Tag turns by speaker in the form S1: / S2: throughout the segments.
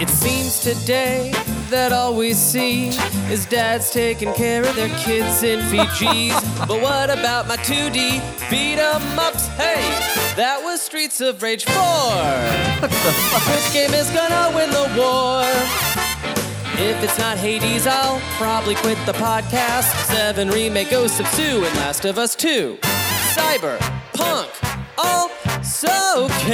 S1: It seems today that all we see is dads taking care of their kids in Fiji's. but what about my 2D beat 'em ups? Hey, that was Streets of Rage 4. Which game is gonna win the war? If it's not Hades, I'll probably quit the podcast. Seven Remake, Ghost of Sue, and Last of Us 2. Cyber, Punk, also counts,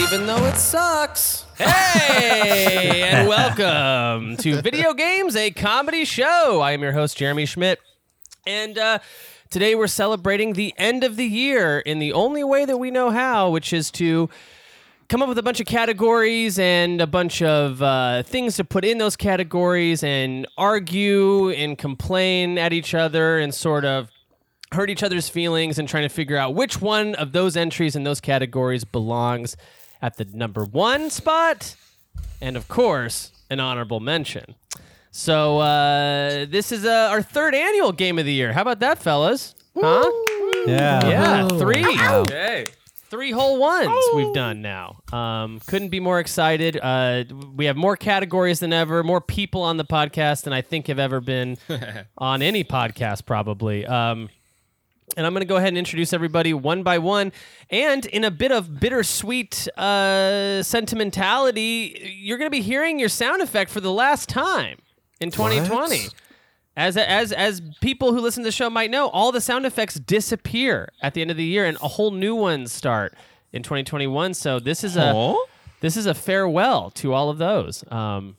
S1: even though it sucks. Hey, and welcome to Video Games, a comedy show. I am your host, Jeremy Schmidt. And uh, today we're celebrating the end of the year in the only way that we know how, which is to come up with a bunch of categories and a bunch of uh, things to put in those categories and argue and complain at each other and sort of hurt each other's feelings and trying to figure out which one of those entries in those categories belongs at the number one spot and of course an honorable mention so uh, this is uh, our third annual game of the year how about that fellas huh
S2: Yeah.
S1: yeah
S3: Woo.
S1: three
S4: Hey.
S1: three whole ones we've done now. Um, couldn't be more excited. Uh, we have more categories than ever, more people on the podcast than I think have ever been on any podcast, probably. Um, and I'm going to go ahead and introduce everybody one by one. And in a bit of bittersweet uh, sentimentality, you're going to be hearing your sound effect for the last time in 2020. As, as as people who listen to the show might know, all the sound effects disappear at the end of the year, and a whole new ones start in 2021. So this is a this is a farewell to all of those. Um,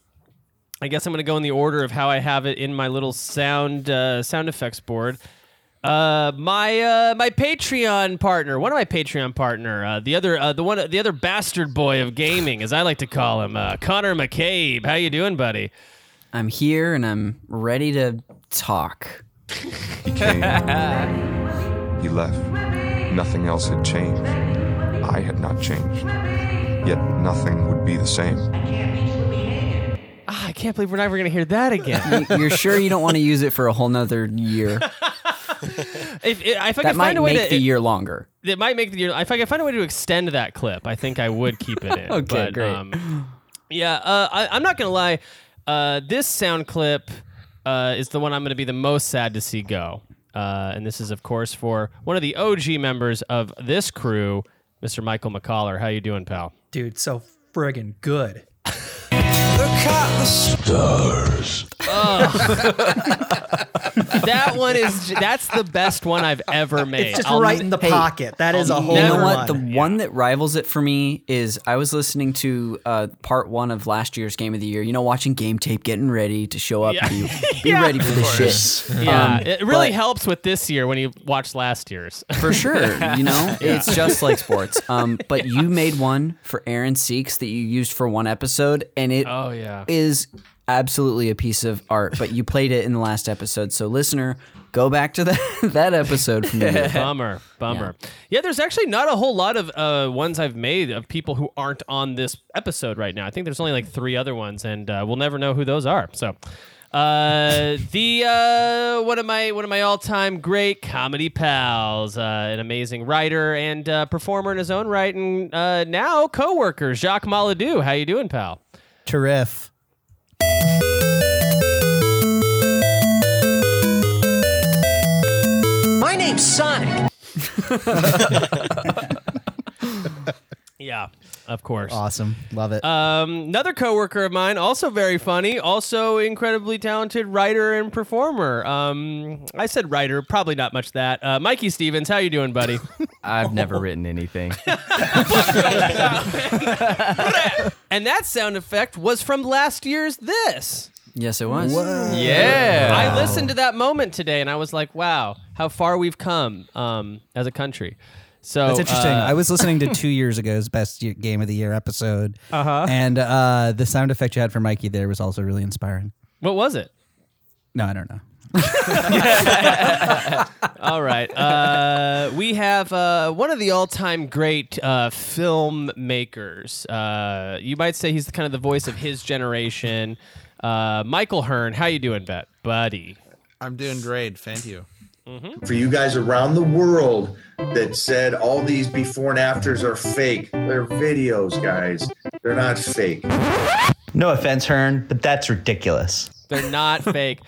S1: I guess I'm going to go in the order of how I have it in my little sound uh, sound effects board. Uh, my uh, my Patreon partner, one of my Patreon partner, uh, the other uh, the one the other bastard boy of gaming, as I like to call him, uh, Connor McCabe. How you doing, buddy?
S3: I'm here and I'm ready to talk.
S5: He came. he left. Nothing else had changed. I had not changed. Yet nothing would be the same.
S1: Ah, I can't believe we're never going to hear that again.
S3: You- You're sure you don't want to use it for a whole nother year?
S1: if, if I could
S3: That might
S1: find a way to
S3: make the year longer.
S1: It, it might make the year. If I could find a way to extend that clip, I think I would keep it in.
S3: Okay,
S1: but,
S3: great.
S1: Um, yeah, uh, I, I'm not gonna lie. Uh, this sound clip uh, is the one I'm gonna be the most sad to see go. Uh, and this is, of course, for one of the OG members of this crew, Mr. Michael McCollar. How you doing, pal?
S4: Dude, so friggin' good.
S1: That one is. j- That's the best one I've ever made.
S4: It's just
S1: I'll
S4: right in the
S3: hey,
S4: pocket. That is a whole
S3: Um, You know
S4: other
S3: what? The
S4: one.
S3: one that rivals it for me is I was listening to uh, part one of last year's Game of the Year. You know, watching game tape, getting ready to show up,
S1: Yeah.
S3: be, be ready for this shit.
S1: Yeah,
S3: Um,
S1: it really
S3: but-
S1: helps with this year when you watch last year's.
S3: For sure, you know, it's just like sports. Um, but you made one for Aaron Seeks that you used for one episode, and it
S1: Oh, yeah.
S3: is absolutely a piece of art. But you played it in the last episode, so listener, go back to that that episode from the year.
S1: bummer, bummer. Yeah. there's actually not a whole lot of uh, ones I've made of people who aren't on this episode right now. I think there's only like three other ones, and uh, we'll never know who those are. So, uh, the uh, one of my one of my all time great comedy pals, uh, an amazing writer and uh, performer in his own right, and uh, now coworker Jacques Maladou. How you doing, pal?
S2: Terrif.
S1: My name's Sonic. yeah, of course.
S2: Awesome. Love it.
S1: Um, another coworker of mine, also very funny, also incredibly talented writer and performer. Um, I said writer, probably not much that. Uh, Mikey Stevens, how you doing, buddy?
S6: I've never written anything.
S1: and that sound effect was from last year's this.
S3: Yes, it was.
S6: yeah.
S1: I listened to that moment today, and I was like, wow, how far we've come um, as a country. So
S2: That's interesting.
S1: uh,
S2: I was listening to two years ago's best year, game of the year episode, uh-huh. and uh, the sound effect you had for Mikey there was also really inspiring.
S1: what was it?
S2: No, I don't know.
S1: All right. Uh, we have uh, one of the all-time great uh, filmmakers. Uh, you might say he's kind of the voice of his generation. Uh, Michael Hearn, how you doing, bet buddy?
S7: I'm doing great. Thank you.
S1: Mm-hmm.
S7: for you guys around the world that said all these before and afters are fake. They're videos, guys. They're not fake.
S8: No offense, Hearn, but that's ridiculous.
S1: They're not fake.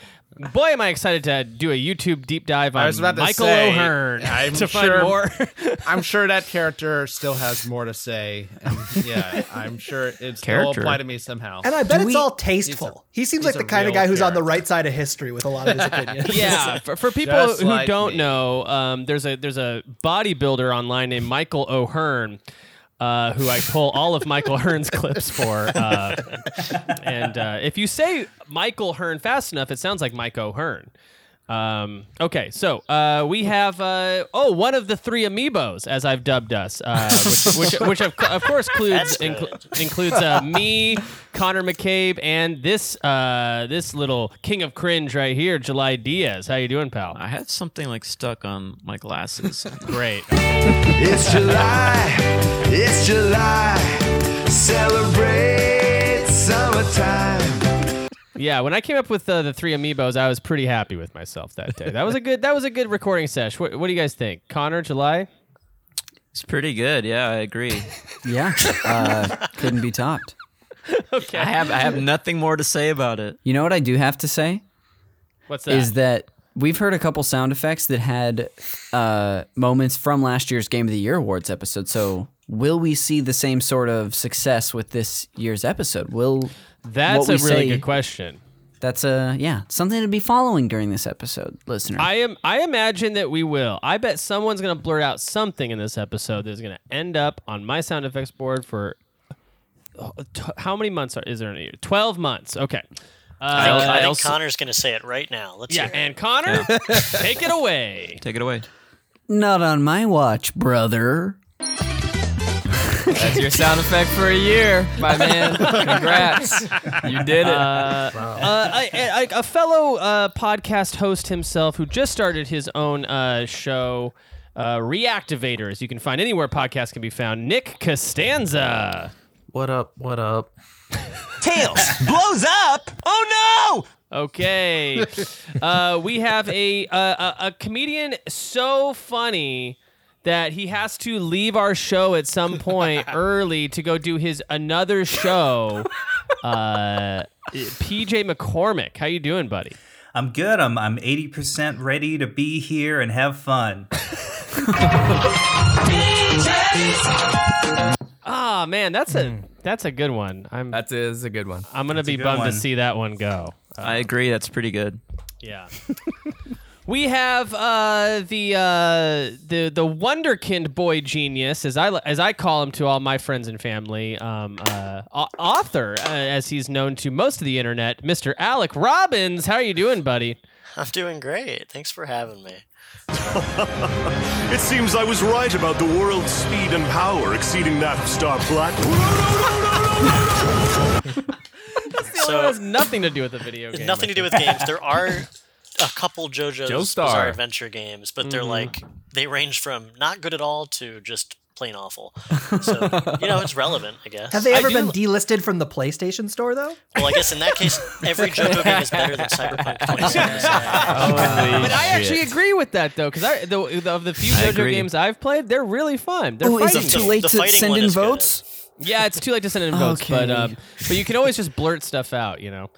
S1: Boy, am I excited to do a YouTube deep dive on
S9: I was about to
S1: Michael
S9: say,
S1: O'Hearn
S9: I'm
S1: to find
S9: sure-
S1: more.
S9: I'm sure that character still has more to say. And yeah, I'm sure it's still
S6: Character.
S9: apply to me somehow.
S4: And I bet
S3: Do
S4: it's
S3: we-
S4: all tasteful. he seems like
S9: he's
S4: the
S9: a
S4: kind of
S9: real
S4: guy who's on the
S9: character.
S4: right side of history with a lot of his opinions.
S1: yeah, for, for people
S9: Just
S1: who
S9: like
S1: don't
S9: me.
S1: know, um, there's a there's a bodybuilder online named Michael O'Hearn. Uh, who I pull all of Michael Hearn's clips for, uh, and uh, if you say Michael Hearn fast enough, it sounds like Mike O'Hearn. Um, okay, so uh, we have uh, oh one of the three amiibos as I've dubbed us, uh, which, which, which of, of course includes incl- includes uh, me, Connor McCabe, and this uh, this little king of cringe right here, July Diaz. How you doing, pal?
S6: I had something like stuck on my glasses.
S1: Great.
S5: It's July. It's July. Celebrate summertime.
S1: Yeah, when I came up with uh, the three amiibos, I was pretty happy with myself that day. That was a good that was a good recording sesh. What, what do you guys think, Connor? July?
S6: It's pretty good. Yeah, I agree.
S3: Yeah, uh, couldn't be topped.
S1: Okay.
S6: I have I have nothing more to say about it.
S3: You know what I do have to say
S1: What's that?
S3: is that we've heard a couple sound effects that had uh, moments from last year's Game of the Year awards episode. So will we see the same sort of success with this year's episode? Will
S1: That's
S3: what
S1: a
S3: we
S1: really
S3: say-
S1: good question.
S3: that's a yeah something to be following during this episode, listener?
S1: I am. I imagine that we will. I bet someone's going to blurt out something in this episode that's going to end up on my sound effects board for oh, t- how many months are, is there in a year? Twelve months. Okay. Uh,
S10: I think, I think
S1: also-
S10: Connor's going to say it right now. Let's
S1: yeah,
S10: hear it.
S1: and Connor, take it away.
S6: Take it away.
S3: Not on my watch, brother.
S6: That's your sound effect for a year, my man. Congrats. You did it.
S1: Uh, I, I, I- a fellow uh, podcast host himself who just started his own uh, show, uh, Reactivators. You can find anywhere podcasts can be found. Nick Costanza.
S6: what up? What up?
S8: Tails blows up. Oh no!
S1: Okay. uh, we have a, uh, a a comedian so funny that he has to leave our show at some point early to go do his another show. Uh, PJ McCormick, how you doing, buddy?
S8: I'm good. I'm I'm 80% ready to be here and have fun.
S1: Ah, man, that's
S6: Hmm.
S1: a that's a good one. I'm
S6: That is a good one.
S1: I'm gonna be
S8: good
S1: bummed
S8: one.
S1: to see that one go.
S6: I agree. That's pretty good.
S1: Yeah. we have uh, the uh, the the wonderkind boy genius, as I as I call him to all my friends and family, um, uh, au- author, uh, as he's known to most of the internet, Mr. Alec Robbins. How are you doing, buddy?
S10: I'm doing great. Thanks for having me.
S11: It seems I was right about the world's speed and power exceeding that of Star Platinum.
S1: That
S10: So
S1: has nothing to do with the video game.
S10: nothing
S1: I
S10: to do
S1: think.
S10: with games. There are a couple JoJo's
S9: Joestar.
S10: Bizarre Adventure games, but
S1: Mm-hmm.
S10: they're like they range from not good at all to just plain awful. So you know, it's relevant, I guess.
S4: Have they ever
S1: do
S4: been
S1: li-
S4: delisted from the PlayStation Store though?
S10: Well, I guess in that case, every JoJo game is better than Cyberpunk 2077.
S4: Oh,
S1: But I actually agree with that though, because I the, the- of the few JoJo
S6: agree.
S1: games I've played, they're really fun. They're
S3: Oh, is
S1: fighting
S3: it
S10: The-
S3: too
S10: the
S3: late to
S10: fighting
S3: send
S10: one
S3: in
S10: is good.
S3: votes?
S1: Yeah, it's too late to send in votes, but
S3: Okay.
S1: um, but you can always just blurt stuff out, you know.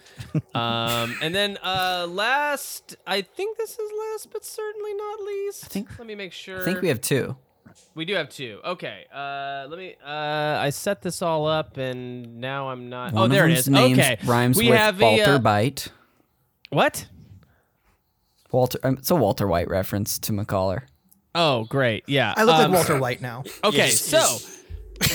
S1: Um, and then uh, last, I think this is last, but certainly not least. I
S3: think-
S1: Let me make sure.
S3: I think we have two.
S1: We do have two. Okay. Uh, let me. Uh, I set this all up, and now I'm not.
S3: One
S1: oh, there
S3: of
S1: it
S3: them's
S1: is.
S3: Names
S1: okay.
S3: rhymes
S1: we
S3: with
S1: have
S3: Walter
S1: the, uh,
S3: Bite.
S1: What?
S3: Walter, um, it's a Walter White reference to McCaller.
S1: Oh, great. Yeah.
S4: I look
S1: um,
S4: like Walter White now.
S1: Okay,
S10: He's-
S1: so.
S10: he's-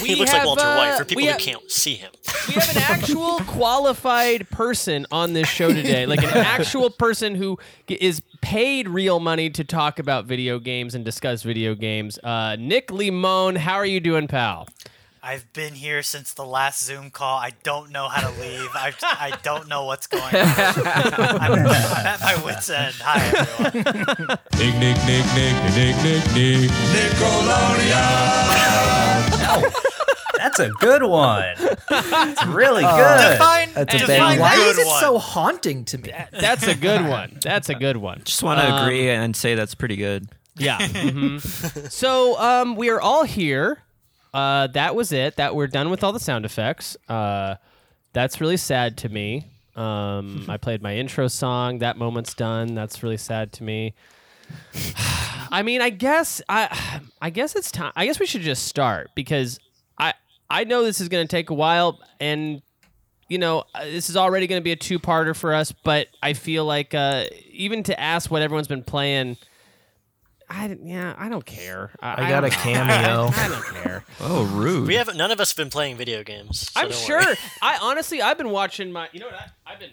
S1: we
S10: He looks
S1: have,
S10: like Walter White
S1: uh,
S10: for people
S1: we
S10: who
S1: have-
S10: can't see him.
S1: we have an actual qualified person on this show today, like an actual person who g- is paid real money to talk about video games and discuss video games. Uh, Nick Limone, how are you doing, pal?
S11: I've been here since the last Zoom call. I don't know how to leave. I, I don't know what's going on. I'm, I'm at my wit's end. Hi, everyone.
S5: Nick, Nick, Nick, Nick, Nick, Nick, Nick. Nickelodeon.
S8: That's a good one. It's really
S4: Oh,
S8: good.
S4: define-
S8: That's
S4: define Why is it so haunting to me?
S1: That's a good one. That's a good one.
S12: Just want to
S1: Um,
S12: agree and say that's pretty good.
S1: Yeah. mhm. so um, we are all here. Uh, that was it. That we're done with all the sound effects. Uh, that's really sad to me. Um, I played my intro song. That moment's done. That's really sad to me. I mean, I guess I, I guess it's time. I guess we should just start because I, I know this is going to take a while, and you know, uh, this is already going to be a two-parter for us. But I feel like uh, even to ask what everyone's been playing, I d- yeah, I don't care. I,
S10: I got
S1: don't
S10: a
S1: know.
S10: cameo.
S1: I, I don't care.
S12: Oh, rude.
S10: We haven't. None of us have been playing video games. so
S1: I'm
S10: don't
S1: sure.
S10: worry.
S1: I honestly, I've been watching my. You know what? I, I've been.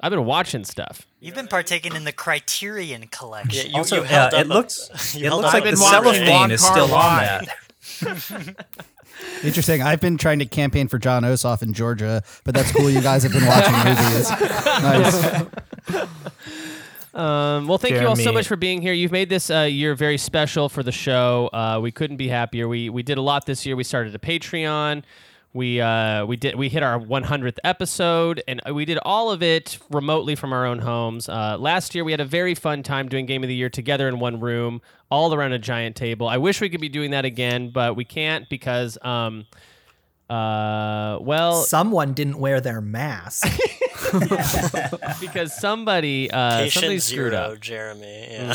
S1: I've been watching stuff.
S11: You've been partaking in the Criterion collection.
S1: Yeah, you- Also, you held uh, it up a- looks- you it held looks up like a the
S8: cellophane is still on that.
S2: Interesting. I've been trying to campaign for John Ossoff in Georgia, but that's cool. You guys have been watching movies. Nice.
S1: Um, well, thank you all so
S2: Jeremy.
S1: much for being here. You've made this uh, year very special for the show. Uh, we couldn't be happier. We we did a lot this year. We started a Patreon. We uh, we did we hit our 100th episode, and uh, we did all of it remotely from our own homes. Uh, last year, we had a very fun time doing Game of the Year together in one room, all around a giant table. I wish we could be doing that again, but we can't because. Um, uh, well,
S4: Someone didn't wear their mask.
S1: Uh, because somebody uh,
S10: Patient
S1: somebody screwed
S10: zero,
S1: up.
S10: Jeremy. Yeah.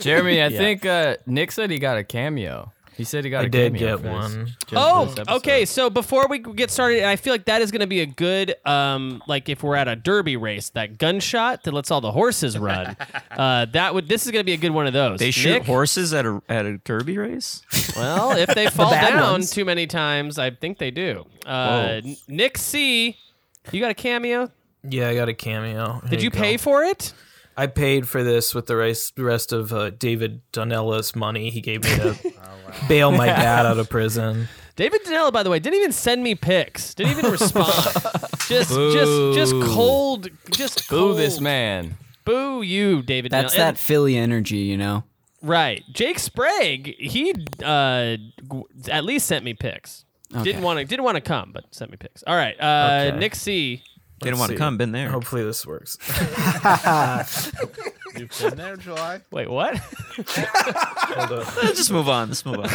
S6: Jeremy, I
S1: Yeah.
S6: think uh, Nick said he got a cameo. He said he got
S12: I
S6: a
S12: did get
S6: cameo. for this-
S12: one.
S6: just
S1: Oh,
S6: this episode.
S1: okay. So before we get started, and I feel like that is going to be a good, um, like if we're at a derby race, that gunshot that lets all the horses run. uh, that would. This is going to be a good one of those.
S12: They shoot
S1: Nick?
S12: horses at a at a derby race.
S1: Well, if they fall
S12: bad
S1: down
S12: ones.
S1: too many times, I think they do. Uh,
S12: Whoa.
S1: Nick C, you got a cameo?
S13: Yeah, I got a cameo. Here
S1: Did you
S13: go.
S1: pay for it?
S13: I paid for this with the rest, the rest of uh, David Donella's money. He gave me to bail my dad out of prison.
S1: David Danella, by the way, didn't even send me pics. Didn't even respond. just, just, just
S6: Boo.
S1: cold. Just
S6: Boo
S1: cold.
S6: this man.
S1: Boo you, David.
S3: That's
S1: Dinella.
S3: that
S1: And-
S3: Philly energy, you know.
S1: Right. Jake Sprague, he uh, g- at least sent me pics.
S3: Okay.
S1: Didn't want to didn't want to come, but sent me pics. All right. Uh,
S13: Okay.
S1: Nick C.
S13: Let's see. Hopefully this works.
S9: You've been there, July.
S1: Wait, what?
S12: Let's just move on. Let's move on.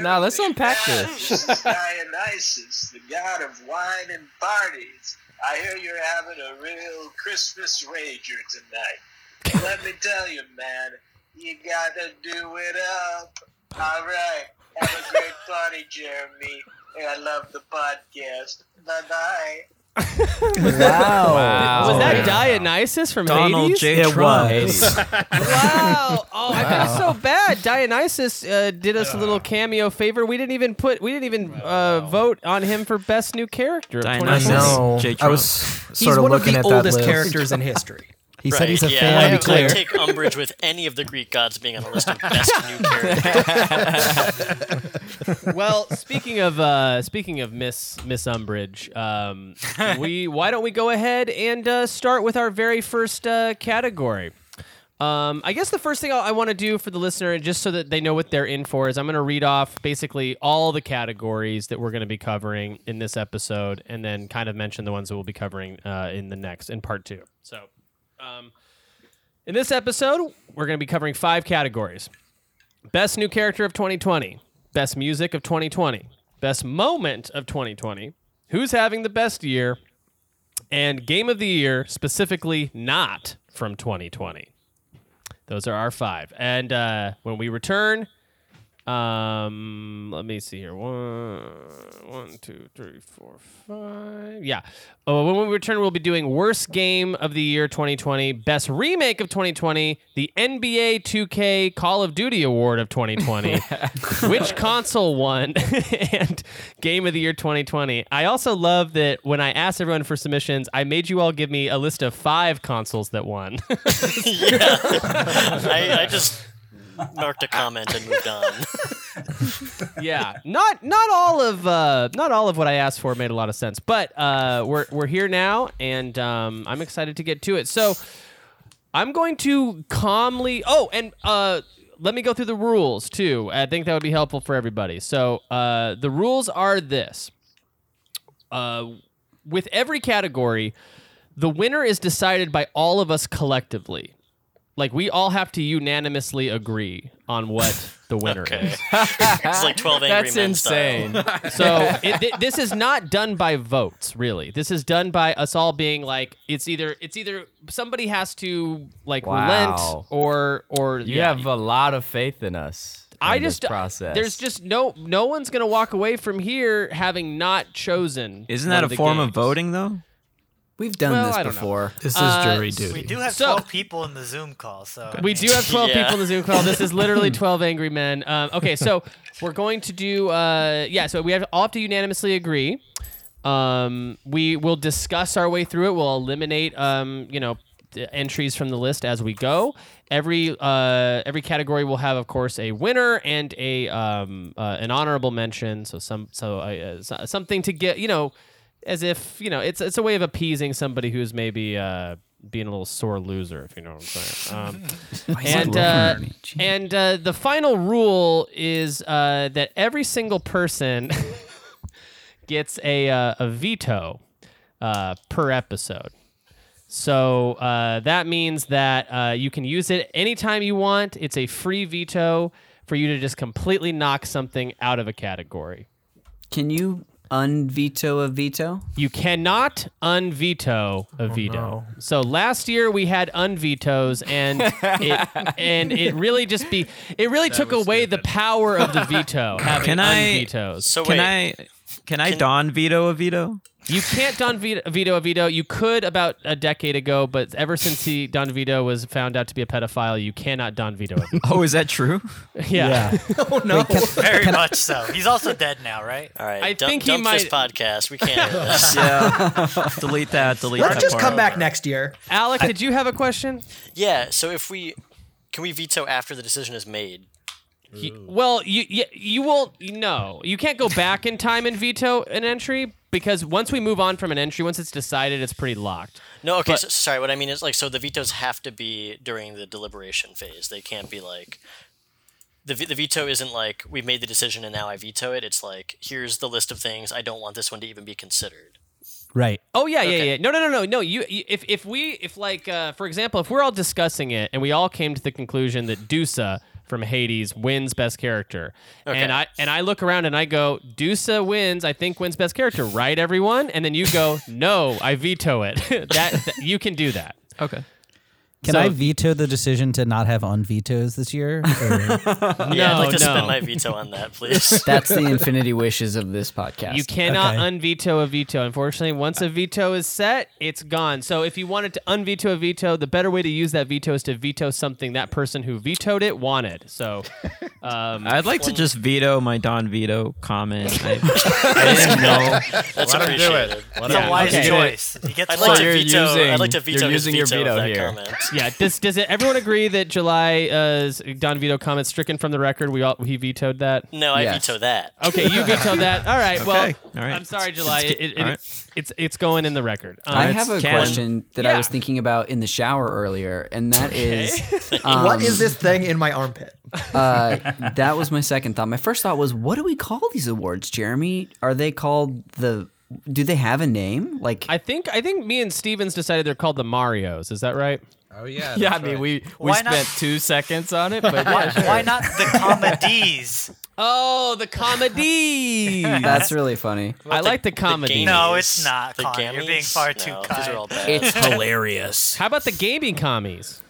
S6: Now let's unpack this.
S14: Dionysus, the god of wine and parties. I hear you're having a real Christmas rager tonight. Let me tell you, man, you gotta do it up. All right, have a great party, Jeremy. Hey, I love the podcast. Bye bye.
S1: Wow.
S6: Wow.
S1: Was that
S6: Wow.
S1: Dionysus from
S6: Donald
S1: Hades?
S6: J. It Trump. was.
S1: wow. Oh, I feel so bad. Dionysus uh, did us a little cameo favor. We didn't even put we didn't even uh, vote on him for best new character. of
S13: I
S1: 2020.
S13: know.
S12: J.
S13: I was
S1: Trump.
S13: sort
S1: He's
S13: of
S1: one of
S13: looking
S1: the
S13: at that
S1: oldest
S13: list.
S1: characters in history.
S2: He said he's a
S10: yeah,
S2: fan,
S10: I,
S2: to be
S10: have- I
S2: clear.
S10: take umbrage with any of the Greek gods being on the list of best new characters.
S1: well, speaking of uh, speaking of Miss Miss Umbridge, um, we why don't we go ahead and uh, start with our very first uh, category? Um, I guess the first thing I, I want to do for the listener, and just so that they know what they're in for, is I'm going to read off basically all the categories that we're going to be covering in this episode, and then kind of mention the ones that we'll be covering uh, in the next in part two. So, um, in this episode, we're going to be covering five categories Best New Character of 2020, Best Music of 2020, Best Moment of 2020, Who's Having the Best Year, and Game of the Year, specifically not from 2020. Those are our five. And uh, when we return, um, let me see here. One, one, two, three, four, five. Yeah. Oh, when we return, we'll be doing worst game of the year 2020, best remake of 2020, the NBA 2K Call of Duty Award of 2020, which console won, and game of the year 2020. I also love that when I asked everyone for submissions, I made you all give me a list of five consoles that won.
S10: yeah. I, I just marked a comment and moved on.
S1: yeah, not not all of uh, not all of what I asked for made a lot of sense, but uh, we're we're here now, and um, I'm excited to get to it. So I'm going to calmly. Oh, and uh, let me go through the rules too. I think that would be helpful for everybody. So uh, the rules are this: uh, with every category, the winner is decided by all of us collectively. Like we all have to unanimously agree on what the winner is.
S10: it's like 12 angry
S1: That's
S10: men
S1: insane.
S10: style.
S1: so it, thi- this is not done by votes, really. This is done by us all being like, it's either it's either somebody has to like
S6: Wow.
S1: relent or or
S6: You
S1: yeah.
S6: have a lot of faith in us.
S1: I
S6: in this
S1: just uh,
S6: process.
S1: there's just no no one's gonna walk away from here having not chosen.
S12: Isn't
S1: one
S12: that a
S1: the
S12: form
S1: games.
S12: of voting though?
S3: We've
S1: done Well, this I don't know. before.
S13: This is
S1: Uh,
S13: jury duty.
S11: We do have
S1: So-
S11: 12 people in the Zoom call, so. I
S1: We
S11: mean-
S1: do have 12 people in the Zoom call. This is literally 12 angry men. Um, okay, so we're going to do, uh, yeah, so we have all have to unanimously agree. Um, we will discuss our way through it. We'll eliminate, um, you know, the entries from the list as we go. Every uh, every category will have, of course, a winner and a um, uh, an honorable mention. So some so uh, uh, so- something to get, you know, as if you know it's it's a way of appeasing somebody who's maybe uh, being a little sore loser, if you know what I'm saying. Um,
S3: Why is
S1: and
S3: it
S1: uh,
S3: lonely?
S1: and uh, the final rule is uh, that every single person gets a uh, a veto uh, per episode. So uh, that means that uh, you can use it anytime you want. It's a free veto for you to just completely knock something out of a category.
S3: Can you unveto a veto?
S1: You cannot unveto
S12: Oh,
S1: a veto. So last year we had unvetoes, and it, and it really just be it really took away the power of the veto. Having
S12: Can I?
S1: unvetoes.
S12: can I? Can I don veto a veto?
S1: You can't Don Vito, Vito a veto. You could about a decade ago, but ever since he Don Vito was found out to be a pedophile, you cannot Don Vito. A veto.
S12: Oh, is that true?
S1: Yeah.
S4: oh no.
S11: Very much so. He's also dead now, right?
S10: All right,
S1: I
S10: dump,
S1: think he
S10: dump this
S1: might-
S10: podcast. We can't. do this.
S12: yeah. delete that. Delete
S4: Let's
S12: that
S4: just
S12: part.
S4: come back next year.
S1: Alec, did you have a question?
S10: Yeah. So if we can we veto after the decision is made.
S1: He- well, you, you you won't. No, you can't go back in time and veto an entry because once we move on from an entry, once it's decided, it's pretty locked.
S10: No, okay.
S1: But-
S10: so, sorry, what I mean is like so the vetoes have to be during the deliberation phase. They can't be like the ve- the veto isn't like we've made the decision and now I veto it. It's like here's the list of things I don't want this one to even be considered.
S2: Right.
S1: Oh yeah, yeah, yeah. No, no, no, no, no. You, you if if we if like uh, for example, if we're all discussing it and we all came to the conclusion that Dusa from Hades wins best character,
S10: Okay.
S1: and I and I look around and I go, Dusa wins. I think wins best character, right, everyone? And then you go, No, I veto it. that, that- you can do that.
S6: Okay.
S2: Can
S1: So-
S2: I veto the decision to not have unvetoes this year? Or-
S10: yeah, I'd
S1: No,
S10: like to
S1: no.
S10: spend my veto on that, please.
S3: That's the infinity wishes of this podcast.
S1: You cannot unveto a veto. Unfortunately, once a veto is set, it's gone. So if you wanted to unveto a veto, the better way to use that veto is to veto something that person who vetoed it wanted. So um,
S12: I'd like to just veto my Don Vito comment. I, I didn't know.
S10: That's
S9: Let him do it.
S10: appreciated.
S9: Let
S11: It's
S9: him
S11: a wise
S1: okay.
S11: choice. He gets
S10: I'd like
S11: one.
S10: to
S6: you're
S10: veto. I'd like to
S6: using-
S10: veto
S6: you're
S10: his
S6: using your
S10: veto,
S6: veto
S10: of that
S6: here.
S10: comment.
S1: yeah. Does does it, everyone agree that July uh, Don Vito comment stricken from the record? We all he vetoed that.
S10: No, I
S3: Yes.
S10: veto that.
S1: Okay, you vetoed that. All right. Well,
S12: Okay, all right.
S1: I'm sorry, July.
S12: It's-
S1: It,
S12: it's-
S1: it,
S12: all right.
S1: It's it's going in the record. Um,
S3: I have a
S12: Can-
S3: question that I
S1: Yeah.
S3: was thinking about in the shower earlier, and that is,
S4: what
S3: um,
S4: is this thing in my armpit?
S3: uh, that was my second thought. My first thought was, what do we call these awards, Jeremy? Are they called the? Do they have a name? Like,
S1: I think I think me and Stevens decided they're called the Marios. Is that right?
S9: Oh yeah.
S6: Yeah, I
S9: that's
S6: mean,
S9: right.
S6: we, we
S11: Why not-
S6: spent two seconds on it, but
S11: Why,
S6: yeah, sure.
S11: why not the comedies?
S1: Oh, the comedy.
S3: that's really funny.
S1: I like the comedy.
S11: No,
S10: Gammies.
S11: it's not,
S10: The
S11: Connor. You're
S10: Gammies?
S11: being far too
S10: no, These
S11: kind.
S10: are all bad.
S3: It's hilarious.
S1: How about the gaming commies?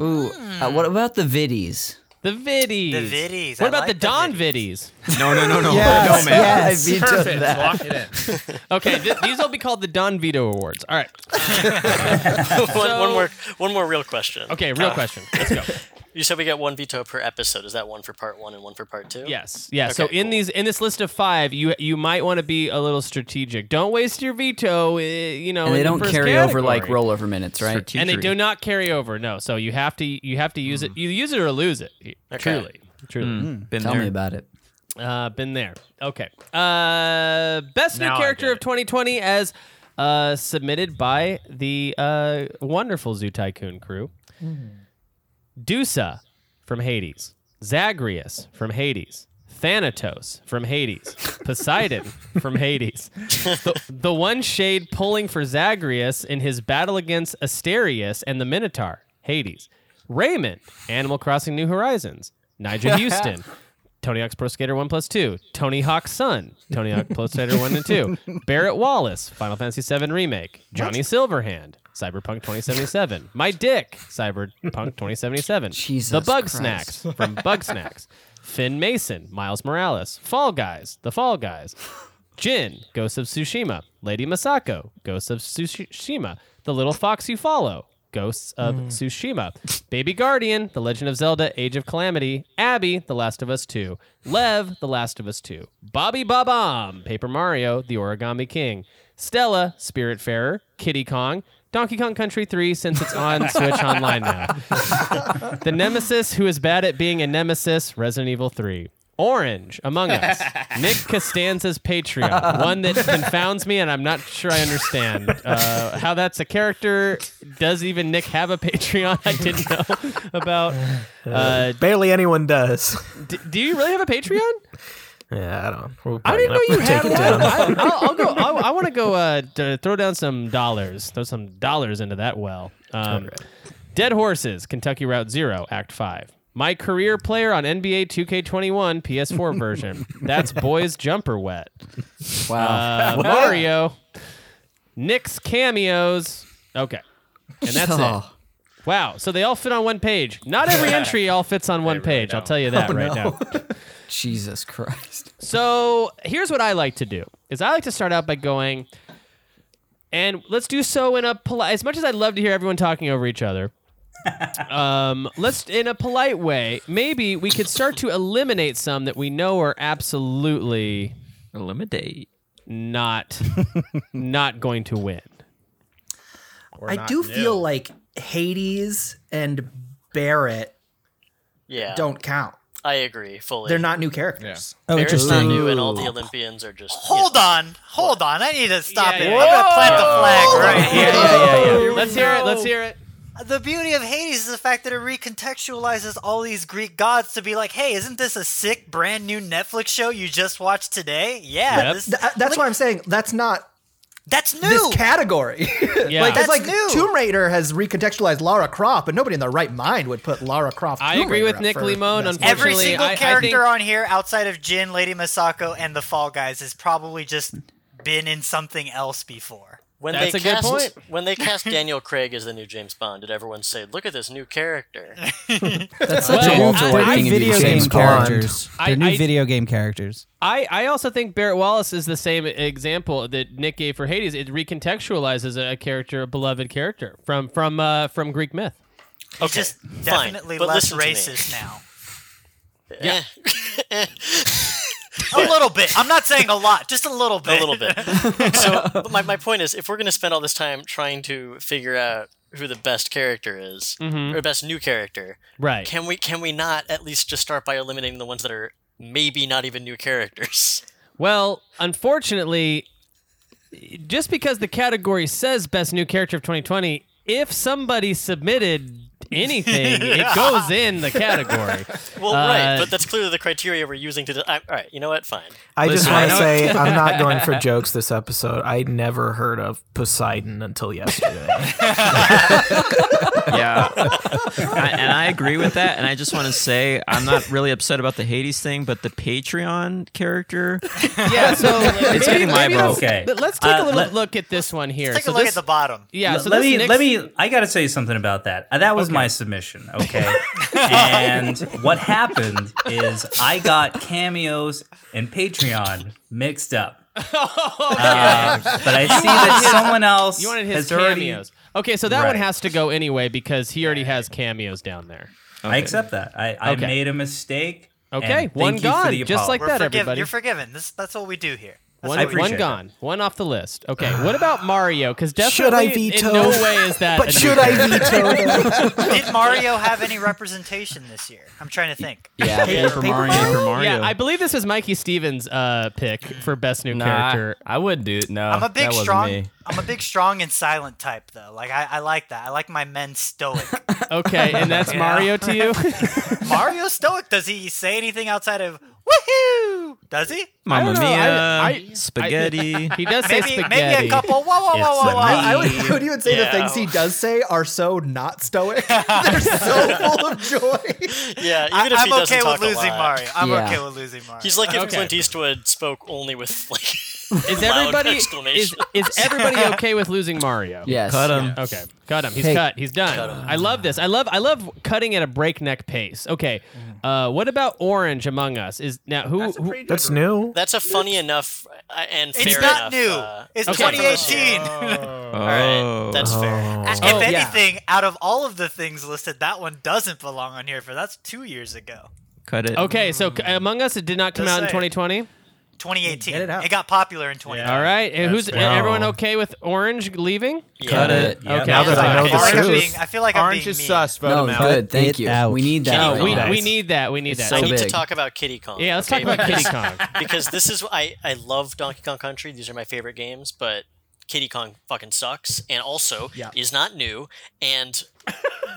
S3: Ooh, uh, what about the viddies?
S1: The viddies.
S11: Hmm. The viddies.
S1: What
S11: I
S1: about
S11: like
S1: the
S11: the
S1: Don viddies?
S12: No, no, no, no.
S4: Yes,
S12: no, man.
S4: yes.
S3: I vetoed
S9: Perfect.
S3: that.
S9: Lock it in.
S1: Okay, th- these will be called the Don Vito Awards. All right.
S10: one,
S1: So-
S10: one more, one more real question.
S1: Okay, real
S10: Uh,
S1: question. Let's go.
S10: You said we get one veto per episode. Is that one for part one and one for part two?
S1: Yes. Yeah. so
S10: Okay,
S1: in
S10: cool.
S1: these in this list of five, you you might want to be a little strategic. Don't waste your veto. Uh, you know,
S3: And they
S1: in the
S3: don't
S1: first
S3: carry over like
S1: category.
S3: rollover minutes, right?
S1: And they do
S12: Strategery.
S1: not carry over. No. So you have to you have to use it. You use it or lose it. Truly. Truly.
S12: Mm, been
S3: Tell
S12: there.
S3: me about it.
S1: Uh, been there. Okay. Uh, best
S9: Now I
S1: new character
S9: get
S1: of
S9: it.
S1: 2020 as uh, submitted by
S9: Mm-hmm.
S1: the uh, wonderful Zoo Tycoon crew. Dusa from Hades, Zagreus from Hades, Thanatos from Hades, Poseidon from Hades. The, the one shade pulling for Zagreus in his battle against Asterius and the Minotaur, Hades. Raymond, Animal Crossing New Horizons, Nigel Houston, Tony Hawk's Pro Skater 1 plus 2, Tony Hawk's Son, Tony Hawk Pro Skater 1 and 2, Barrett Wallace, Final Fantasy 7 Remake, Johnny Silverhand, Cyberpunk 2077, My Dick, Cyberpunk 2077, The Bug
S3: Christ.
S1: Snacks from Bug Snacks, Finn Mason, Miles Morales, Fall Guys, The Fall Guys, Jin, Ghost of Tsushima, Lady Masako, Ghost of Tsushima, The Little Fox You Follow, Ghosts of
S15: Mm.
S1: Tsushima, Baby Guardian, The Legend of Zelda, Age of Calamity, Abby, The Last of Us 2, Lev, The Last of Us 2, Bobby Bobom, Paper Mario, The Origami King, Stella, Spiritfarer, Kitty Kong, Donkey Kong Country 3, since it's on Switch Online now. the Nemesis, who is bad at being a Nemesis, Resident Evil 3. Orange, Among Us, Nick Costanza's Patreon, one that confounds me, and I'm not sure I understand uh, how that's a character. Does even Nick have a Patreon? I didn't know about. Uh,
S13: barely anyone does.
S1: D- do you really have a Patreon?
S13: Yeah, I don't. We'll
S1: I didn't know
S13: probably
S1: you
S13: not
S1: had
S13: take
S1: one.
S13: it
S1: I, I'll, I'll go. I'll, I want to go uh, d- throw down some dollars. Throw some dollars into that well. Um, Dead Horses, Kentucky Route Zero, Act Five. My career player on NBA 2K21 PS4 version. That's boys jumper wet.
S3: Wow.
S1: Uh,
S3: What?
S1: Mario. Nick's cameos. Okay. And that's
S3: Oh.
S1: it. Wow. So they all fit on one page. Not every entry all fits on one page. I'll tell you that
S3: Oh,
S1: right
S3: no.
S1: now.
S3: Jesus Christ.
S1: So here's what I like to do: is I like to start out by going, and let's do so in a polite. As much as I'd love to hear everyone talking over each other, um, let's in a polite way. Maybe we could start to eliminate some that we know are absolutely eliminate, not not going to win.
S15: I do feel like Hades and Barrett
S10: Yeah.
S15: don't count.
S10: I agree fully.
S15: They're not new characters.
S10: Oh, Barrett's
S15: interesting.
S10: not new, and all the
S15: Ooh.
S10: Olympians are just.
S11: Hold on, hold on. I need to stop
S10: Yeah,
S11: it.
S10: yeah,
S11: I'm gonna
S10: yeah.
S11: plant the
S10: Whoa.
S11: flag right here.
S1: yeah, yeah. Let's hear it. Let's hear it.
S11: The beauty of Hades is the fact that it recontextualizes all these Greek gods to be like, hey, isn't this a sick brand new Netflix show you just watched today? Yeah,
S15: Th-
S11: this,
S15: th- uh, that's why I'm saying that's not
S11: that's new.
S15: this category.
S1: Yeah.
S15: like
S11: That's
S15: it's like
S11: new.
S15: Tomb Raider has recontextualized Lara Croft, but nobody in their right mind would put Lara Croft.
S1: I
S15: Tomb
S1: agree
S15: Raider
S1: with
S15: up
S1: Nick
S15: for
S1: Limon,
S15: best
S1: unfortunately.
S11: Every single
S1: I- I
S11: character
S1: think-
S11: on here, outside of Jin, Lady Masako, and the Fall Guys, has probably just been in something else before.
S10: When they cast, When they cast Daniel Craig as the new James Bond, did everyone say, "Look at this new character"?
S1: That's
S2: such a Walter White
S1: I-
S2: thing to do,
S1: video
S2: James
S1: game
S2: Bond.
S1: characters.
S2: They're new
S1: I- I-
S2: video game characters.
S1: I, I also think Barrett Wallace is the same example that Nick gave for Hades. It recontextualizes a character, a beloved character from from uh, from Greek myth.
S11: He's just definitely
S10: but
S11: less
S10: listen to me.
S11: racist Eh. now.
S10: Yeah.
S11: a little bit. I'm not saying a lot, just a little bit.
S10: A little bit. so but my, my point is if we're going to spend all this time trying to figure out who the best character is
S1: Mhm.
S10: or best new character
S1: Right.
S10: can we can we not at least just start by eliminating the ones that are maybe not even new characters
S1: Well, unfortunately, just because the category says best new character of 2020, if somebody submitted anything, it goes in the category.
S10: well right
S1: Uh,
S10: but that's clearly the criteria we're using to de- I, all right you know what fine
S13: I just
S10: Listen,
S13: want to
S10: know-
S13: say I'm not going for jokes this episode. I never heard of Poseidon until yesterday.
S12: yeah. I, and I agree with that. And I just want to say I'm not really upset about the Hades thing, but the Patreon character.
S1: Yeah, so
S12: it's getting my vote.
S1: let's- but Let's take
S12: Uh,
S1: a little
S12: let-
S1: look at this one here.
S11: Take
S1: So
S11: a look
S1: this-
S11: at the bottom.
S1: Yeah,
S8: L-
S1: so
S8: let
S1: this
S8: me
S1: Nick's-
S8: let me. I got to say something about that. Uh, That was my submission, okay? and what happened is I got cameos and Patreon mixed up. Uh, but I
S1: You
S8: see
S1: wanted
S8: that
S1: his-
S8: someone else
S1: You wanted his
S8: has already-
S1: cameos. Okay, so that one
S8: Right.
S1: has to go anyway because he already has cameos down there.
S8: I accept that. I, I
S1: Okay.
S8: made a mistake. and
S1: Okay,
S8: thank
S1: one
S8: you for
S1: gone,
S8: the
S1: just like
S8: apology.
S1: that,
S11: Forgive-
S1: everybody.
S11: You're forgiven. This, that's what we do here.
S1: One,
S12: I
S1: one
S12: appreciate that.
S1: gone, one off the list. Okay, what about Mario? Because
S13: Should I
S1: definitely,
S13: veto?
S1: in no way is that.
S13: But
S1: a new
S13: should I
S1: character.
S11: Did Mario have any representation this year? I'm trying to think.
S12: Yeah, Paper Mario. Paper Mario.
S1: Yeah, I believe this is Mikey Stevens' uh, pick for best new
S12: Nah,
S1: character.
S6: I would do it. No,
S11: I'm a big
S1: that wasn't
S11: strong.
S1: me.
S11: I'm a big strong and silent type though. Like I, I like that. I like my men stoic.
S1: Okay, and that's
S11: You know?
S1: Mario to you.
S11: Mario stoic. Does he say anything outside of woohoo? Does he?
S1: I
S12: Mamma
S1: don't know,
S12: mia,
S1: I- I-
S12: spaghetti.
S1: I- he does say
S11: maybe, Maybe
S12: spaghetti.
S11: a couple. Whoa, whoa, whoa,
S12: It's
S11: whoa, whoa.
S12: a
S11: whoa.
S15: I would, I would even say the things he does say are so not stoic. They're so full of joy.
S10: Yeah,
S11: I-
S10: even if
S11: I'm
S10: he doesn't
S11: okay
S10: talk
S11: with
S10: a
S11: losing
S10: lot.
S11: Mario. I'm Yeah. okay with losing Mario.
S10: He's like if
S11: Okay.
S10: Clint Eastwood spoke only with like.
S1: Is
S10: loud
S1: everybody is,
S10: exclamations.
S1: is everybody okay with losing Mario?
S10: Yes.
S12: Cut him.
S1: Okay, cut him. He's
S12: Hey.
S1: cut. He's done. I love this. I love I love cutting at a breakneck pace. Okay, uh, what about Orange Among Us? Is now who? That's, who,
S13: That's new.
S10: That's a funny enough uh, and fair
S11: It's not
S10: enough,
S11: new.
S10: uh, Oh.
S11: it's
S10: okay.
S11: 2018.
S12: All right,
S10: that's fair.
S12: Oh.
S11: A- If
S1: Oh,
S11: anything, out of all of the things listed, that one doesn't belong on here. For that's two years ago,
S12: Cut it.
S1: Okay, so c- Among Us it did not come
S11: Just
S1: out in
S11: say it.
S1: 2020.
S11: 2018. It, got popular in 2018.
S1: All right, and who's
S12: fair.
S1: everyone okay with Orange leaving?
S12: Cut it. Yeah,
S1: Okay,
S12: now that I know the
S1: Okay.
S12: truth.
S11: Being- I feel like I'm
S9: Orange
S11: being
S9: is
S11: mean.
S9: sus. Vote
S12: No,
S9: him out.
S12: good. Thank
S2: It
S12: you.
S2: out.
S12: We need that.
S1: No,
S12: right
S1: we,
S12: now.
S1: we need that. We need
S12: It's
S1: that.
S12: so
S10: I need to
S12: big.
S10: talk about Kitty Kong.
S1: Yeah, let's talk about Kitty Kong.
S10: because this is I I love Donkey Kong Country. These are my favorite games, but Kitty Kong fucking sucks, and also
S15: Yeah.
S10: is not new and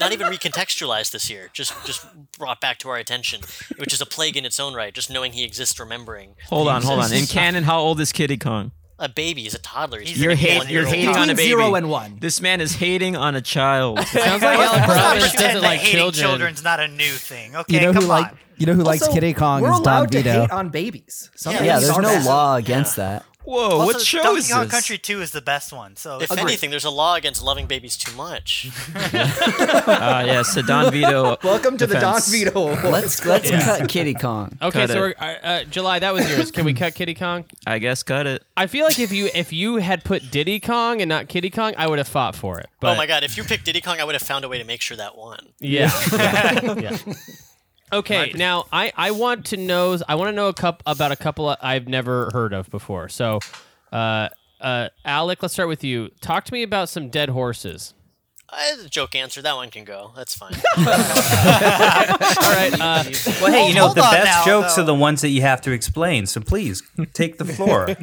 S10: not even recontextualized this year. Just just brought back to our attention, which is a plague in its own right. Just knowing he exists, remembering.
S12: Hold
S10: he
S12: on, hold on. In
S10: exists.
S12: canon, how old is Kitty Kong?
S10: a baby, he's a toddler. He's
S12: You're,
S10: freaking
S12: hate-
S10: one
S12: you're
S10: year old.
S12: hating on a baby.
S15: Between zero and one.
S12: This man is hating on a child.
S1: Sounds like Alec
S11: Let's not
S1: Robbins
S11: pretend
S1: doesn't
S11: that
S1: like
S11: hating
S1: children.
S11: children's not a new thing. Okay,
S2: you know
S11: come
S2: who like
S11: on.
S2: you know who likes
S15: Also,
S2: Kitty Kong
S15: we're
S2: is Don
S15: allowed to
S2: Vito.
S15: hate on babies. Some
S11: Yeah,
S2: yeah,
S15: babies
S2: there's
S15: are
S2: no
S15: bad.
S2: law against that.
S12: Whoa,
S11: Also,
S12: what show
S11: Donkey
S12: is
S11: Kong
S12: this?
S11: Country 2 is the best one. So
S10: If anything, there's a law against loving babies too much.
S1: Uh,
S12: Ah, yes, the Don Vito.
S15: Welcome to
S12: defense.
S15: the Don Vito.
S3: Let's let's cut Kitty Kong.
S1: Okay,
S12: Cut
S1: so
S12: it.
S1: we're, uh, uh, July, that was yours. Can we cut Kitty Kong?
S12: I guess cut it.
S1: I feel like if you if you had put Diddy Kong and not Kitty Kong, I would have fought for it. But
S10: oh my god, if you picked Diddy Kong, I would have found a way to make sure that won.
S1: Yeah. yeah. Okay, now I, I want to know I want to know a cup about a couple I've never heard of before. So, uh, uh, Alec, let's start with you. Talk to me about some dead horses.
S10: I a joke answer. That one can go. That's fine.
S1: All right. Uh,
S8: Well, hey, you know,
S11: Hold
S8: the
S11: on
S8: best
S11: now,
S8: jokes
S11: though.
S8: are the ones that you have to explain. So please take the floor.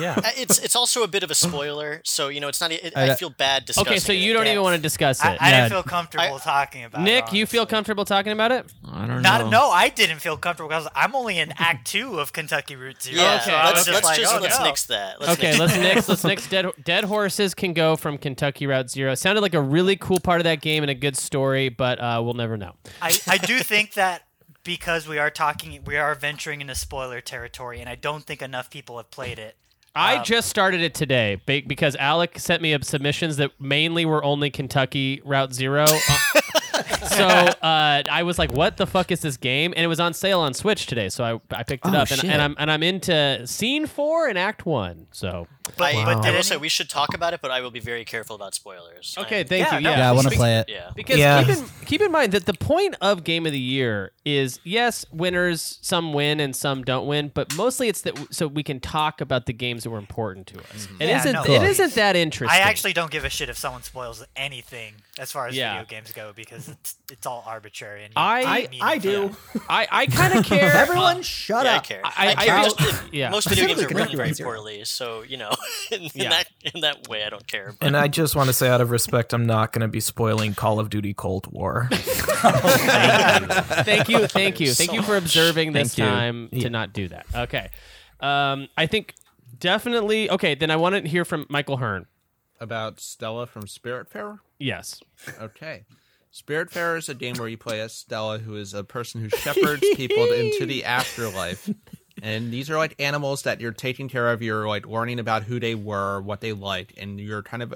S1: yeah.
S10: Uh, it's it's also a bit of a spoiler, so you know it's not. e, It,
S8: I
S10: I
S8: don't-
S10: feel bad discussing.
S1: Okay, so
S10: it.
S1: you don't even want to discuss it.
S11: I,
S1: Yeah.
S11: I didn't feel comfortable talking about it.
S1: Nick, you feel comfortable talking about it?
S12: I don't
S11: Not
S12: know.
S11: no, I didn't feel comfortable because I'm only in Act Two of Kentucky Route Zero.
S10: Yeah,
S11: so I was
S10: let's,
S11: just
S10: let's
S11: like,
S10: just
S11: oh,
S10: let's
S11: no.
S10: nix that. Let's
S1: okay,
S10: nix
S1: let's
S10: that.
S1: next. Let's next. Dead Dead Horses can go from Kentucky Route Zero. Sounded like a really cool part of that game and a good story, but uh, we'll never know.
S11: I, I do think that because we are talking, we are venturing into spoiler territory, and I don't think enough people have played it.
S1: I
S11: Um,
S1: just started it today ba- because Alec sent me up submissions that mainly were only Kentucky Route Zero. Uh, so uh, I was like, "What the fuck is this game?" And it was on sale on Switch today, so I, I picked it
S3: Oh,
S1: up, and,
S3: shit.
S1: and I'm and I'm into Scene Four and Act One. So
S10: I,
S11: Wow.
S10: but
S11: did
S10: I will
S11: any-
S10: say we should talk about it, but I will be very careful about spoilers.
S1: Okay,
S10: I'm-
S1: thank
S11: Yeah,
S1: you.
S11: no,
S1: Yeah,
S2: Yeah, I want to
S1: Because-
S2: play it.
S10: Yeah.
S1: Because
S13: Yeah.
S1: keep, in, keep in mind that the point of Game of the Year is yes, winners some win and some don't win, but mostly it's that w- so we can talk about the games that were important to us. It
S11: Mm-hmm. Yeah,
S1: not
S11: no,
S1: it
S11: please.
S1: isn't that interesting.
S11: I actually don't give a shit if someone spoils anything as far as
S1: Yeah.
S11: video games go because it's it's all arbitrary. And
S1: I-
S11: mean
S15: I
S11: it.
S15: do.
S1: I, I kind of care.
S15: Everyone, shut
S10: Yeah, I
S15: up.
S10: care.
S1: I-
S10: I
S1: I-
S10: care
S1: I-
S10: just if-
S1: yeah.
S10: Most video games
S15: Specifically
S10: are written very
S15: Connected Zero.
S10: poorly, so you know, in, in
S1: Yeah.
S10: that in that way, I don't care. But
S13: And I just want to say, out of respect, I'm not going to be spoiling Call of Duty Cold War.
S1: thank you, thank you, thank
S10: So
S1: you for observing this
S13: Thank you.
S1: time to not do that. Okay, um, I think definitely. Okay, then I want to hear from Michael Hearn.
S9: About Stella from Spirit Fair?
S1: Yes.
S9: Okay. Spirit Fair is a game where you play as Stella, who is a person who shepherds people into the afterlife. And these are like animals that you're taking care of. You're like learning about who they were, what they liked, and you're kind of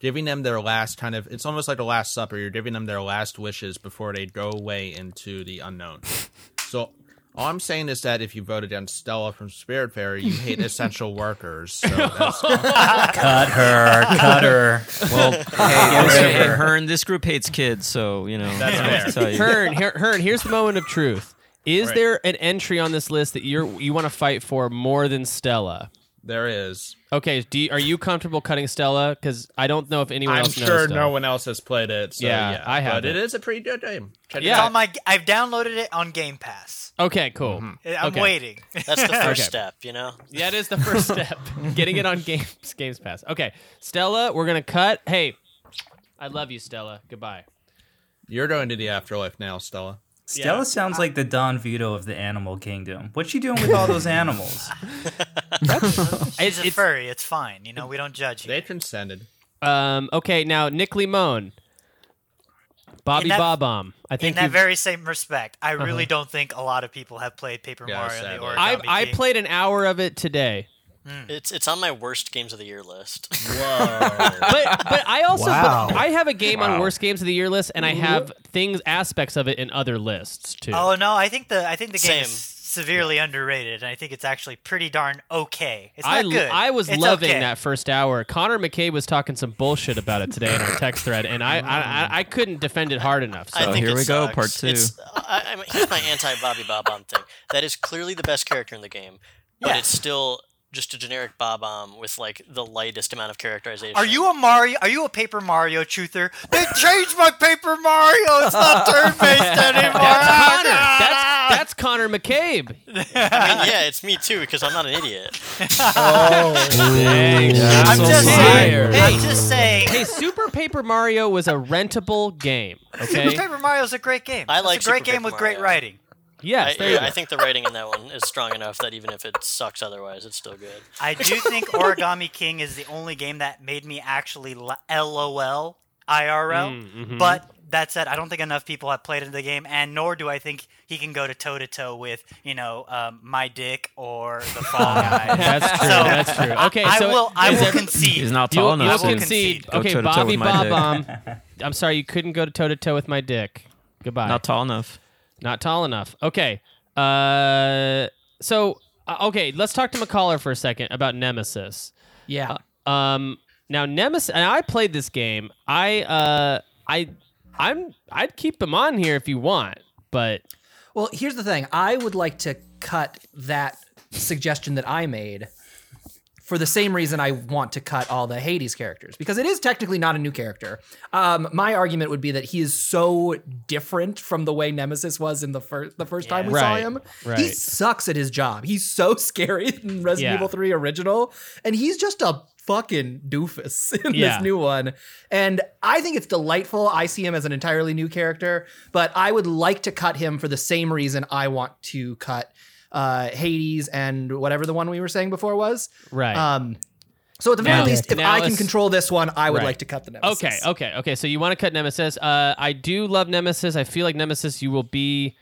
S9: giving them their last kind of. It's almost like the Last Supper. You're giving them their last wishes before they go away into the unknown. So all I'm saying is that if you vote against Stella from Spirit Fair, you hate essential workers. So that's
S8: cut her. Cut her.
S12: Well, hey,
S8: Yeah,
S12: listen,
S8: whatever.
S12: hey, Hearn, this group hates kids, so you know.
S9: That's
S12: I don't have to
S9: fair.
S12: tell you.
S1: Hearn, Hearn, Hearn, here's the moment of truth. Is
S9: Right.
S1: there an entry on this list that you're you want to fight for more than Stella?
S9: There is.
S1: Okay, do you, are you comfortable cutting Stella? Because I don't know if anyone
S9: I'm
S1: else knows.
S9: sure
S1: Stella.
S9: no one else has played it. So
S1: Yeah,
S9: yeah,
S1: I have
S9: But it
S1: it.
S9: is a pretty good game. Check it
S11: It's
S9: out.
S11: on my. I've downloaded it on Game Pass.
S1: Okay, cool.
S9: Mm-hmm.
S11: I'm
S1: Okay.
S11: waiting.
S10: That's the first
S1: Okay.
S10: step, you know.
S1: Yeah, it is the first step. Getting it on Games Games Pass. Okay, Stella, we're gonna cut. Hey, I love you, Stella. Goodbye.
S9: You're going to the afterlife now, Stella.
S8: Stella sounds like the Don Vito of the animal kingdom. What's she doing with all those animals?
S11: She's a furry. It's fine. You know, we don't judge.
S9: They transcended.
S1: Um. Okay, now Nick Limone, Bobby
S11: In that-
S1: Bobom. I think
S11: in that
S1: you've-
S11: very same respect, I
S1: Uh-huh.
S11: really don't think a lot of people have played Paper
S9: Yeah,
S11: Mario. And the
S9: sadly.
S1: I
S11: Origami
S1: I
S11: King.
S1: played an hour of it today.
S10: It's it's on my worst games of the year list.
S1: but but I also
S10: Wow.
S1: but I have a game on
S10: Oh. Wow.
S1: worst games of the year list, and I have things aspects of it in other lists too.
S11: Oh no, I think the I think the game is
S1: Same.
S11: severely underrated, and I think it's actually pretty darn okay. It's
S1: I,
S11: not good.
S1: I was
S11: It's
S1: loving
S11: okay.
S1: that first hour. Connor McKay was talking some bullshit about it today in our text thread, and I I, I, I couldn't defend it hard enough. So
S10: I think
S12: here
S10: it
S12: we go,
S10: sucks.
S12: part two.
S10: It's, I, I'm, here's my anti Bobby Bob Bomb thing. That is clearly the best character in the game, but
S11: Yeah.
S10: it's still just a generic Bob Bomb with like the lightest amount of characterization.
S11: Are you a Mario? Are you a Paper Mario truther? They changed my Paper Mario. It's not turn based anymore.
S1: Connor, that's that's Connor McCabe.
S10: I mean, yeah, it's me too because I'm not an idiot.
S1: Dang,
S10: Yeah.
S1: shots
S10: I'm
S1: on
S10: just
S1: fire.
S10: saying- I'm
S11: just saying.
S1: Hey, Super Paper Mario was a rentable game. Okay.
S11: Paper Mario's a great game.
S10: I
S11: It's
S10: like
S11: a great
S10: Super
S11: game
S10: Paper
S11: with great
S10: Mario.
S11: writing.
S1: Yes,
S10: I,
S1: there you
S10: I
S1: go.
S10: think the writing in that one is strong enough that even if it sucks otherwise, it's still good.
S11: I do think Origami King is the only game that made me actually l- LOL IRL.
S1: Mm, mhm.
S11: But that said, I don't think enough people have played the game, and nor do I think he can go to toe to toe with you know um, my dick or the Fall Guy.
S1: That's true.
S11: So,
S1: that's true. Okay,
S11: I
S1: so
S11: will. I
S1: is
S11: will
S1: every-
S11: concede.
S12: He's not tall
S1: You'll-
S12: enough
S1: You'll
S12: to
S1: concede.
S12: go
S1: Okay,
S12: toe-to-toe
S1: Bobby
S12: with my
S1: Bob
S12: dick.
S1: Bomb. I'm sorry you couldn't go toe to toe with my dick. Goodbye.
S12: Not tall enough.
S1: Not tall enough. Okay. Uh, so uh, okay, let's talk to McCollar for a second about Nemesis.
S16: Yeah.
S1: Uh, um. Now Nemesis, and I played this game. I uh, I, I'm, I'd keep him on here if you want, but
S16: Well, here's the thing. I would like to cut that suggestion that I made for the same reason I want to cut all the Hades characters because it is technically not a new character. Um, my argument would be that he is so different from the way Nemesis was in the first the first time we saw
S1: Right,
S16: him. He
S1: right.
S16: sucks at his job. He's so scary in Resident
S1: Yeah.
S16: Evil 3 original and he's just a fucking doofus in
S1: Yeah.
S16: this new one. And I think it's delightful. I see him as an entirely new character, but I would like to cut him for the same reason I want to cut uh, Hades and whatever the one we were saying before was.
S1: Right.
S16: Um, so at the very
S1: Now-
S16: least, if
S1: now
S16: I can
S1: it's-
S16: control this one, I would
S1: Right.
S16: like to cut the nemesis.
S1: Okay, okay, okay. So you want to cut Nemesis? Uh, I do love Nemesis. I feel like Nemesis, you will be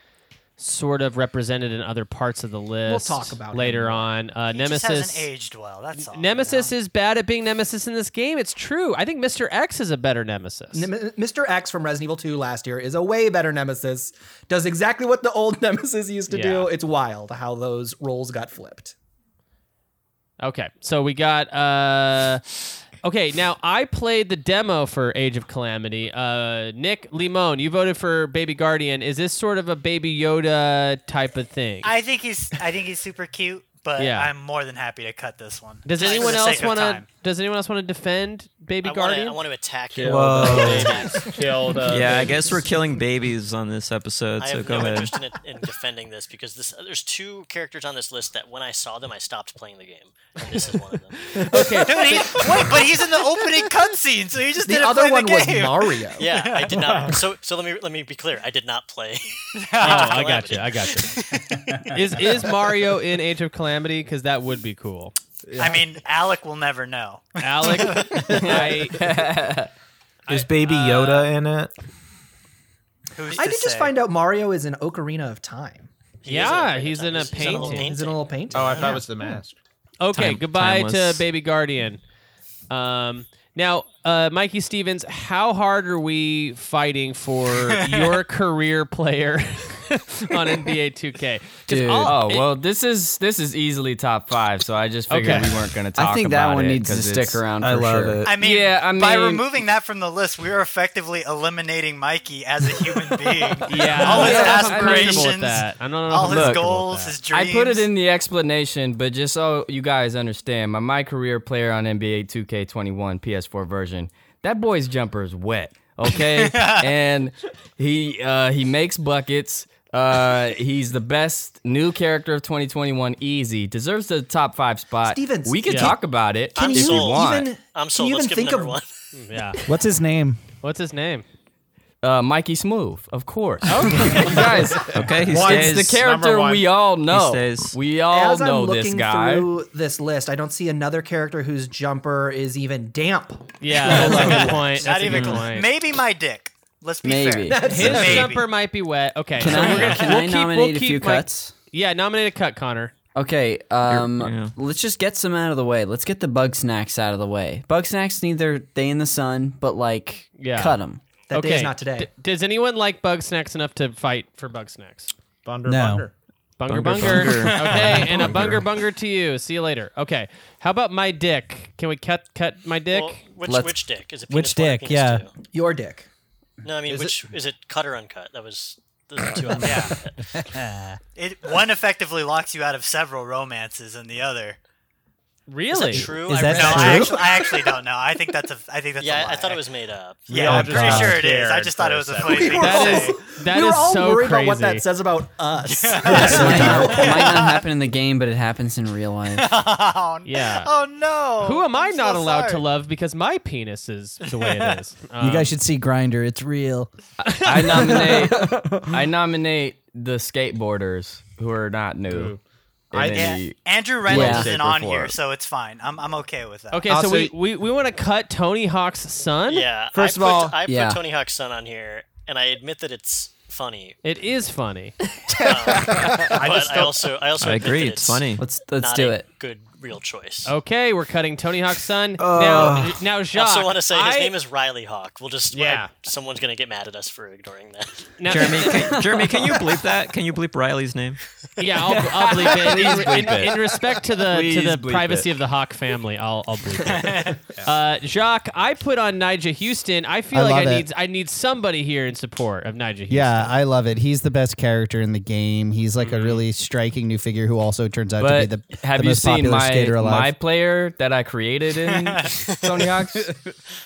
S1: sort of represented in other parts of the list.
S16: talk about him
S1: later on. Uh,
S11: He just
S1: Nemesis
S11: hasn't aged well. That's all.
S1: Nemesis is bad at being Nemesis in this game. It's true. I think Mr. X is a better Nemesis.
S16: Ne- Mr. X from Resident Evil 2 last year is a way better nemesis. Does exactly what the old nemesis used to do. It's wild how those roles got flipped.
S1: Okay, so we got. Uh, okay, now I played the demo for Age of Calamity. Uh, Nick Limon, you voted for Baby Guardian. Is this sort of a Baby Yoda type of thing?
S11: I think he's. I think he's super cute, but
S1: Yeah.
S11: I'm more than happy to cut this one.
S1: Does
S11: Just for
S1: anyone
S11: the sake
S1: else
S11: of
S1: want to?
S11: time.
S1: Does anyone else want to defend Baby
S10: I wanna-
S1: Guardian?
S10: I want to attack
S1: Kill
S10: you.
S1: Whoa.
S9: Killed. Uh,
S12: yeah, I guess we're killing babies on this episode.
S10: I
S12: So
S10: have
S12: go
S10: no
S12: ahead.
S10: interest in, it, in defending this because this there's two characters on this list that when I saw them I stopped playing the game and this is one of them.
S1: Okay,
S11: Dude, he, wait, but he's in the opening cutscene, so he just
S16: The
S11: didn't
S16: other
S11: play
S16: one
S11: the
S16: was
S11: game.
S16: Mario.
S10: Yeah, I did not. So so let me let me be clear. I did not play. oh,
S1: oh, I got you. I got you. is is Mario in Age of Calamity? Because that would be cool.
S11: I mean, Alec will never know.
S1: Alec, I-
S13: Is Baby
S1: uh,
S13: Yoda in it?
S16: I did just find out Mario is an Ocarina of Time.
S1: yeah, he's in a painting.
S16: He's in a little painting.
S9: Oh, I thought it was the mask.
S1: Okay,
S9: Time-
S1: goodbye
S9: timeless.
S1: to Baby Guardian. Um, now, uh, Mikey Stevens, how hard are we fighting for your career player on NBA 2K. 'Cause
S6: Dude.
S1: all-
S6: oh
S1: it-
S6: well, this is this is easily top five, so I just figured
S1: Okay.
S6: we weren't going to
S1: I
S6: talk.
S1: think
S3: that
S6: about
S3: one
S6: it
S3: needs to
S6: 'cause
S3: stick
S6: it's-
S3: around I for love sure. it.
S11: I mean,
S6: yeah, I mean,
S11: by removing that from the list, we are effectively eliminating Mikey as a human being.
S6: Yeah,
S11: all his
S6: I'm not comfortable with
S11: aspirations,
S6: that. I'm not
S11: uh, all his
S6: comfortable with
S11: goals, his
S6: I
S11: dreams.
S6: put it in the explanation, but just so you guys understand, my my career player on NBA 2K21 PS4 version, that boy's jumper is wet, okay? and he uh, he makes buckets. Uh, he's the best new character of 2021. Easy deserves the top five spot.
S16: Stevens,
S6: we could
S16: Yeah.
S6: talk about it
S16: Can
S6: if
S16: you
S6: you want.
S16: even- I'm can sold. you Let's even give think number of- one.
S1: yeah.
S2: What's his name?
S1: What's his name?
S6: Uh, Mikey Smooth, of course. Okay, you guys.
S12: Okay, he
S6: Well, it's
S12: stays.
S6: the character
S12: Number one.
S6: we all
S12: He
S6: know.
S12: stays.
S6: We all
S16: As
S6: know
S16: I'm
S6: this
S16: looking
S6: guy.
S16: through this list, I don't see another character whose jumper is even damp.
S1: Yeah, that's a good point.
S11: Not
S1: That's a
S11: even
S1: good
S11: close.
S1: point.
S11: Maybe my dick. Let's be
S1: Maybe.
S11: fair.
S1: That's His it. jumper might be wet. Okay, so we're gonna- we'll keep- we'll keep Mike- Yeah, nominate a cut, Connor.
S3: Okay, um,
S1: yeah.
S3: let's just get some out of the way. Let's get the bug snacks out of the way. Bug snacks need their day in the sun, but like,
S1: Yeah.
S3: cut them.
S1: okay. D- does anyone like bug snacks enough to fight for bug snacks? Bunger
S3: No.
S1: Bunger
S3: Bunger,
S1: bunger.
S3: bunger.
S1: okay, and a bunger
S3: Bunger.
S1: bunger to you. See you later. Okay. How about my dick? Can we cut cut my dick?
S10: Well, which
S1: Let's-
S10: which dick is it? penis
S2: Which
S10: one or
S2: dick?
S10: penis
S2: Yeah.
S10: two?
S16: Your dick.
S10: No, I mean,
S11: Is
S10: which is it cut or uncut? That was those are the two. options.
S11: Yeah. it one effectively locks you out of several romances, and the other.
S1: Really?
S10: Is that true?
S11: I
S10: Is that
S11: no,
S10: true?
S11: I actually, I actually don't know. I think that's a. I think that's A
S10: Yeah, I-
S11: lie.
S10: I thought it was made up.
S11: Yeah,
S10: We
S11: I'm
S10: all
S11: pretty
S10: just
S11: sure it is. I
S10: scared
S11: just thought it
S10: for
S11: was a
S10: a
S11: funny
S10: second.
S11: thing.
S1: Oh, That
S11: to
S1: is-
S11: say.
S1: that
S15: we
S1: is
S15: were all
S1: so
S15: worried about what that
S1: crazy.
S15: says about us.
S3: might, not, might not happen in the game, but it happens in real life.
S11: oh, no.
S1: Yeah.
S11: Oh no.
S1: Who am I
S11: I'm so
S1: not allowed to
S11: sorry.
S1: love because my penis is the way it is?
S2: you guys should see Grinder. It's real.
S6: I nominate. I nominate the skateboarders who are not new. in
S11: I-
S6: any
S11: yeah, Andrew
S6: way,
S11: Reynolds
S6: shape,
S11: isn't
S6: or
S11: on
S6: form.
S11: here, so it's fine. I'm I'm okay with that.
S1: Okay, so we, we, we want to cut Tony Hawk's son.
S10: Uh, Yeah.
S1: First
S10: I
S1: of
S10: put,
S1: all,
S10: I put Tony Hawk's son on here, and I admit that it's funny.
S1: It is funny.
S10: I Um, but
S1: just
S10: I
S1: don't-
S10: also I also
S1: I
S10: admit
S1: agree,
S10: That
S1: it's funny. Let's- let's
S10: not
S1: do
S10: a
S1: it.
S10: Good real choice.
S1: Okay, we're cutting Tony Hawk's son.
S10: Ugh.
S1: now, now,
S10: I
S1: Jacques.
S10: also want to say his
S1: I-
S10: name is Riley Hawk. We'll just
S1: Yeah.
S10: yeah. someone's gonna get mad at us for ignoring that.
S1: Now-
S12: Jeremy, can, Jeremy, can you bleep that? Can you bleep Riley's name?
S1: Yeah, I'll, I'll bleep it.
S12: Please
S1: In- In,
S12: bleep it.
S1: in respect to the
S12: Please
S1: to the
S12: bleep
S1: privacy
S12: it.
S1: of the Hawk family, I'll I'll bleep it. uh, Jacques, I put on Nigel Houston. I feel
S2: I
S1: like I
S2: love it.
S1: need I need somebody here in support of Nigel. Houston.
S2: Yeah, I love it. He's the best character in the game. He's like a really striking new figure who also turns out
S6: But
S2: to be the,
S6: have
S2: the
S6: you
S2: most
S6: seen
S2: popular
S6: my
S2: skater alive.
S6: my player that I created in Tony Hawk's?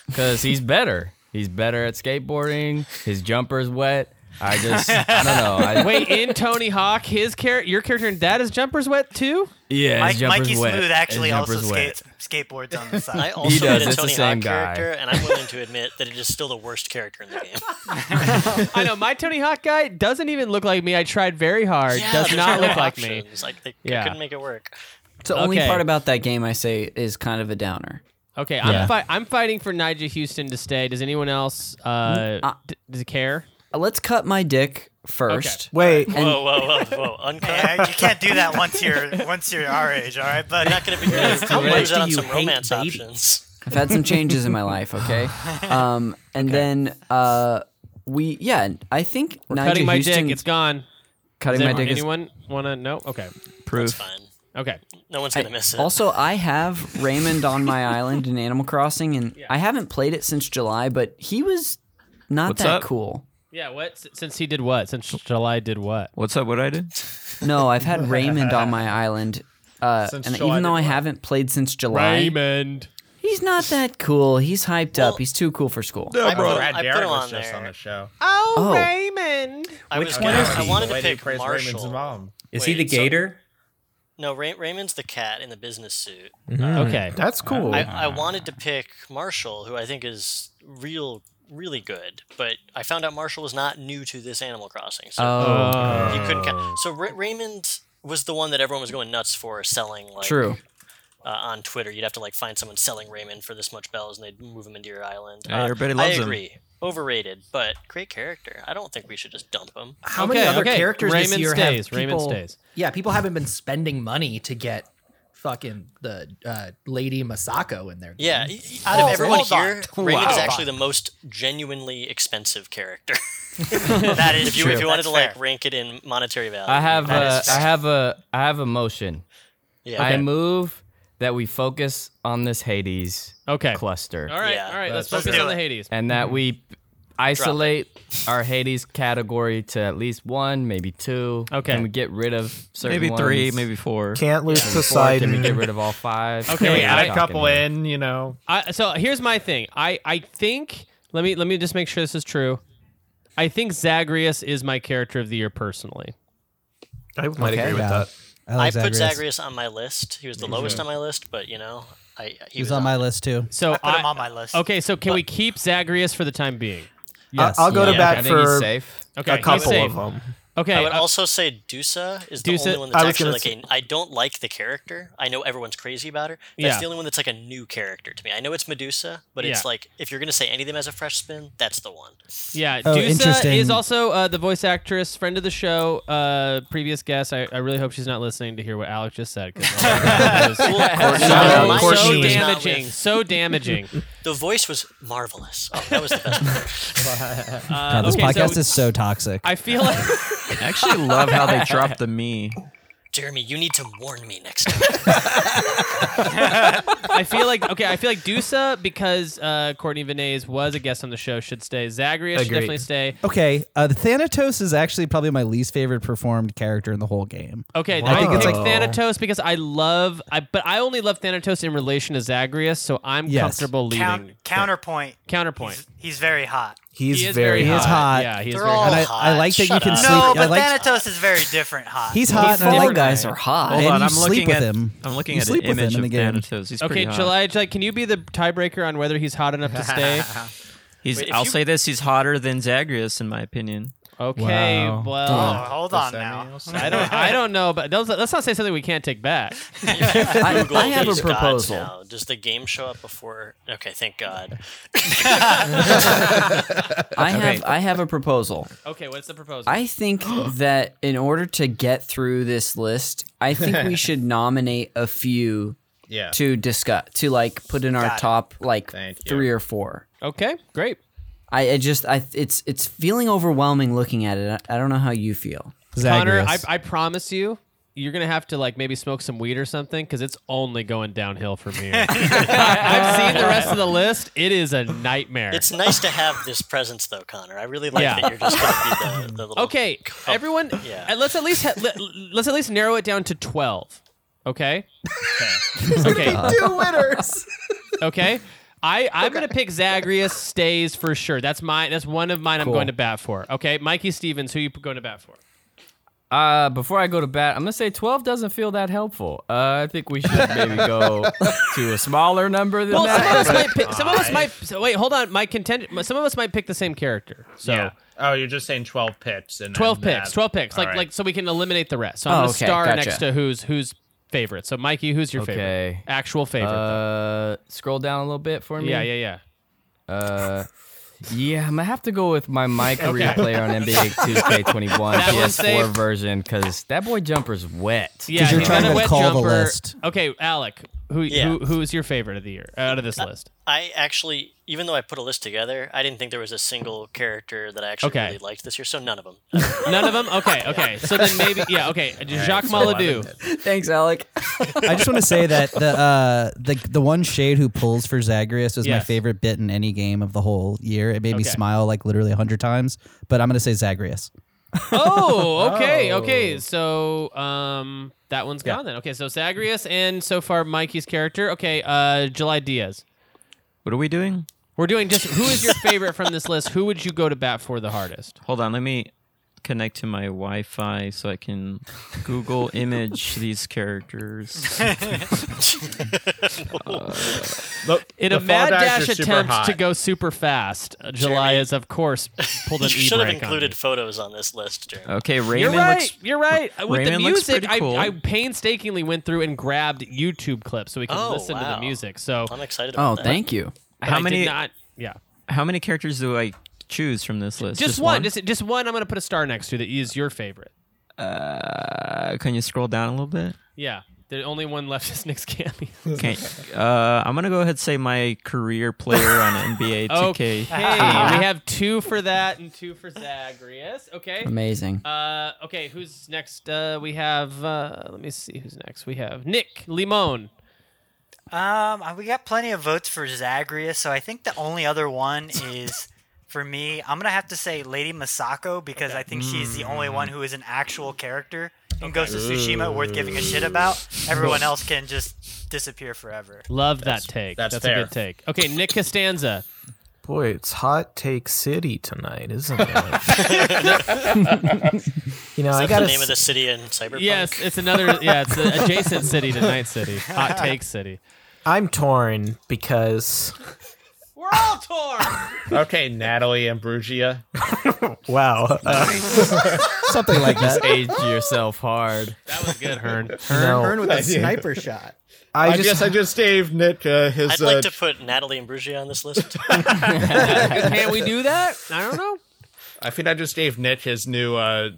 S6: Because he's better. He's better at skateboarding. His jumper's wet. I just I don't know. I,
S1: Wait, in Tony Hawk, his character, your character, and dad is jumpers wet too.
S6: yeah,
S11: Mike,
S6: his jumper's
S11: Mikey
S6: wet.
S11: Smooth
S6: His
S11: actually also
S6: jumper's wet.
S11: skates skateboards on the side.
S10: I also
S6: He does,
S10: made a
S6: it's the
S10: Tony
S6: same
S10: Hawk
S6: guy.
S10: character, and I'm willing to admit that it is still the worst character in the game.
S1: I know my Tony Hawk guy doesn't even look like me. I tried very hard.
S10: Yeah,
S1: Does
S10: there's
S1: not
S10: no
S1: look like me.
S10: options. Like, they- I
S1: Yeah.
S10: couldn't make it work.
S3: It's the only
S1: Okay.
S3: part about that game I say is kind of a downer.
S1: Okay,
S3: Yeah.
S1: I'm fi- I'm fighting for Nigel Houston to stay. Does anyone else uh,
S3: Mm, uh,
S1: d- does it care?
S3: Uh, Let's cut my dick first.
S13: Wait.
S3: And-
S10: Whoa, whoa, whoa, whoa! Uncut.
S11: Yeah, you can't do that once you're once you're our age, all right, buddy.
S10: Not gonna be good.
S11: How
S10: We'll
S11: much
S10: lose
S11: do
S10: out on
S11: you
S10: some
S11: hate
S10: romance options.
S3: I've had some changes in my life, okay? Um, and then uh, we, yeah, I think
S1: We're
S3: Nigel
S1: cutting my
S3: Houston,
S1: dick. It's gone.
S3: Cutting
S1: Does
S3: my dick is-
S1: Anyone want to know? Okay.
S12: Proof. That's
S10: fine.
S1: Okay.
S10: No one's gonna miss it.
S3: Also, I have Raymond on my island in Animal Crossing, and I haven't played it since July, but he was not
S1: What's
S3: that
S1: up?
S3: cool.
S1: Yeah. What? S- Since he did what? Since July did what?
S12: What's up? What I did?
S3: No, I've had Raymond on my island, uh,
S1: Since
S3: and
S1: July
S3: even though
S1: did
S3: I
S1: what?
S3: haven't played since July,
S1: Raymond.
S3: he's not that cool. He's hyped up. He's too cool for school.
S10: I put,
S9: Brad
S10: I put
S9: Garrett
S10: him
S9: was
S10: on
S9: just
S10: there.
S9: on the show.
S1: Oh,
S3: Oh.
S1: Raymond.
S10: I
S9: Which
S10: was
S9: one
S10: gonna,
S9: is
S10: I
S9: he?
S10: wanted
S9: The
S10: to
S9: lady who
S10: pick
S9: plays Raymond's
S10: Marshall.
S9: mom.
S13: Is he
S10: Wait,
S13: the
S10: so-
S13: gator?
S10: No, Ray- Raymond's the cat in the business suit. Um,
S13: Mm,
S1: Okay. Uh, uh-huh.
S13: that's cool.
S10: I, I wanted to pick Marshall, who I think is real, really good, but I found out Marshall was not new to this Animal Crossing, so
S3: Oh.
S10: he couldn't. Count. So Ra- Raymond was the one that everyone was going nuts for selling. Like,
S3: True.
S10: Uh, on Twitter, you'd have to like find someone selling Raymond for this much bells, and they'd move him into your island.
S12: Yeah,
S10: Uh,
S12: everybody loves
S10: I
S12: him.
S10: agree. Overrated, but great character. I don't think we should just dump him.
S16: How many other characters
S1: Raymond
S16: this year
S1: stays,
S16: have people,
S1: Raymond stays.
S16: Yeah, people haven't been spending money to get fucking the uh, lady Masako in there.
S10: Yeah,
S16: dude.
S10: out of
S16: Oh,
S10: everyone
S16: hold on.
S10: here,
S16: Wow.
S10: Reagan is actually the most genuinely expensive character.
S11: That is
S10: if you
S11: true.
S10: if you wanted
S11: That's
S10: to like rank it in monetary value.
S6: I have
S10: that
S6: a,
S10: is-
S6: I have a, I have a motion.
S10: Yeah.
S6: I
S10: Okay.
S6: move that we focus on this Hades
S1: okay.
S6: cluster.
S1: All right, all right. Let's,
S6: Let's
S1: focus
S6: do
S1: on the
S6: it.
S1: Hades.
S6: And that we isolate our Hades category to at least one, maybe two.
S1: Okay.
S6: Can we get rid of certain
S12: Maybe three,
S6: ones?
S12: maybe four.
S13: Can't lose
S6: Can we-
S13: Poseidon.
S6: Can we get rid of all five?
S1: Okay, Can we add a
S6: Talking
S1: couple
S6: here.
S1: in,
S15: you know.
S1: I, so here's my thing. I I think let me let me just make sure this is true. I think Zagreus is my character of the year personally.
S13: I
S10: might Okay. agree with
S2: that. I
S10: I,
S2: like
S10: put
S2: Zagreus.
S10: Zagreus on my list. He was the
S2: Me
S10: lowest
S2: too.
S10: on my list, but you know, I he,
S2: He was on my list too.
S1: So
S11: I put him on my list.
S1: Okay, so can we keep Zagreus for the time being?
S13: I- I'll go to
S1: Yeah.
S13: bat
S1: I think
S13: for
S1: he's safe.
S13: a
S1: Okay, he's
S13: couple
S1: safe.
S13: of them.
S1: Okay,
S10: I would
S1: uh,
S10: also say Dusa is
S1: Dusa-
S10: the only one
S1: I
S10: that's
S1: was
S10: actually
S1: gonna
S10: like
S1: say-
S10: a. I don't like the character. I know everyone's crazy about her. That's
S1: Yeah.
S10: the only one that's like a new character to me. I know it's Medusa, but
S1: Yeah.
S10: it's like if you're gonna say any of them as a fresh spin, that's the one.
S1: Yeah,
S2: Oh,
S1: Dusa
S2: interesting.
S1: is also uh, the voice actress, friend of the show, uh, previous guest. I, I really hope she's not listening to hear what Alex just said. 'cause all that was so, so
S10: Courtney. Courtney was not
S1: damaging.
S10: with-
S1: So damaging.
S10: The voice was marvelous. Oh, that was the best. part.
S1: Uh,
S2: God, this
S1: okay,
S2: podcast
S1: so
S2: is so toxic.
S1: I feel like
S12: I actually love how they dropped the me.
S10: Jeremy, you need to warn me next time.
S1: I feel like okay. I feel like Dusa because uh, Courtney Vinays was a guest on the show should stay. Zagreus should
S2: Agreed.
S1: definitely stay.
S2: Okay, uh, Thanatos is actually probably my least favorite performed character in the whole game.
S1: Okay,
S2: I think it's like
S1: Thanatos because I love, I but I only love Thanatos in relation to Zagreus, so I'm
S2: Yes.
S1: comfortable leaving.
S11: Coun- counterpoint.
S1: Counterpoint.
S11: He's very hot.
S13: He's
S1: He is
S13: very,
S2: he is hot.
S1: Yeah, he is
S11: They're
S1: very
S11: all
S2: And I,
S11: hot.
S2: I like that you can sleep.
S11: No,
S2: I
S11: but
S2: like,
S11: Thanatos is very different hot.
S2: He's hot. and I
S12: Hold
S2: like, and
S12: on,
S2: you
S12: I'm
S2: sleep
S12: looking
S2: with
S12: at.
S2: him.
S12: I'm looking
S2: you
S12: at an
S2: sleep with
S12: image
S2: him in the
S12: of
S2: game.
S12: Thanatos. He's
S1: okay,
S12: pretty hot.
S1: July, July, can you be the tiebreaker on whether he's hot enough to stay?
S12: He's.
S1: Wait, if
S12: I'll
S1: you-
S12: say this: he's hotter than Zagreus, in my opinion.
S1: Okay,
S12: Wow.
S1: well,
S12: Damn.
S11: Oh, hold on now.
S1: I don't, I don't know, but those, let's not say something we can't take back.
S10: I, have a proposal. Now. Does the game show up before? Okay, thank God.
S3: I have I have a proposal.
S1: Okay, what's the proposal?
S3: I think that in order to get through this list, I think we should nominate a few
S1: Yeah.
S3: to discuss to like put in our
S1: Got it.
S3: top like three or four.
S1: Okay, great.
S3: I, I just I it's it's feeling overwhelming looking at it. I, I don't know how you feel.
S1: Connor, I, I promise you, you're gonna have to like maybe smoke some weed or something because it's only going downhill from here. I, I've seen the rest of the list; it is a nightmare.
S10: It's nice to have this presence, though, Connor. I really like
S1: Yeah.
S10: that you're just going to be the, the little.
S1: okay, everyone.
S10: yeah.
S1: uh, Let's at least ha- let, let's at least narrow it down to twelve. Okay. Okay.
S15: Two winners.
S1: Okay. I, I'm gonna pick Zagreus stays for sure. That's my that's one of mine. I'm
S6: Cool.
S1: going to bat for. Okay, Mikey Stevens, who you p- going to bat for?
S6: Uh, before I go to bat, I'm gonna say 12 doesn't feel that helpful. Uh, I think we should maybe go to a smaller number than
S1: Well,
S6: that.
S1: some of us
S6: but-
S1: might. Pick, some of us might. So wait, hold on. My contention. Some of us might pick the same character. So
S9: Yeah. Oh, you're just saying 12 picks. and then
S1: 12
S9: that-
S1: picks 12 picks
S9: All
S1: like
S9: right.
S1: like so we can eliminate the rest
S6: Oh,
S1: so i'm gonna
S6: okay,
S1: star
S6: gotcha.
S1: next to who's who's favorite so mikey who's your favorite
S6: Okay.
S1: actual favorite
S6: Uh, scroll down a little bit for me.
S1: yeah yeah
S6: yeah. Uh, yeah, I'm gonna have to go with my my career
S1: Okay.
S6: player on NBA 2K21
S1: That one's
S6: PS4
S1: safe.
S6: version because that boy jumper's wet.
S1: yeah yeah
S2: you're
S1: he's
S2: trying
S1: got a
S2: to
S1: wet
S2: call the
S1: jumper.
S2: list.
S1: okay alec who,
S10: Yeah.
S1: who who is your favorite of the year Uh, out of this list
S10: I actually, even though I put a list together, I didn't think there was a single character that I actually
S1: Okay.
S10: really liked this year. So none of them.
S1: none of them okay okay so then maybe yeah okay jacques maladou
S3: Thanks, Alec.
S2: I just want to say that the uh, the the one shade who pulls for Zagreus was my
S1: Yes.
S2: favorite bit in any game of the whole year. It made me
S1: Okay.
S2: smile like literally a hundred times. But I'm gonna say Zagreus.
S1: oh okay okay so um that one's gone then okay so sagrius and so far mikey's character okay uh july diaz
S12: What are we doing?
S1: we're doing just who is your favorite from this list who would you go to bat for the hardest
S12: Hold on, let me connect to my Wi-Fi so I can Google image these characters. Uh,
S1: Look, in a
S12: the fall
S1: mad
S12: dash
S1: dash
S12: is super
S1: attempt
S12: hot.
S1: to go super fast, uh, July is of course pulled an
S10: you
S1: e
S10: should have
S1: brake on.
S10: included photos on this list, Jeremy.
S12: Okay, Raymond
S1: You're right.
S12: looks
S1: you're right. Uh, With
S12: Raymond
S1: the
S12: looks
S1: music,
S12: pretty cool.
S1: I, I painstakingly went through and grabbed YouTube clips so we could
S10: Oh,
S1: listen to the
S10: wow.
S1: music. So
S10: I'm excited.
S12: Oh,
S10: About that.
S12: thank you.
S1: But
S12: How
S1: I did
S12: many-
S1: Not, yeah,
S12: How many characters do I choose from this list?
S1: just, one, Just just one. I'm gonna put a star next to that is your favorite.
S12: Uh, can you scroll down a little bit?
S1: Yeah. The only one left is Nick's Cammy.
S12: Okay, uh, I'm gonna go ahead and say my career player on NBA 2K.
S1: Okay, we have two for that and two for Zagreus. Okay,
S3: Amazing.
S1: Uh, okay, who's next? Uh, we have. Uh, let me see who's next. We have Nick Limon.
S11: Um, we got plenty of votes for Zagreus, so I think the only other one is for me. I'm gonna have to say Lady Masako because I think she's the only one who is an actual character in Ghost of Tsushima worth giving a shit about. Everyone else can just disappear forever.
S1: Love that take.
S11: that's
S1: a
S11: fair.
S1: good take. Okay, Nick Costanza.
S13: Boy, it's hot take city tonight, isn't it? you know,
S10: Is
S13: I
S10: that
S13: got
S10: the name of the city in Cyberpunk?
S1: Yes, it's another. Yeah, it's an adjacent city to Night City. Hot take city.
S13: I'm torn because
S1: We're all torn.
S17: okay, Natalie Ambrugia.
S13: wow, uh,
S2: something
S13: like
S6: Just
S13: that.
S6: aged yourself hard.
S1: That was good, Hearn.
S13: Hearn. No.
S15: Hearn with a
S13: idea.
S15: sniper shot.
S13: I
S17: I,
S13: just-
S17: guess I just gave Nick uh, his.
S10: I'd like
S17: uh,
S10: to put Natalie and Brugia on this list.
S1: Can't we do that? I don't know.
S17: I think I just gave Nick his new uh,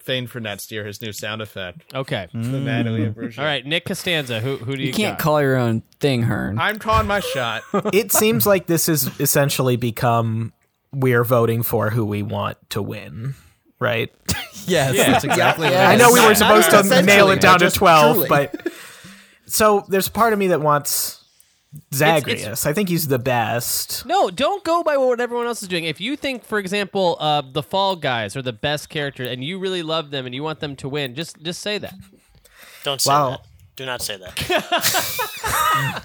S17: thing for next year, his new sound effect.
S1: Okay.
S2: mm,
S17: The Natalie Ambrugia.
S1: Mm. All right, Nick Costanza. Who who do you,
S3: You can't
S1: got?
S3: call your own thing, Hearn.
S17: I'm calling my shot.
S13: it seems like this has essentially become we're voting for who we want to win, right?
S2: Yes,
S13: Yeah.
S2: that's exactly
S13: Yeah.
S2: what
S13: I
S2: it
S13: know
S2: is.
S13: we were supposed to
S2: Essentially,
S13: nail it down to
S2: just
S13: twelve,
S2: truly.
S13: but so there's part of me that wants
S1: it's-
S13: Zagreus. I think he's the best.
S1: No, don't go by what everyone else is doing. If you think, for example, uh, the Fall Guys are the best character, and you really love them, and you want them to win, just just say that.
S10: Don't
S13: say Wow. that.
S10: Do not say that.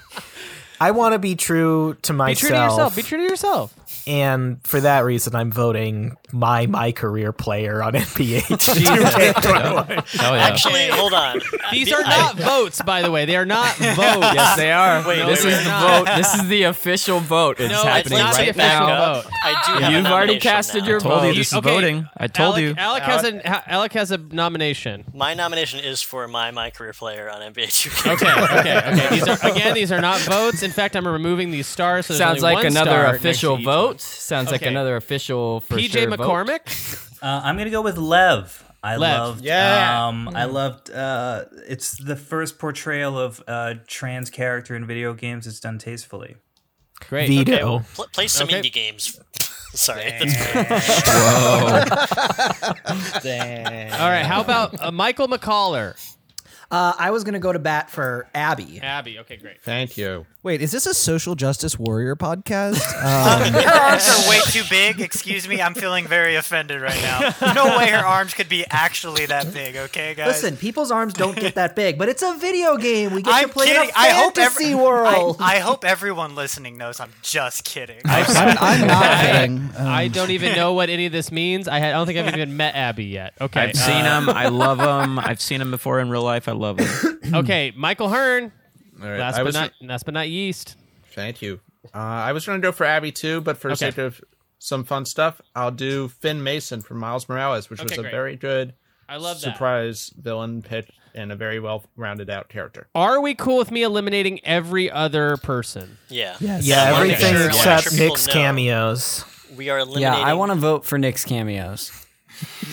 S13: I want to be true to
S1: Be
S13: myself.
S1: true to yourself. Be true to yourself.
S13: And for that reason, I'm voting my my career player on NBA.
S6: Oh,
S10: Actually, hold on.
S1: These are not votes, by the way. They are not votes.
S6: Yes, they are.
S1: Wait,
S6: this
S1: wait,
S6: is
S1: wait.
S6: the
S1: not.
S6: vote. This is the official vote. It's
S1: No, Oh, it's
S6: happening
S1: not the
S6: right
S1: official
S6: now.
S1: vote. I do have a
S6: You've already
S1: nomination
S6: casted
S1: now.
S6: your
S12: I told
S6: vote.
S12: you this is
S1: Okay,
S12: voting. I told
S1: Alec,
S12: you.
S1: Alec has a Alec has a nomination.
S10: My nomination is for my my career player on NBA 2K.
S1: Okay, okay, okay. These are again. These are not votes. In fact, I'm removing these stars. So there's
S6: Sounds
S1: only
S6: like
S1: one
S6: another
S1: star next to
S6: official
S1: each
S6: vote.
S1: one.
S6: Sounds like
S1: Okay.
S6: another official for
S1: PJ
S6: sure vote.
S1: McCormick.
S18: Uh, I'm gonna go with Lev. I
S1: Lev.
S18: loved.
S1: Yeah.
S18: Um, I loved. Uh, it's the first portrayal of uh, trans character in video games. It's done tastefully.
S1: Great.
S13: Veto. Okay, well,
S10: Pl- play some
S1: Okay.
S10: indie games. Sorry.
S13: Whoa.
S10: Damn.
S1: All right. How about uh, Michael McCaller?
S16: Uh, I was gonna go to bat for Abby.
S1: Abby. Okay, great.
S17: Thank you.
S2: Wait, is this a social justice warrior podcast?
S11: Um, her
S2: Um,
S11: arms are way too big. Excuse me, I'm feeling very offended right now. No way her arms could be actually that big. Okay, guys.
S16: Listen, people's arms don't get that big, but it's a video game. We get
S11: I'm
S16: to play in
S11: kidding.
S16: a
S11: I hope
S16: fantasy
S11: every-
S16: world.
S11: I, I hope everyone listening knows I'm just kidding.
S2: I'm, I'm not kidding. Um,
S1: I don't even know what any of this means. I, had, I don't think I've even met Abby yet. Okay.
S12: I've seen
S1: uh,
S12: him. I love him. I've seen him before in real life. I love him.
S1: Okay, Michael Hearn.
S17: All right,
S1: Last
S17: I
S1: but
S17: was-
S1: not last but not yeast.
S17: Thank you. Uh, I was going to go for Abby too, but for the
S1: Okay.
S17: sake of some fun stuff, I'll do Finn Mason from Miles Morales, which
S1: Okay,
S17: was a
S1: great.
S17: very good
S1: I love that.
S17: surprise villain pick and a very well rounded out character.
S1: Are we cool with me eliminating every other person?
S10: Yeah.
S13: Yeah, everything
S10: sure- I wanna make
S13: except
S10: sure people
S13: Nick's
S10: know.
S13: cameos.
S10: We are
S3: Yeah,
S10: eliminating.
S3: I want to vote for Nick's cameos.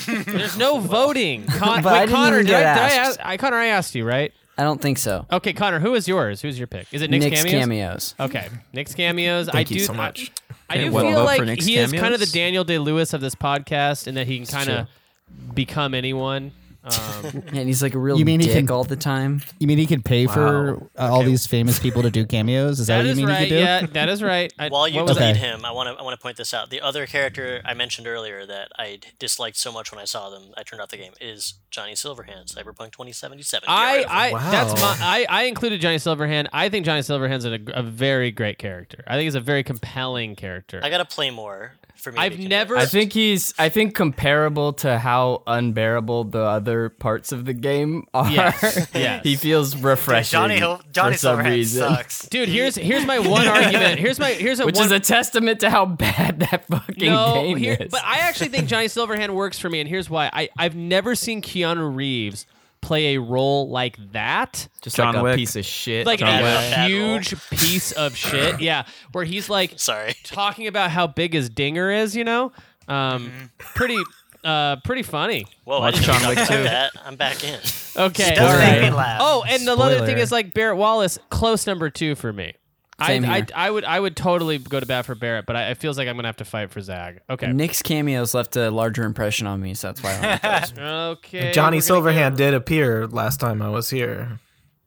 S1: There's no voting. Con-
S3: But
S1: wait,
S3: I didn't
S1: Connor,
S3: even
S1: did,
S3: get
S1: I, did I ask?
S3: asked.
S1: I Connor, I asked you, right?
S3: I don't think so.
S1: Okay, Connor, who is yours? Who's your pick? Is it Nick's,
S3: Nick's
S1: cameos?
S3: cameos.
S1: Okay, Nick's cameos.
S13: Thank
S1: I
S13: you
S1: do
S13: so much.
S1: I, I
S13: Okay,
S1: do
S13: well, vote
S1: feel
S13: for
S1: like
S13: Nick's
S1: he is kind of the
S13: cameos?
S1: Daniel Day Lewis of this podcast, and that he can kind of
S3: true.
S1: become anyone. Um,
S3: Yeah, and he's like a real
S2: You mean he
S3: dick
S2: can-
S3: all the time.
S2: you mean he could pay for
S3: Wow.
S2: uh, all these famous people to do cameos? Is that, what you
S1: is
S2: mean
S1: right.
S2: he could do?
S1: Yeah, uh, that is right. I,
S10: While you
S1: what was
S10: delete
S1: I-
S10: him, I want to I want to point this out. The other character I mentioned earlier that I disliked so much when I saw them, I turned off the game, is Johnny Silverhand, Cyberpunk 2077. Get rid
S1: I,
S10: of him.
S1: I that's
S13: Wow.
S1: my I, I included Johnny Silverhand. I think Johnny Silverhand's a, a very great character. I think he's a very compelling character.
S10: I gotta play more for me. to
S1: I've
S10: be
S1: never.
S6: I think he's. I think comparable to how unbearable the other parts of the game are.
S1: Yes, yes.
S6: he feels refreshing.
S11: Johnny Hill- Johnny
S6: for some
S11: Silverhand
S6: reason.
S11: sucks.
S1: Dude, here's here's my one argument. Here's my here's a
S6: Which
S1: one,
S6: is a testament to how bad that fucking
S1: no,
S6: game
S1: here,
S6: is.
S1: but I actually think Johnny Silverhand works for me, and here's why. I I've never seen Keanu Reeves play a role like that.
S6: Just
S12: John
S6: like a
S12: Wick.
S6: piece of shit.
S1: like
S6: John
S1: a
S6: Wick.
S1: huge piece of shit. Yeah, where he's like,
S10: sorry,
S1: talking about how big his dinger is. You know, um, pretty Uh, pretty funny.
S10: Mm-hmm. Whoa, I didn't know about that. I'm back in.
S1: Okay.
S10: She does
S1: all
S10: make
S1: right.
S10: me laugh.
S1: Oh, and another
S10: Spoiler.
S1: thing is like Barrett Wallace, close number two for me. I,
S3: Same here.
S1: I I would I would totally go to bat for Barrett, but I, it feels like I'm gonna have to fight for Zag. Okay.
S3: Nick's cameos left a larger impression on me, so that's why. I like those.
S1: okay.
S13: Johnny
S1: we're
S13: Silverhand did appear last time I was here.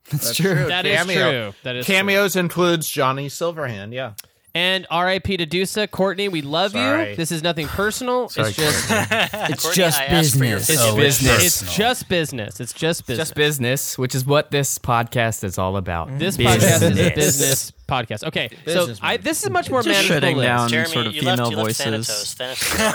S1: That's true. That is true. That is true.
S9: Cameos includes Johnny Silverhand. Yeah.
S1: And RIP to Dusa, Courtney. We love
S9: Sorry.
S1: you. This is nothing personal.
S9: Sorry,
S1: it's just
S6: It's Courtney, just I asked for your business.
S1: It's
S6: Oh, it's
S1: business.
S6: personal.
S1: It's just business. It's just business.
S6: Just business, which is what this podcast is all about.
S1: This podcast is a business podcast. Okay, so
S6: Business
S1: I, this is much more
S6: Just
S1: manageable.
S6: shutting
S1: list.
S6: down Jeremy, sort of you left- female you left voices.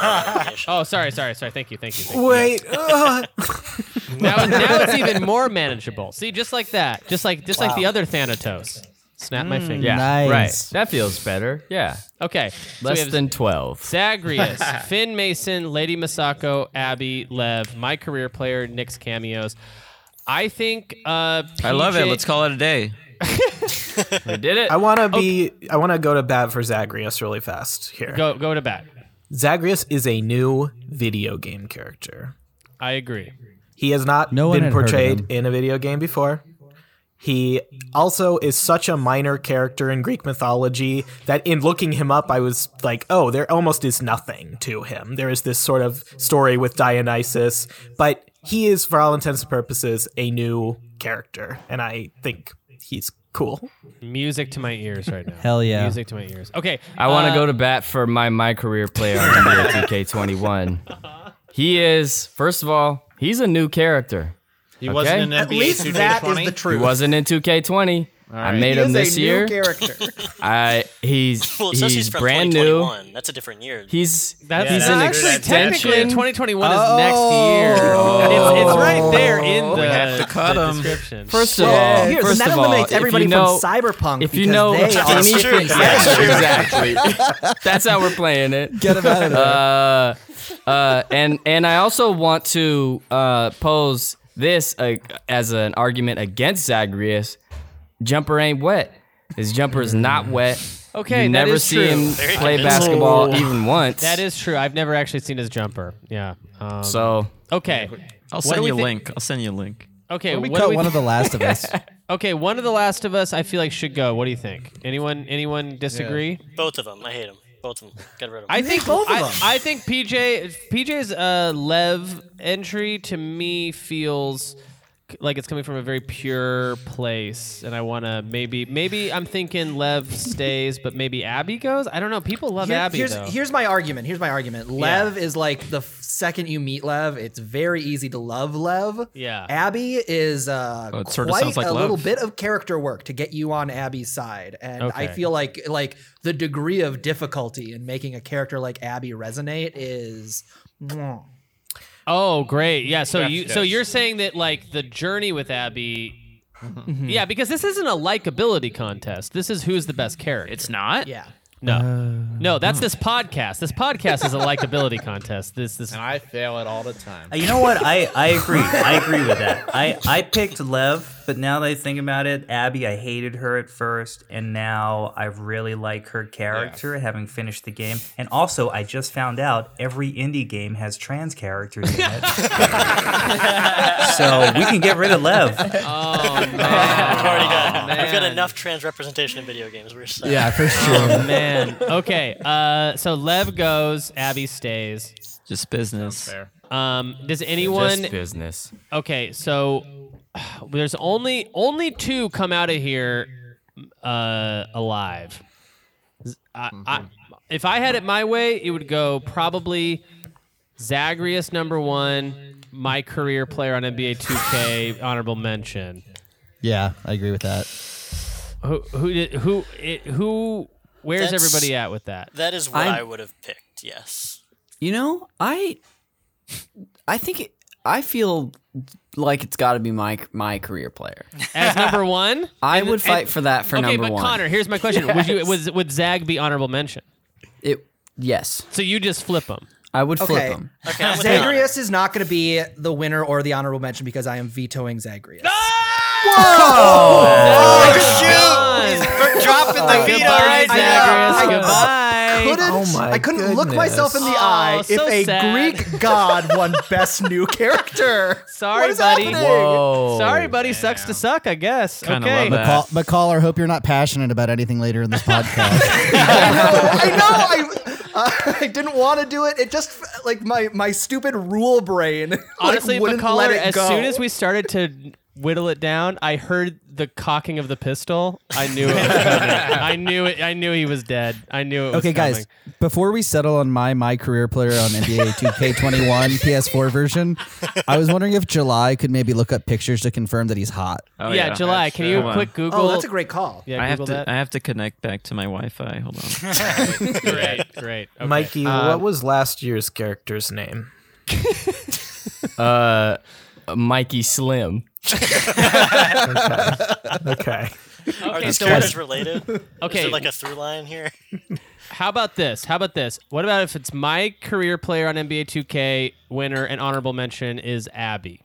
S1: oh, sorry, sorry, sorry. Thank you, thank you. Thank you.
S13: Wait.
S6: uh,
S13: ugh.
S1: now, now it's even more manageable. See, just like that, just like just like the
S6: Wow.
S1: other Thanatos. Snap my
S6: Mm,
S1: finger.
S6: Yeah, right. That feels better. Yeah.
S1: Okay. so
S6: Less
S1: we have
S6: than 12.
S1: Zagreus, Finn Mason, Lady Masako, Abby, Lev, my career player, Nick's cameos. I think. Uh,
S12: I love it.
S1: PJ
S12: Let's call it a day.
S6: we did it.
S13: I want to be. I want to go to bat for Zagreus really fast here.
S1: Go go to bat.
S13: Zagreus is a new video game character.
S1: I agree.
S13: He has not
S1: No one
S13: been
S1: had heard of
S13: portrayed
S1: him.
S13: in a video game before. He also is such a minor character in Greek mythology that in looking him up, I was like, oh, there almost is nothing to him. There is this sort of story with Dionysus, but he is, for all intents and purposes, a new character. And I think he's cool.
S1: Music to my ears right now.
S6: Hell yeah.
S1: Music to my ears. Okay.
S6: I want to
S1: uh,
S6: go to bat for my my career player on NBA 2K21. He is first of all, he's a new character.
S9: He wasn't in At NBA least that 2K20? is the truth.
S6: He wasn't in 2K20. I
S9: right.
S6: made
S9: He
S6: him
S9: is a
S6: this
S9: new
S6: year.
S9: character.
S6: I he's
S10: Well, it says
S6: he's,
S10: he's from
S6: brand new.
S10: 2021. That's a different year.
S6: He's
S10: That's-
S6: he's
S10: Yeah,
S6: an
S10: that's
S1: actually
S6: extension.
S1: technically 2021 is
S6: Oh.
S1: next year. It's, it's right there in
S12: Oh,
S1: the,
S6: We have to cut
S1: the
S6: him.
S1: description.
S6: First of all,
S16: Years,
S6: first
S16: and that
S6: of all,
S16: eliminates
S6: if
S16: everybody
S6: you know,
S16: from Cyberpunk.
S6: If you
S16: because
S6: know
S16: they are
S6: that's true.
S16: different
S6: Yeah, exactly. That's how we're playing it.
S16: Get 'em out of
S6: there. Uh, uh, and and I also want to uh, pose this uh, as an argument against Zagreus. Jumper ain't wet. His jumper is not wet.
S1: Okay,
S6: you
S1: that
S6: never
S1: is
S6: see
S1: true.
S6: him play basketball
S12: Oh.
S6: even once.
S1: That is true. I've never actually seen his jumper. Yeah. Um,
S6: So-
S1: okay,
S12: I'll
S1: What do
S12: send
S1: we
S12: you a
S1: thi-
S12: link. I'll send you a link.
S1: Okay,
S2: Why don't we
S1: what do
S2: cut
S1: we
S2: one
S1: thi-
S2: of The Last of Us?
S1: okay, one of the Last of Us. I feel like should go. What do you think? Anyone? Anyone disagree?
S10: Both of them. I hate them. Both of them. Get rid of them.
S1: I think I, I think PJ PJ's uh, Lev entry to me feels c- like it's coming from a very pure place, and I want to maybe maybe I'm thinking Lev stays, but maybe Abby goes. I don't know. People love
S16: Here-
S1: Abby
S16: here's,
S1: though.
S16: here's my argument. Here's my argument. Lev is like the f- second you meet Lev, it's very easy to love Lev.
S1: Yeah.
S16: Abby is uh,
S12: Oh, it sorta
S16: quite
S12: sounds like
S16: a
S12: Lev.
S16: little bit of character work to get you on Abby's side, and I
S12: Okay.
S16: feel like like the degree of difficulty in making a character like Abby resonate is.
S1: Oh, great! Yeah. So
S16: Yes,
S1: you so
S16: yes.
S1: you're saying that like the journey with Abby. Mm-hmm. Yeah, because this isn't a likability contest. This is who's the best character. It's
S12: not.
S16: Yeah.
S1: No. no, that's this podcast. This podcast is a likability contest. This this.
S9: I fail it all the time.
S18: Uh, You know what? I, I agree. I agree with that. I, I picked Lev, but now that I think about it, Abby, I hated her at first, and now I really like her character, having finished the game. And also, I just found out every indie game has trans characters in it. so we can get rid of Lev.
S10: Oh, no. I've already got. I've got enough trans representation in video games. We're set.
S1: Oh, man. Okay. Uh, so Lev goes. Abby stays.
S12: Just business.
S1: Um, does anyone?
S6: Just business.
S1: Okay. So there's only only two come out of here uh, alive. Z- I, I, if I had it my way, it would go probably Zagreus number one, my career player on NBA 2K, honorable mention.
S2: Yeah, I agree with that.
S1: Who who did, who it, who? Where's
S10: That's-
S1: everybody at with that?
S10: That is what
S3: I'm-
S10: i would have picked. Yes.
S3: You know, I, I think it, I feel like it's got to be my my career player.
S1: as number one.
S3: I would fight for that for
S1: okay,
S3: number
S1: but
S3: one.
S1: Connor, here's my question: Would you
S3: Yes.
S1: was would Zag be honorable mention?
S3: It yes.
S1: So you just flip him.
S3: I would
S16: Okay.
S10: I'm with
S16: Zagreus is not going to be the winner or the honorable mention because I am vetoing Zagreus.
S10: Oh,
S16: shoot!
S15: Oh,
S1: Goodbye, Zagreus. Goodbye.
S15: I couldn't.
S13: Oh my
S15: I couldn't look
S13: goodness.
S15: myself in the
S13: Oh,
S15: eye if
S13: so
S15: a
S13: sad.
S15: Greek god won best new character.
S1: Sorry,
S15: What is
S1: buddy.
S15: happening?
S1: Sorry, buddy. Sucks to suck, I guess. okay.
S19: McCall, McCaller, hope you're not passionate about anything later in this podcast.
S15: I know. I, uh, I didn't want to do it. It just like my my stupid rule brain. like,
S1: Honestly,
S15: wouldn't let
S1: McCollar,
S15: it
S1: as
S15: go.
S1: soon as we started to whittle it down, I heard the cocking of the pistol. I knew it was coming. I knew it. I knew he was dead. I knew it was
S2: Okay,
S1: coming.
S2: guys, before we settle on my my career player on NBA 2K21 PS4 version, I was wondering if July could maybe look up pictures to confirm that he's hot.
S1: Oh, yeah, July,
S12: Oh, that's
S1: can
S12: true.
S1: you
S12: Hold on.
S1: quick Google?
S16: Oh, that's a great call.
S1: Yeah,
S12: I have to.
S1: Google that.
S12: I have to connect back to my Wi-Fi. Hold on.
S1: great, great. Okay.
S13: Mikey,
S1: Uh,
S13: what was last year's character's name?
S6: Uh, Mikey Slim.
S13: okay.
S10: Are
S1: Okay,
S10: these
S1: so-
S10: characters related?
S1: Okay.
S10: Is there like a through line here?
S1: How about this? How about this? What about if it's my career player on NBA 2K winner and honorable mention is Abby?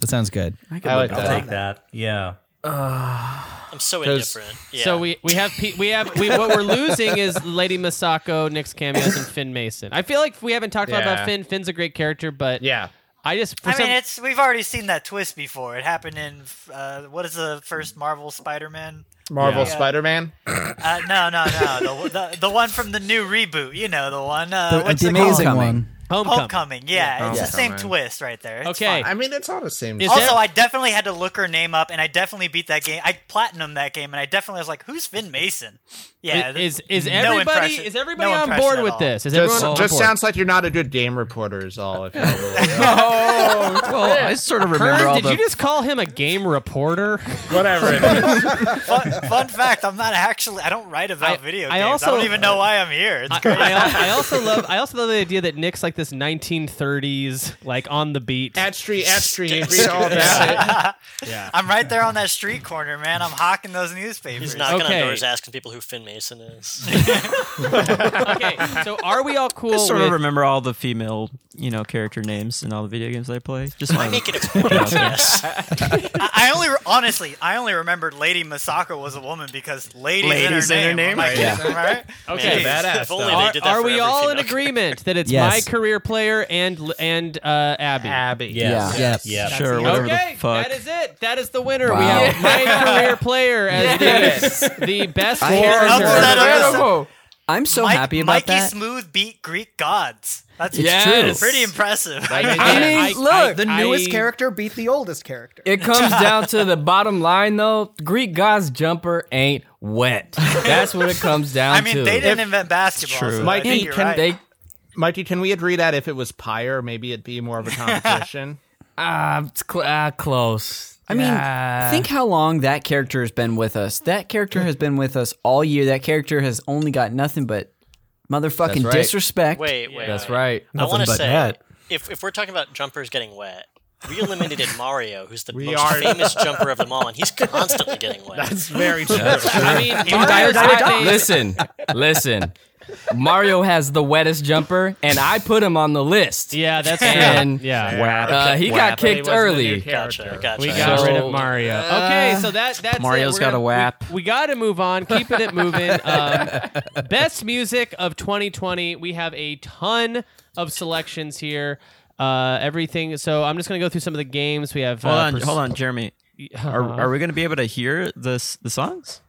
S2: That sounds good.
S1: I like
S8: I'll
S1: that.
S8: take that. Yeah.
S10: I'm so
S1: 'Cause-
S10: indifferent. Yeah.
S1: So we we have pe- we have we, what we're losing is Lady Masako, Nick's cameos, and Finn Mason. I feel like we haven't talked a lot
S17: Yeah.
S1: about Finn. Finn's a great character, but
S17: yeah,
S1: I just for
S11: I
S1: some,
S11: mean, it's we've already seen that twist before. It happened in uh, what is the first Marvel Spider-Man?
S17: Marvel
S11: Yeah.
S17: Spider-Man.
S11: Uh, no, no, no. The, the, the one from the new reboot. You know, the one. Uh,
S2: The-
S11: what's
S2: the
S11: it
S2: amazing
S11: called?
S2: one.
S11: Homecoming.
S1: Homecoming.
S11: Yeah,
S1: Yeah.
S11: it's the same
S1: Homecoming.
S11: twist right there. It's
S1: Okay.
S11: fine.
S1: I mean,
S17: it's all the same.
S1: Is
S11: also,
S1: there-
S11: I definitely had to look her name up, and I definitely beat that game. I platinum that game, and I definitely was like, "Who's Finn Mason?" Yeah.
S1: I-
S11: th-
S1: is is
S11: no
S1: everybody
S11: impression-
S1: is everybody
S11: no
S1: on
S11: impression
S1: board
S11: at
S1: with
S11: all.
S1: this? Is
S17: just
S1: everyone on
S17: just
S1: board?
S17: sounds like you're not a good game reporter. Is all. If you
S1: Oh,
S12: well, I sort of remember all
S1: did
S12: the-
S1: you just call him a game reporter?
S17: Whatever.
S11: fun, fun fact: I'm not actually. I don't write about video games.
S1: I
S11: I,
S1: also-
S11: don't even know why I'm here. It's great.
S1: I, al- I also love I also love the idea that Nick's like this 1930s like on the beat.
S17: At street, at street,
S1: read all that.
S11: yeah. I'm right there on that street corner, man. I'm hawking those newspapers.
S10: He's knocking
S1: Okay.
S10: on doors asking people who Finn Mason is.
S1: okay, so are we all cool?
S12: I sort
S1: with-
S12: of remember all the female, you know, character names in all the video games I play. Just
S10: I
S12: wanted
S10: make it
S12: to
S10: a
S12: put that out there.
S11: I, I only re- honestly, I only remembered Lady Masako was a woman because ladies,
S1: Ladies
S11: in her
S1: in
S11: name.
S1: her
S11: I'm like,
S1: name, right?
S11: "Am I right?
S1: Okay,
S11: Jeez, if only they
S1: Are,
S11: did that
S1: are
S11: for
S1: we
S11: every
S1: all in
S11: female
S1: agreement that it's
S2: Yes.
S1: my career player and and uh, Abby?
S17: Abby.
S2: Yes. Yeah. Yes.
S12: Yeah.
S1: That's
S12: Sure,
S1: it.
S12: whatever the
S1: okay,
S12: fuck.
S1: that is it. That is the winner. We
S12: Wow.
S1: have my career player as
S12: Yes.
S1: the, the best
S3: I-
S1: character.
S3: Upset of the- Incredible. I'm so
S11: Mike-
S3: happy about
S11: Mikey
S3: that.
S11: Smooth beat Greek gods. That's
S3: It's Yes. true.
S11: Pretty impressive.
S15: I mean, look, the newest
S6: I-
S15: character beat the oldest character.
S6: It comes down to the bottom line, though. Greek God's jumper ain't wet. That's what it comes down
S11: I
S6: to.
S11: mean, they didn't invent basketball. So I think
S17: Mikey,
S11: you're
S17: can
S11: right.
S17: they? Mikey, can we agree that if it was Pyre, maybe it'd be more of a competition?
S6: Ah, it's cl- ah, close.
S3: I mean,
S6: Ah.
S3: think how long that character has been with us. That character has been with us all year. That character has only got nothing but motherfucking
S6: That's right.
S3: disrespect.
S10: Wait, wait.
S6: That's
S10: wait.
S6: right.
S10: I want
S3: Nothing
S10: to
S3: but
S10: say,
S3: that.
S10: if if we're talking about jumpers getting wet, we eliminated Mario, who's the
S17: We
S10: most
S17: are-
S10: famous jumper of them all, and he's constantly getting wet.
S17: That's very true.
S1: I mean,
S6: Dude,
S1: Mario's
S6: I-
S1: not made-
S6: listen, listen. Mario has the wettest jumper, and I put him on the list.
S1: Yeah, that's true.
S6: and
S1: Yeah.
S6: uh, he got
S1: Wap. He
S6: kicked
S1: wasn't a
S6: early.
S1: new character. Gotcha, gotcha. We
S6: got
S1: rid
S6: So-
S1: of Mario.
S6: Uh,
S1: okay, so that that's
S12: Mario's
S1: it. We're
S12: got
S1: gonna-
S12: a wap.
S1: We, we got to move on, keeping it moving. Um, best music of 2020. We have a ton of selections here. Uh, everything. So I'm just gonna go through some of the games we have.
S12: Hold
S1: uh,
S12: on,
S1: pers-
S12: hold on, Jeremy. Are, are we going to be able to hear this the songs?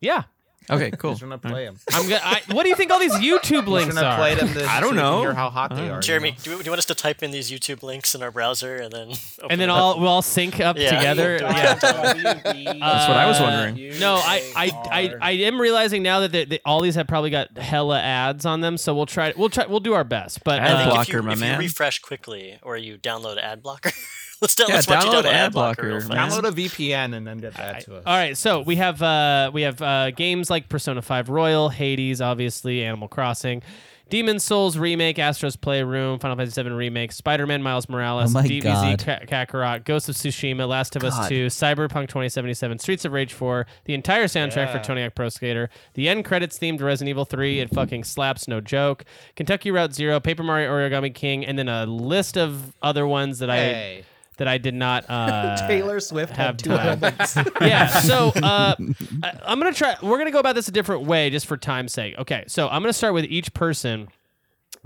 S1: Yeah.
S12: Okay, cool.
S17: He's gonna play him.
S1: I'm gonna. I, what do you think all these YouTube links
S17: gonna
S1: are?
S17: play them this-
S12: I don't
S17: so you can
S12: know.
S17: Hear how hot
S1: Uh-huh.
S17: they are.
S10: Jeremy, do, you- do you want us to type in these YouTube links in our browser and then open
S1: and then
S10: it up?
S1: all we'll all sync up
S10: Yeah.
S1: together. Yeah.
S10: That's
S12: what I was wondering.
S1: No, I, I, I, I am realizing now that they, they, all these have probably got hella ads on them, so we'll try, we'll try, we'll do our best. But
S10: I
S1: uh,
S10: think if you, if you refresh quickly or you download ad blocker, let's, do,
S12: Yeah,
S10: let's watch you
S12: download
S10: download ad
S12: ad
S10: blocker.
S12: blocker,
S10: real fast.
S12: man.
S17: Download a VPN and then get that to us.
S1: All right, so we have uh, we have uh, games like Persona 5 Royal, Hades, obviously, Animal Crossing, Demon Souls remake, Astro's Playroom, Final Fantasy VII remake, Spider-Man Miles Morales,
S2: Oh my
S1: DBZ
S2: God.
S1: Ka- Kakarot, Ghost of Tsushima, Last of Us
S2: God.
S1: 2, Cyberpunk 2077, Streets of Rage 4, the entire soundtrack for
S2: Yeah.
S1: Tony Hawk Pro Skater, the end credits themed Resident Evil 3, it fucking slaps, no joke, Kentucky Route Zero, Paper Mario Origami King, and then a list of other ones that I
S17: Hey.
S1: that I did not uh,
S15: Taylor Swift
S1: have
S15: had two
S1: time.
S15: albums.
S1: yeah. So uh, I, I'm gonna try. We're gonna go about this a different way, just for time's sake. Okay. So I'm gonna start with each person,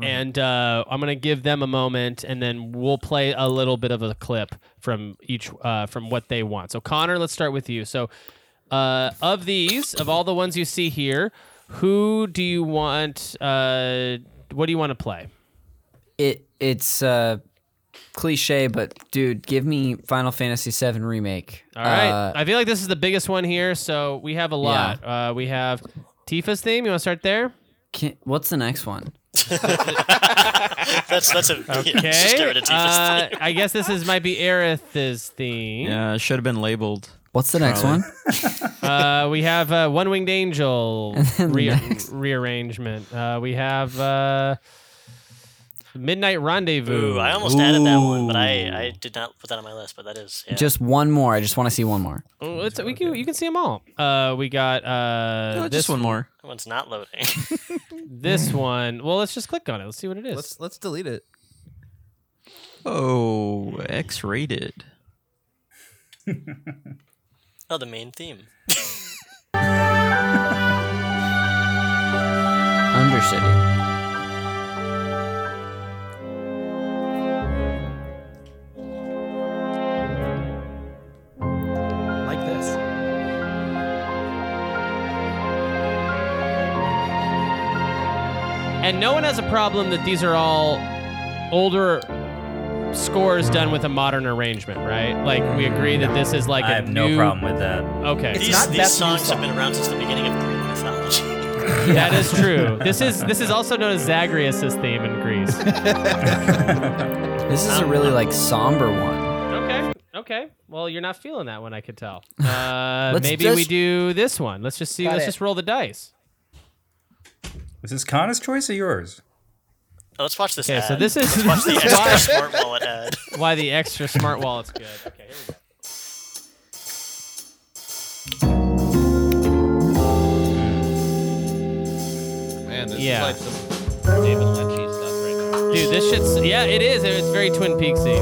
S1: and uh, I'm gonna give them a moment, and then we'll play a little bit of a clip from each uh, from what they want. So Connor, let's start with you. So uh, of these, of all the ones you see here, who do you want? Uh, what do you want to play?
S3: It it's uh, cliche, but dude, give me Final Fantasy VII remake.
S1: All right.
S3: Uh,
S1: I feel like this is the biggest one here, so we have a lot. Uh, we have Tifa's theme. You want to start there?
S3: Can, what's the next one?
S10: that's that's a yeah,
S1: Okay.
S10: just get rid of Tifa's
S1: uh, I guess this is might be Aerith's theme.
S12: Yeah, it should have been labeled.
S3: What's the next
S12: Probably.
S3: one?
S1: uh, we have uh, One Winged Angel
S3: And then
S1: rea-
S3: next.
S1: rearrangement. Uh, we have uh, Midnight Rendezvous.
S10: Ooh, I almost added that one, but I, I did not put that on my list. But that is yeah.
S3: Just one more. I just want to see one more.
S1: Oh, it's, we can, you can see them all. Uh, we got uh,
S12: No, just
S1: this
S12: one more.
S10: that one's not loading.
S1: This one. Well, let's just click on it. Let's see what it is.
S15: Let's let's delete it.
S12: Oh, X-rated.
S10: oh, the main theme.
S3: Undercity.
S15: Like this.
S1: And no one has a problem that these are all older scores done with a modern arrangement, right? Like we agree that this is like
S8: I
S1: a
S8: have no
S1: new...
S8: problem with that.
S1: Okay,
S10: these these songs have been around since the beginning of Greek mythology.
S1: that is true. This is this is also known as Zagreus' theme in Greece. Um,
S3: This is a really like somber one.
S1: okay, okay. Well, you're not feeling that one, I could tell. Uh,
S3: Let's
S1: maybe
S3: just-
S1: we do this one. Let's just see.
S15: Got
S1: Let's
S15: it.
S1: just roll the dice.
S8: Is this Connor's choice or yours?
S10: Oh, let's watch this.
S1: Okay,
S10: ad.
S1: so this is
S10: let's watch the
S1: why-
S10: extra smart wallet ad.
S1: Why the extra smart wallet's good? Okay, here we go.
S9: Man, this
S1: Yeah.
S9: is like some David Lynchy stuff right now.
S1: Dude, this shit's yeah, it is. It's very Twin Peaksy.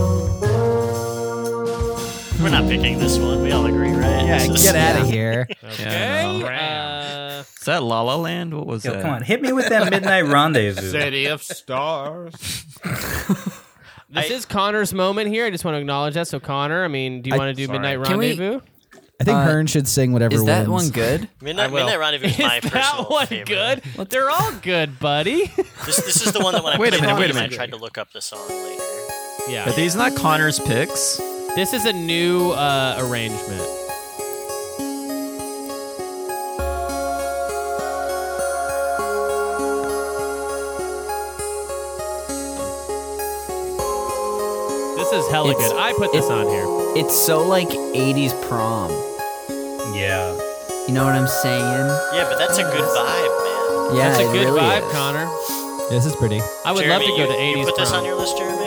S10: We're not picking this one. We all agree, right?
S2: Yeah,
S10: This is-
S2: get out of here.
S1: Okay. uh,
S12: Is that La La Land? What was
S8: Yo,
S12: that?
S8: come on, hit me with that midnight rendezvous.
S17: City of Stars.
S1: This is Connor's moment here. I just want to acknowledge that. So Connor, I mean, do you
S2: I-
S1: want to do
S2: Sorry.
S1: Midnight
S2: Can we-
S1: Rendezvous?
S2: I think
S1: Uh,
S2: Hearn should sing whatever
S3: Is that one
S2: wins.
S3: good?
S10: Midnight,
S1: will.
S10: Midnight Rendezvous is
S1: Is
S10: my
S1: that
S10: personal
S1: one
S10: favorite.
S1: good? They're all good, buddy.
S10: This, this is the one that when I
S1: Wait a
S10: played
S1: minute,
S10: the
S1: wait a
S10: game,
S1: minute.
S10: I tried to look up the song later.
S1: yeah.
S12: Are these not Connor's picks?
S1: This is a new uh, arrangement. This is hella
S3: It's-
S1: good. I put this
S3: it-
S1: on here.
S3: It's so like 80s prom.
S8: Yeah.
S3: You know what I'm saying?
S10: Yeah, but that's a good vibe, man.
S3: Yeah,
S1: That's a
S3: it
S1: good
S3: really
S1: vibe,
S3: is.
S1: Connor.
S2: This is pretty.
S1: I would love
S10: Jeremy,
S1: to go
S10: you-
S1: to 80s.
S10: You put this
S1: prom.
S10: on your list, Jeremy?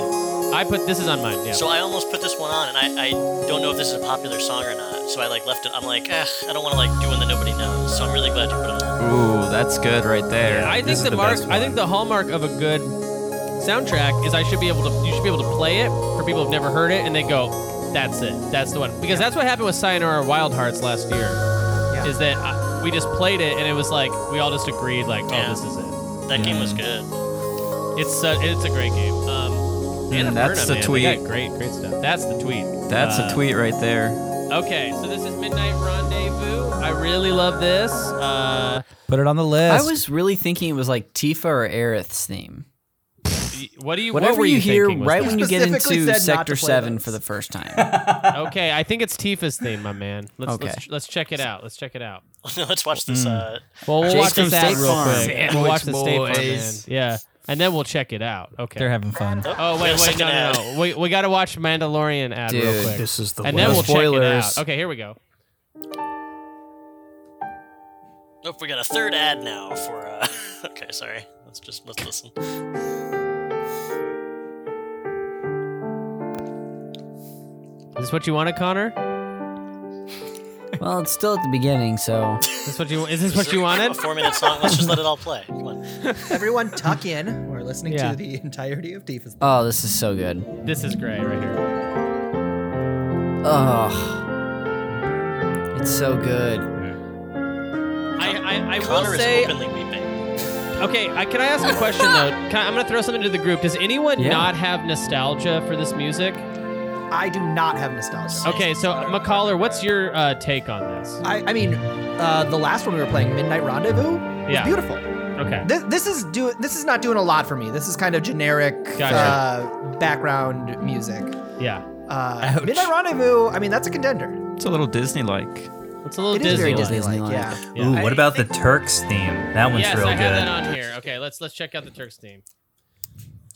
S1: I put this is on mine. Yeah.
S10: So I almost put this one on, and I, I don't know if this is a popular song or not. So I like left it. I'm like, eh, I don't want to like do one that nobody knows. So I'm really glad you put it on.
S12: Ooh, that's good right there.
S1: I think the, mark. I think the hallmark of a good soundtrack is I should be able to. You should be able to play it for people who've never heard it, and they go, "That's it. That's the one." Because that's what happened with Sayonara Wild Hearts last year. Is that I, we just played it, and it was like we all just agreed, like, "Oh,
S10: Yeah.
S1: this is it."
S10: That game was good.
S1: It's a, it's a great game. Um,
S12: Mm,
S1: Annapurna,
S12: that's the
S1: man, they got
S12: tweet.
S1: Great, great stuff. That's the tweet.
S12: That's
S1: Uh,
S12: a tweet right there.
S1: Okay, so this is Midnight Rendezvous. I really love this. Uh,
S2: Put it on the
S3: I
S2: list.
S3: was really thinking it was like Tifa or Aerith's theme.
S1: what do you?
S3: Whatever
S1: what were
S3: you, hear
S1: thinking was
S3: right
S1: that?
S3: when you get
S15: Specifically
S3: into
S15: said not
S3: Sector
S15: to play
S3: 7
S15: those.
S3: for the first time.
S1: okay, I think it's Tifa's theme, my man. Let's
S3: Okay.
S1: let's, let's check it out. Let's check it out.
S10: Let's watch
S13: Mm.
S10: this. Uh,
S1: Well, we'll
S10: Jake
S1: watch
S10: from
S1: this ad
S10: State
S1: real
S10: Farm.
S1: quick. We'll watch the State Farm
S17: Boys.
S1: ad. Yeah, and then we'll check it out. Okay.
S2: They're having fun.
S1: Oh wait, wait, no, no, no. We, we got to watch Mandalorian ad real
S3: Dude,
S1: quick.
S13: this is the
S1: and then
S13: way.
S1: we'll check
S13: Spoilers.
S1: it out. Okay, here we go.
S10: Nope, we got a third ad now for. Uh, okay, sorry. Let's just let's listen.
S1: Is this what you wanted, Connor?
S3: well, it's still at the beginning, so.
S1: Is this what you is this what you wanted?
S10: A four-minute song. Let's just let it all play. Come on.
S15: Everyone tuck in. We're listening
S1: Yeah.
S15: to the entirety of Tifa's.
S3: Oh, this is so good.
S1: This is great right here.
S3: Ugh. It's so good.
S1: I, I, I will
S10: Connor is
S1: say.
S10: openly weeping.
S1: Okay, I, can I ask a question though? Can I, I'm gonna throw something to the group. Does anyone
S16: Yeah.
S1: not have nostalgia for this music?
S16: I do not have nostalgia.
S1: Okay, so McCollar, what's your uh, take on this?
S16: I, I mean, uh, the last one we were playing, Midnight Rendezvous, was
S1: Yeah.
S16: beautiful.
S1: Okay.
S16: This, this is do this is not doing a lot for me. This is kind of generic
S1: Gotcha.
S16: uh, background music.
S1: Yeah.
S16: Uh, Midnight Rendezvous. I mean, that's a contender.
S12: It's a little Disney like.
S1: It's a little
S16: It is very
S1: Disney-like.
S16: Disney-like, yeah.
S1: Yeah.
S8: Ooh,
S1: I
S8: what about the Turks theme? That one's
S1: yes,
S8: real
S1: I
S8: good.
S1: have that on here. Okay, let's let's check out the Turks theme.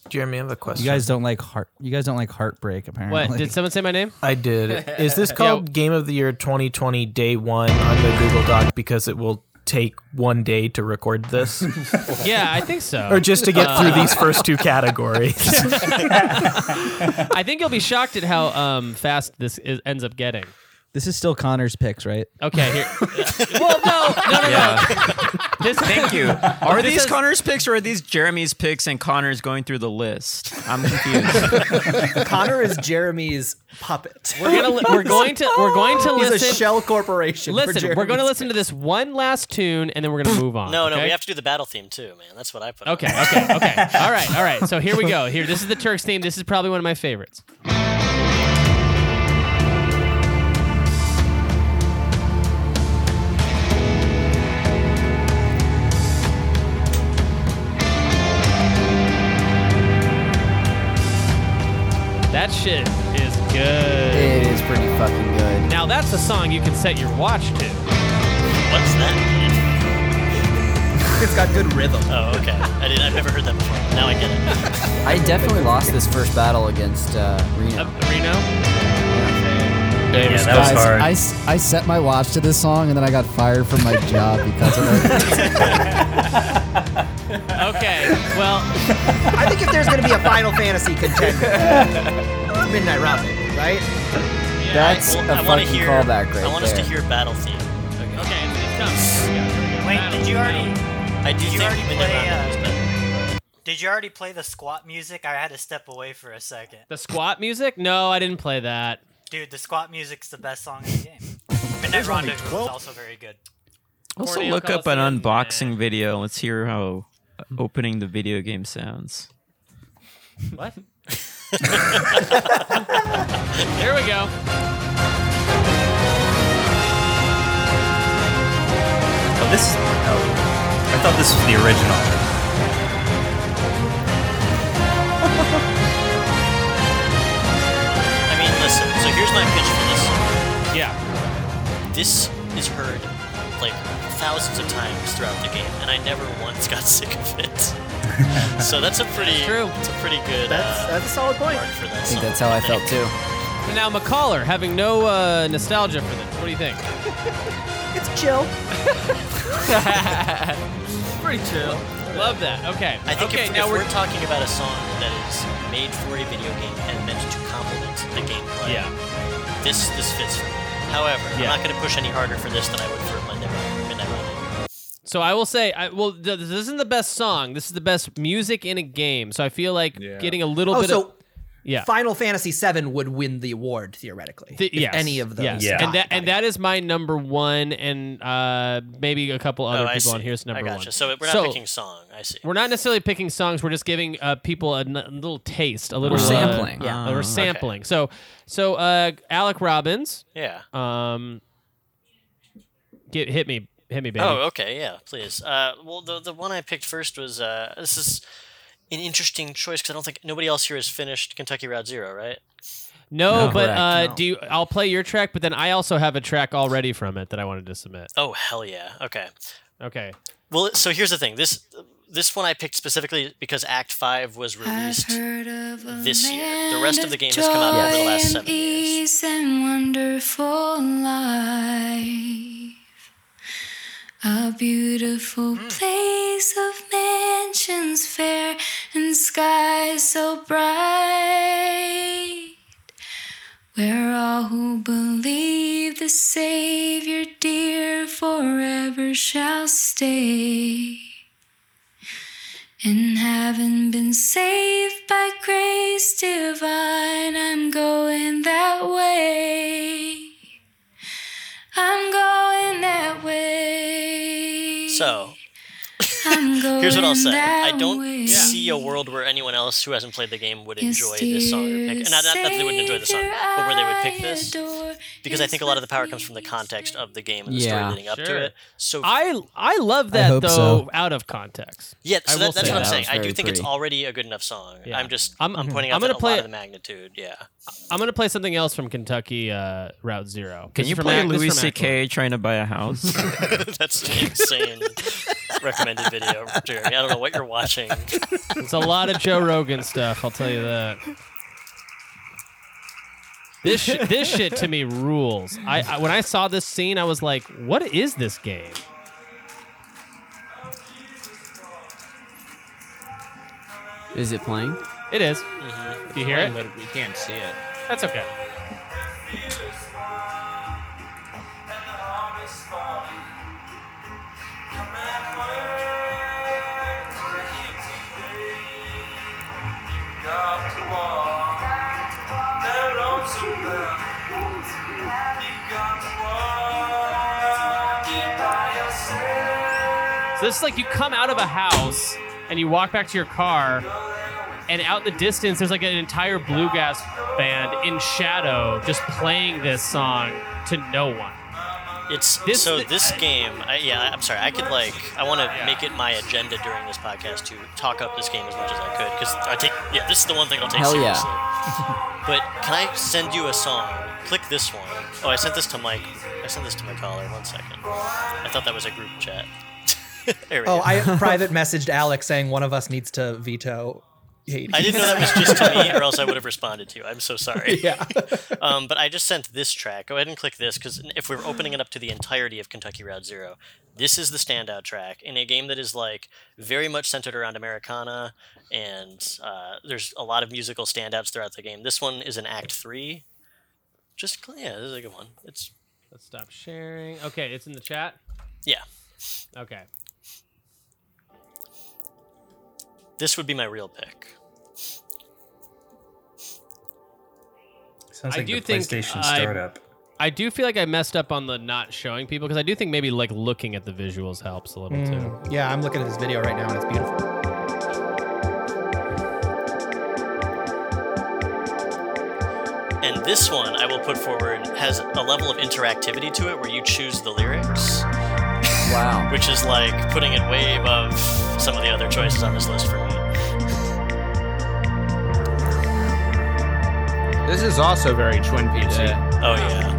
S13: Jeremy, I have a question.
S2: You guys don't like heart. You guys don't like heartbreak. Apparently,
S1: What? Did someone say my name?
S13: I did. Is this called Game of the Year 2020 Day One on the Google Doc because it will take one day to record this?
S1: Yeah, I think so.
S13: or just to get through
S1: Uh,
S13: these first two categories.
S1: I think you'll be shocked at how um, fast this is, ends up getting.
S2: this is still Connor's picks, right?
S1: Okay, here. well, no, no, no, no. This,
S12: Thank you. Are
S1: This
S12: these
S1: is-
S12: Connor's picks or are these Jeremy's picks and Connor's going through the list? I'm confused.
S16: Connor is Jeremy's puppet.
S1: We're gonna li- we're going to we're going to
S16: He's
S1: listen.
S16: a shell corporation. for
S1: listen, we're going to
S16: Jeremy's-
S1: listen to this one last tune, and then we're gonna move on.
S10: No, no,
S1: okay?
S10: we have to do the battle theme too, man. That's what I put.
S1: Okay, okay, okay. all right, all right. So here we go. Here, this is the Turks theme. This is probably one of my favorites. That shit is good.
S3: It is pretty fucking good.
S1: Now that's a song you can set your watch to.
S10: What's that?
S16: It's got good rhythm.
S10: Oh, okay. I did, I've never heard that before. Now I get it.
S3: I definitely lost this first battle against uh, Reno.
S1: Reno?
S12: Yeah,
S3: that was
S19: Guys,
S3: hard.
S19: I, s- I set my watch to this song and then I got fired from my job because of it.
S1: Okay, well,
S16: I think if there's going to be a Final Fantasy contender, it's Midnight Rendezvous, right?
S10: Yeah,
S3: That's
S10: I,
S3: a
S10: I wanna
S3: fucking
S10: hear,
S3: callback right
S10: I want us to
S3: there.
S10: hear battle theme.
S1: Okay, it's coming.
S11: Wait, did you already?
S10: I do
S11: Did you
S10: think
S11: already
S10: Midnight
S11: play?
S10: Rendezvous is
S11: Uh, did you already play the squat music? I had to step away for a second.
S1: The squat music? No, I didn't play that.
S11: Dude, the squat music's the best song in the game. Midnight Rendezvous is also very good.
S12: also,
S11: Corneo
S12: look up an unboxing video. Let's hear how opening the video game sounds.
S1: What? there we go.
S8: Oh, this. Oh, I thought this was the original.
S10: I mean, listen. So here's my pitch for this.
S1: Yeah.
S10: This is heard like thousands of times throughout the game, and I never once got sick of it. so that's a pretty true. It's a pretty good.
S16: That's-
S10: uh,
S16: that's a solid point.
S10: mark for that
S3: I think
S10: song.
S3: that's how I felt too.
S1: But now McCollar having no uh, nostalgia for this. What do you think?
S16: It's chill.
S1: Pretty chill. Love that. Okay.
S10: I think
S1: okay,
S10: if,
S1: now
S10: if
S1: we're,
S10: we're, talking about a song that is made for a video game and meant to complement the gameplay,
S1: Yeah.
S10: this this fits for me. However,
S1: Yeah.
S10: I'm not going to push any harder for this than I would for Monday Night Midnight Running.
S1: So I will say, I, well, th- this isn't the best song. This is the best music in a game. So I feel like getting a little
S16: Oh,
S1: bit
S16: so
S1: of. Yeah.
S16: Final Fantasy VII would win the award theoretically.
S1: Th-
S16: if
S1: yes,
S16: any of those.
S1: yes.
S16: got
S1: and that and that is my number one, and uh, maybe a couple other
S10: Oh, I
S1: people on
S10: see.
S1: here's number
S10: I gotcha.
S1: one.
S10: So we're not picking song. I see.
S1: We're not necessarily picking songs. We're just giving uh, people a n- little taste, a little
S3: We're
S1: uh,
S3: sampling.
S1: yeah,
S12: Ah,
S3: Oh,
S1: we're
S3: okay.
S1: sampling. So, so uh, Alec Robbins.
S10: Yeah.
S1: Um. Get hit me, hit me, baby.
S10: Oh, okay, yeah, please. Uh, well, the the one I picked first was uh, this is an interesting choice because I don't think nobody else here has finished Kentucky Route Zero, right?
S1: No,
S10: No.
S1: but uh,
S10: Correct, no.
S1: do you, I'll play your track, but then I also have a track already from it that I wanted to submit.
S10: Oh hell yeah! Okay.
S1: Okay.
S10: Well, so here's the thing. This this one I picked specifically because Act Five was released this year. The rest of the game has come out over the last seven.
S20: Peace and wonderful life. A beautiful
S10: Hmm.
S20: place of mansions fair and skies so bright. Where all who believe the Savior dear forever shall stay and have. haven't been saved by grace divine. I'm going that way. I'm going that way.
S10: So
S20: I'm going
S10: here's what I'll say:
S20: that
S10: I don't
S20: way.
S10: see a world where anyone else who hasn't played the game would
S20: Yes,
S10: enjoy this song, or
S20: dear
S10: pick, and not, not that they wouldn't enjoy the song,
S20: Savior,
S10: but where they would pick
S20: I
S10: this,
S20: adore.
S10: because I think a lot of the power comes from the context of the game and the
S1: Yeah.
S10: story leading up
S1: Sure.
S10: to it. So
S1: I I love that
S2: hope
S1: though
S2: so.
S1: out of context.
S10: Yeah,
S1: I
S10: so
S1: will
S10: that, that's
S1: say
S10: what I'm
S1: that.
S10: saying. I do think it's already a good enough song.
S1: Yeah.
S10: I'm just
S1: I'm-
S10: I'm, pointing out
S1: I'm gonna
S10: that a
S1: play
S10: lot
S1: it-
S10: of the magnitude. Yeah,
S1: I'm gonna play something else from Kentucky uh, Route Zero.
S12: Can
S1: This
S12: you
S1: is from
S12: play
S1: Ac- this is
S12: Louis
S1: from Akron.
S12: C.K. trying to buy a house?
S10: that's an insane recommended video, Jeremy. I don't know what you're watching.
S1: It's a lot of Joe Rogan stuff. I'll tell you that. This sh- this shit to me rules. I, I when I saw this scene, I was like, "What is this game?"
S3: Is it playing?
S1: It is. Do you hear it?
S9: Mm-hmm. But we can't see it.
S1: That's okay. So this is like you come out of a house and you walk back to your car, and out in the distance there's like an entire bluegrass band in shadow just playing this song to no one.
S10: It's
S1: This-
S10: so this game. I, yeah, I'm sorry. I could like I want to make it my agenda during this podcast to talk up this game as much as I could because I take yeah this is the one thing I'll take
S3: Hell yeah.
S10: seriously. But can I send you a song? Click this one. Oh, I sent this to Mike. I sent this to my caller. One second. I thought that was a group chat. There we
S16: Oh,
S10: go.
S16: I private messaged Alex saying one of us needs to veto Hades.
S10: I didn't know that was just to me, or else I would have responded to you. I'm so sorry. Yeah. um, but I just sent this track. Go ahead and click this because if we're opening it up to the entirety of Kentucky Route Zero, this is the standout track in a game that is like very much centered around Americana, and uh, there's a lot of musical standouts throughout the game. This one is in Act Three. Just cl- yeah, this is a good one. It's
S1: Let's stop sharing. Okay, it's in the chat.
S10: yeah.
S1: Okay.
S10: This would be my real pick.
S18: Sounds
S1: I
S18: like
S1: do
S18: the
S1: think
S18: PlayStation
S1: I-
S18: startup.
S1: I do feel like I messed up on the not showing people because I do think maybe like looking at the visuals helps a little too.
S16: Mm, yeah, I'm looking at this video right now and it's beautiful.
S10: And this one I will put forward has a level of interactivity to it where you choose the lyrics.
S3: Wow.
S10: Which is like putting it way above some of the other choices on this list for me.
S9: This is also very Twin Peaks.
S10: Oh yeah.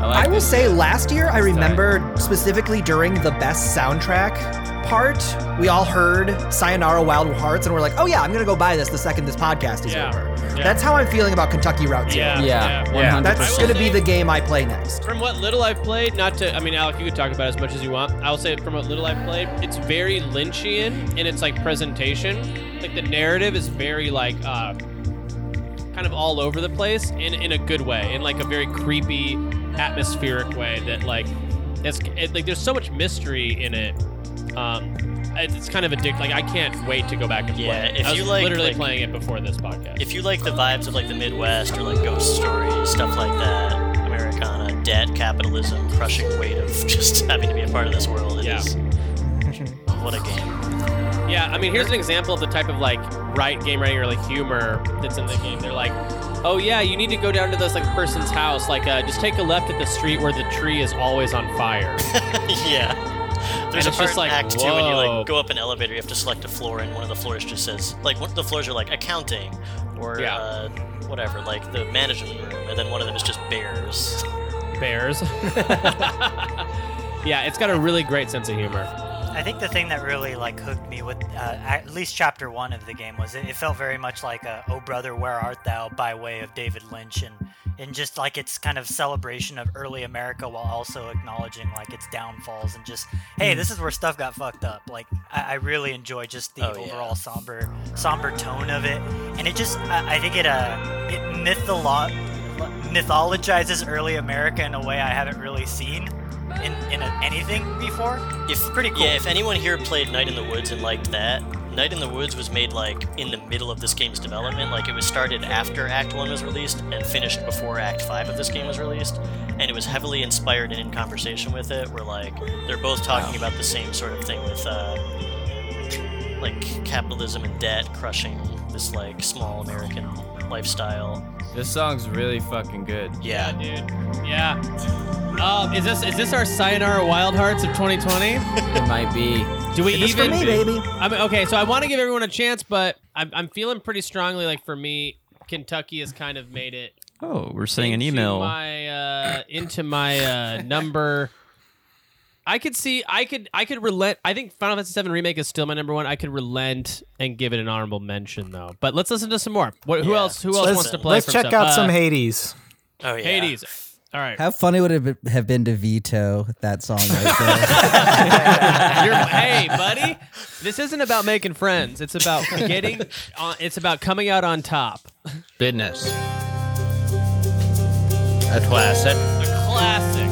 S9: I,
S16: I
S9: like
S16: will
S9: this.
S16: say last year I remembered specifically during the best soundtrack part, we all heard Sayonara Wild Hearts and we're like, oh yeah, I'm gonna go buy this the second this podcast is
S1: Yeah.
S16: over.
S1: Yeah.
S16: That's how I'm feeling about Kentucky Route Zero.
S1: Yeah, Yeah, yeah. yeah. I
S16: That's
S1: will
S16: gonna be
S1: say-
S16: the game I play next.
S1: From what little I've played, not to, I mean, Alec, you could talk about it as much as you want. I'll say from what little I've played, it's very Lynchian in its like presentation. Like the narrative is very like, uh, kind of all over the place in, in a good way, in like a very creepy, atmospheric way that like, it's it, like there's so much mystery in it. Um, it- it's kind of addictive. Like I can't wait to go back and
S10: Yeah,
S1: play. it.
S10: if
S1: I was
S10: you like-
S1: literally
S10: like-
S1: playing it before this podcast.
S10: If you like the vibes of like the Midwest or like ghost stories, stuff like that, Americana, debt, capitalism, crushing weight of just having to be a part of this world. It
S1: Yeah.
S10: is what a game.
S1: Yeah, I mean, here's an example of the type of like right game writing or like humor that's in the game. They're like, oh yeah, you need to go down to this like person's house. Like, uh, just take a left at the street where the tree is always on fire.
S10: yeah.
S1: And
S10: There's a
S1: it's
S10: part
S1: just
S10: in
S1: like,
S10: Act Two when you
S1: whoa.
S10: like go up an elevator, you have to select a floor, and one of the floors just says like one of the floors are like accounting or
S1: Yeah.
S10: uh, whatever, like the management room, and then one of them is just bears.
S1: Bears. yeah, it's got a really great sense of humor.
S11: I think the thing that really like hooked me with uh, at least chapter one of the game was it, it felt very much like a "Oh brother, where art thou?" by way of David Lynch and and just like its kind of celebration of early America while also acknowledging like its downfalls and just hey,
S12: Hmm.
S16: Mm.
S11: this is where stuff got fucked up. Like I, I really enjoy just the
S10: Oh, yeah.
S11: overall somber somber tone of it, and it just I, I think it uh it mytholo- mythologizes early America in a way I haven't really seen in in a, anything before.
S10: If pretty
S11: cool.
S10: Yeah, if anyone here played Night in the Woods and liked that, Night in the Woods was made like in the middle of this game's development. Like it was started after Act 1 was released and finished before Act 5 of this game was released. And it was heavily inspired and in conversation with it, where like they're both talking about the same sort of thing with uh, like capitalism and debt crushing this like small American lifestyle.
S6: This song's really fucking good.
S10: Yeah,
S1: dude. Yeah. Um, is this is this our Sayonara Wild Hearts of 2020?
S6: it might be.
S1: Do we
S6: It's for
S1: even?
S6: me, baby.
S1: I mean, okay, so I want to give everyone a chance, but I'm, I'm feeling pretty strongly like for me, Kentucky has kind of made it
S12: Oh, we're sending an
S1: into
S12: email.
S1: my uh, into my uh, number. I could see. I could. I could relent. I think Final Fantasy VII remake is still my number one. I could relent and give it an honorable mention though. But let's listen to some more. What, who else? Who else
S13: let's,
S1: wants to play?
S13: Let's
S1: from
S13: check
S1: stuff?
S13: out
S1: Uh,
S13: some Hades.
S10: Oh yeah.
S1: Hades. All right.
S2: How funny would it be- have been to veto that song right
S1: You're, hey, buddy, this isn't about making friends. It's about getting. On, it's about coming out on top.
S9: Business. A classic.
S1: Classic.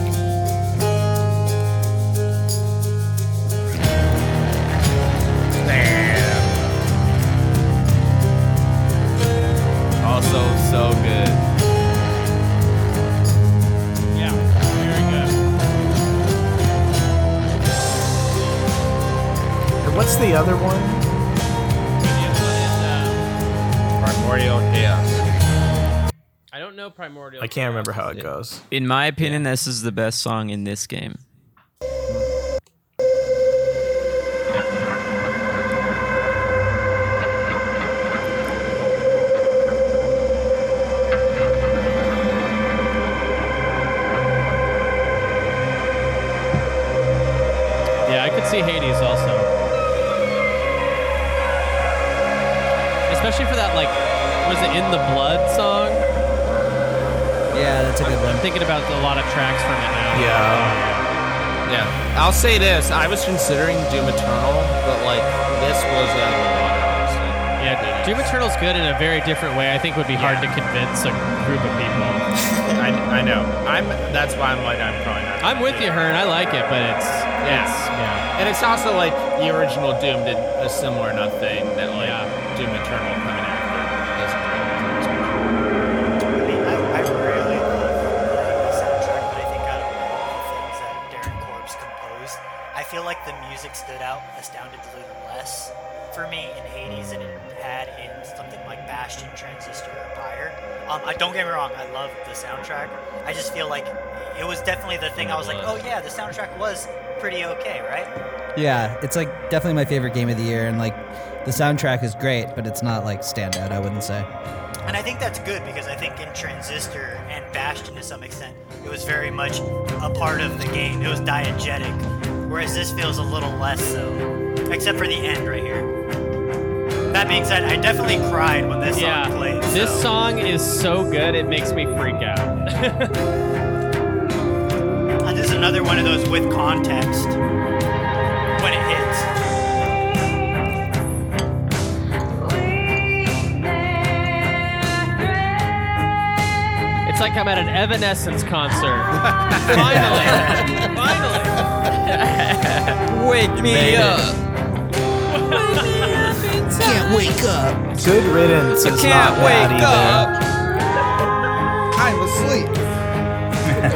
S6: Also, so good.
S1: Yeah, very
S13: And what's the other one?
S9: Primordial chaos.
S1: I don't know primordial.
S13: I can't remember how it goes.
S12: In my opinion, this is the best song in this game.
S1: Yeah, I could see Hades also. Especially for that, like, was it In the Blood song?
S2: Yeah, that's a good
S1: I'm thinking about a lot of tracks from it now.
S9: Yeah. Yeah. I'll say this. I was considering Doom Eternal, but like this was a
S1: Yeah, Doom Eternal's good in a very different way. I think would be hard to convince a group of people.
S9: I, I know. I'm. That's why I'm like I'm probably not.
S1: I'm with you, Hearn. I like it, but it's
S9: Yeah.
S1: it's- yeah.
S9: And it's also like the original Doom did a similar enough thing that like Doom Eternal coming after.
S11: composed. I feel like the music stood out astoundingly less for me in Hades than it had in something like Bastion, Transistor, or Pyre. Um, I, don't get me wrong, I love the soundtrack. I just feel like it was definitely the thing I was like, oh yeah, the soundtrack was pretty okay, right?
S2: there? yeah, it's like definitely my favorite game of the year, and like the soundtrack is great, but it's not like standout. I wouldn't say.
S11: And I think that's good because I think in Transistor and Bastion to some extent, it was very much a part of the game. It was diegetic, whereas this feels a little less so, except for the end right here. That being said, I definitely cried when this
S1: Yeah.
S11: song played.
S1: This
S11: so.
S1: song is so good it makes me freak out.
S11: And this is another one of those with context when it hits.
S1: It's like I'm at an Evanescence concert. Finally. Finally.
S12: Wake me
S1: Made it.
S12: up.
S1: Can't wake up.
S13: Good riddance. is
S12: can't
S13: not bad
S12: wake up.
S13: either.
S15: I'm asleep.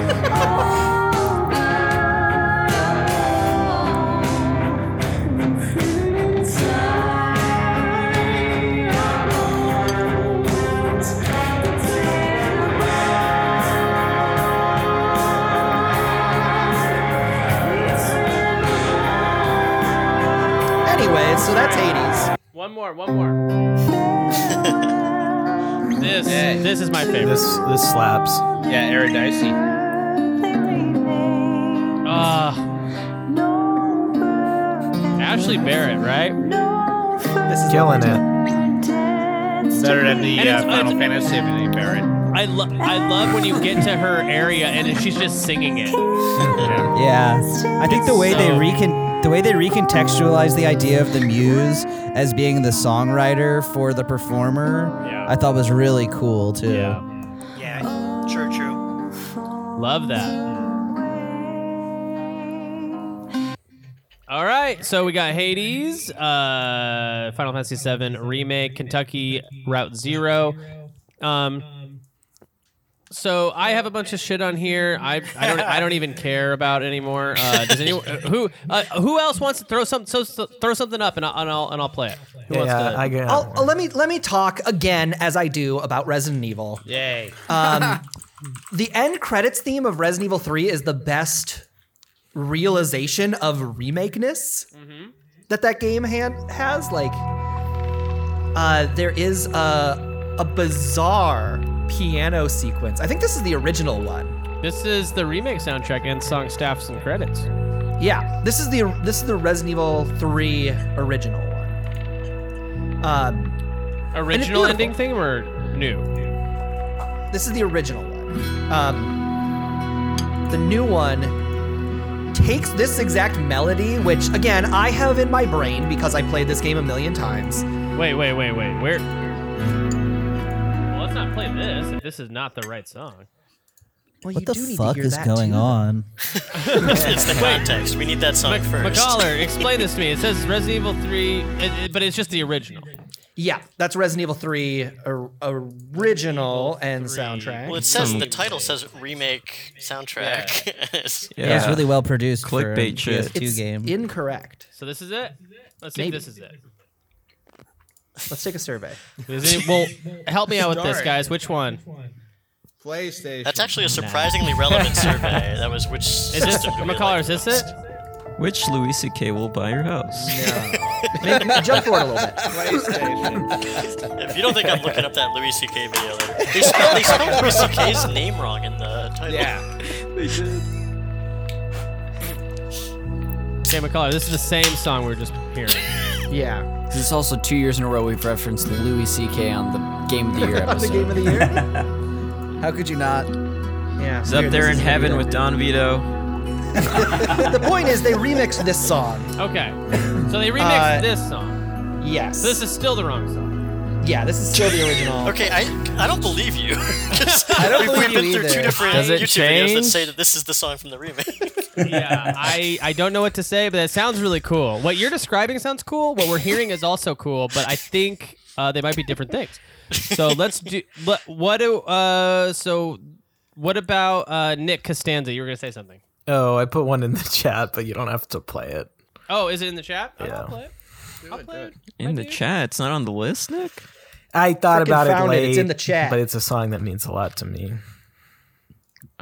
S15: Anyway, so that's Hades.
S1: One more, one more. this this is my favorite.
S13: This this slaps.
S9: Yeah, Eurydice.
S1: Uh, Ashley Barrett, right?
S13: This is killing it.
S9: Better than the
S1: And
S9: uh,
S1: it's-
S9: Final Fantasy VII Baron.
S1: I love I love when you get to her area and she's just singing it.
S2: Yeah, I think the way they recon the way they recontextualize the idea of the muse as being the songwriter for the performer, I thought was really cool too.
S11: Yeah, true, true.
S1: Love that. All right, right, so we got Hades, uh, Final Fantasy VII remake, Kentucky Route Zero. Um, so I have a bunch of shit on here. I, I don't I don't even care about anymore. Uh, does anyone who uh, who else wants to throw some so, so- throw something up and I'll and I'll, and I'll play it. Who wants to?
S16: I'll, let me let me talk again as I do about Resident Evil.
S17: Yay.
S16: Um, the end credits theme of Resident Evil 3 is the best realization of remakeness that that game hand has. Like, uh, there is a, a bizarre piano sequence. I think this is the original one.
S1: This is the remake soundtrack and song staffs and credits.
S16: Yeah, this is the this is the Resident Evil 3 original one. Um,
S1: Original ending thing or new?
S16: This is the original one. Um, the new one takes this exact melody, which again I have in my brain because I played this game a million times.
S1: Wait, wait, wait, wait. Where? Well, let's not play this if this is not the right song.
S16: Well,
S2: What
S16: you
S2: the
S16: do need to
S2: fuck
S16: hear
S2: is
S16: that
S2: going
S16: too.
S2: on?
S10: it's the context. We need that song first.
S1: McCollar, explain this to me. It says Resident Evil 3, it- it- but it's just the original.
S16: Yeah, that's Resident Evil 3 or, original and soundtrack.
S10: Well, it says the title says remake soundtrack.
S2: Yeah, it's really well produced. for a
S12: Clickbait shit.
S2: PS2
S16: It's
S2: game.
S16: incorrect.
S1: So this is it? Let's see
S16: Maybe.
S1: if this is it.
S16: Let's take a survey.
S1: Is any- well, help me out with this,
S10: Sorry.
S1: guys. Which one?
S10: PlayStation. That's actually a surprisingly
S1: Nah.
S10: relevant survey. That was which
S1: Is this
S10: system do we
S1: McCollar? Is this it?
S12: Which Louis C.K. will buy your house?
S16: Maybe- maybe jump forward a little bit.
S10: if you don't think I'm looking up that Louis C.K. video later, they spelled, they spelled Louis C.K.'s name wrong in the title.
S17: Yeah.
S10: they did.
S1: Okay, McCollar, this is the same song we were just hearing.
S16: yeah.
S3: This is also two years in a row we've referenced the Louis C.K. on the Game of the Year
S2: On
S3: episode.
S2: the game of the year. How could you not?
S16: Yeah.
S12: He's up there in heaven with Don Vito.
S16: the point is they remixed this song.
S1: Okay. So they remixed
S16: Uh,
S1: this song.
S16: Yes.
S1: So this is still the wrong song.
S16: Yeah, this is still the original.
S10: Okay, I I don't believe you.
S16: I don't
S10: we've,
S16: believe
S10: we've been
S16: you
S10: through two
S16: either.
S10: different
S1: Does it
S10: YouTube videos that
S1: change?
S10: say that this is the song from the remake.
S1: yeah, I, I don't know what to say, but it sounds really cool. What you're describing sounds cool. What we're hearing is also cool, but I think uh, they might be different things. So let's do. Let, what do uh? So what about uh Nick Costanza? You were gonna say something.
S13: Oh, I put one in the chat, but you don't have to play it.
S1: Oh, is it in the chat? Oh, I'll play it.
S12: In the chat, it's not on the list, Nick.
S13: I thought
S12: Frickin'
S13: about it
S12: found
S13: late.
S12: it. It's in the chat.
S13: But it's a song that means a lot to me.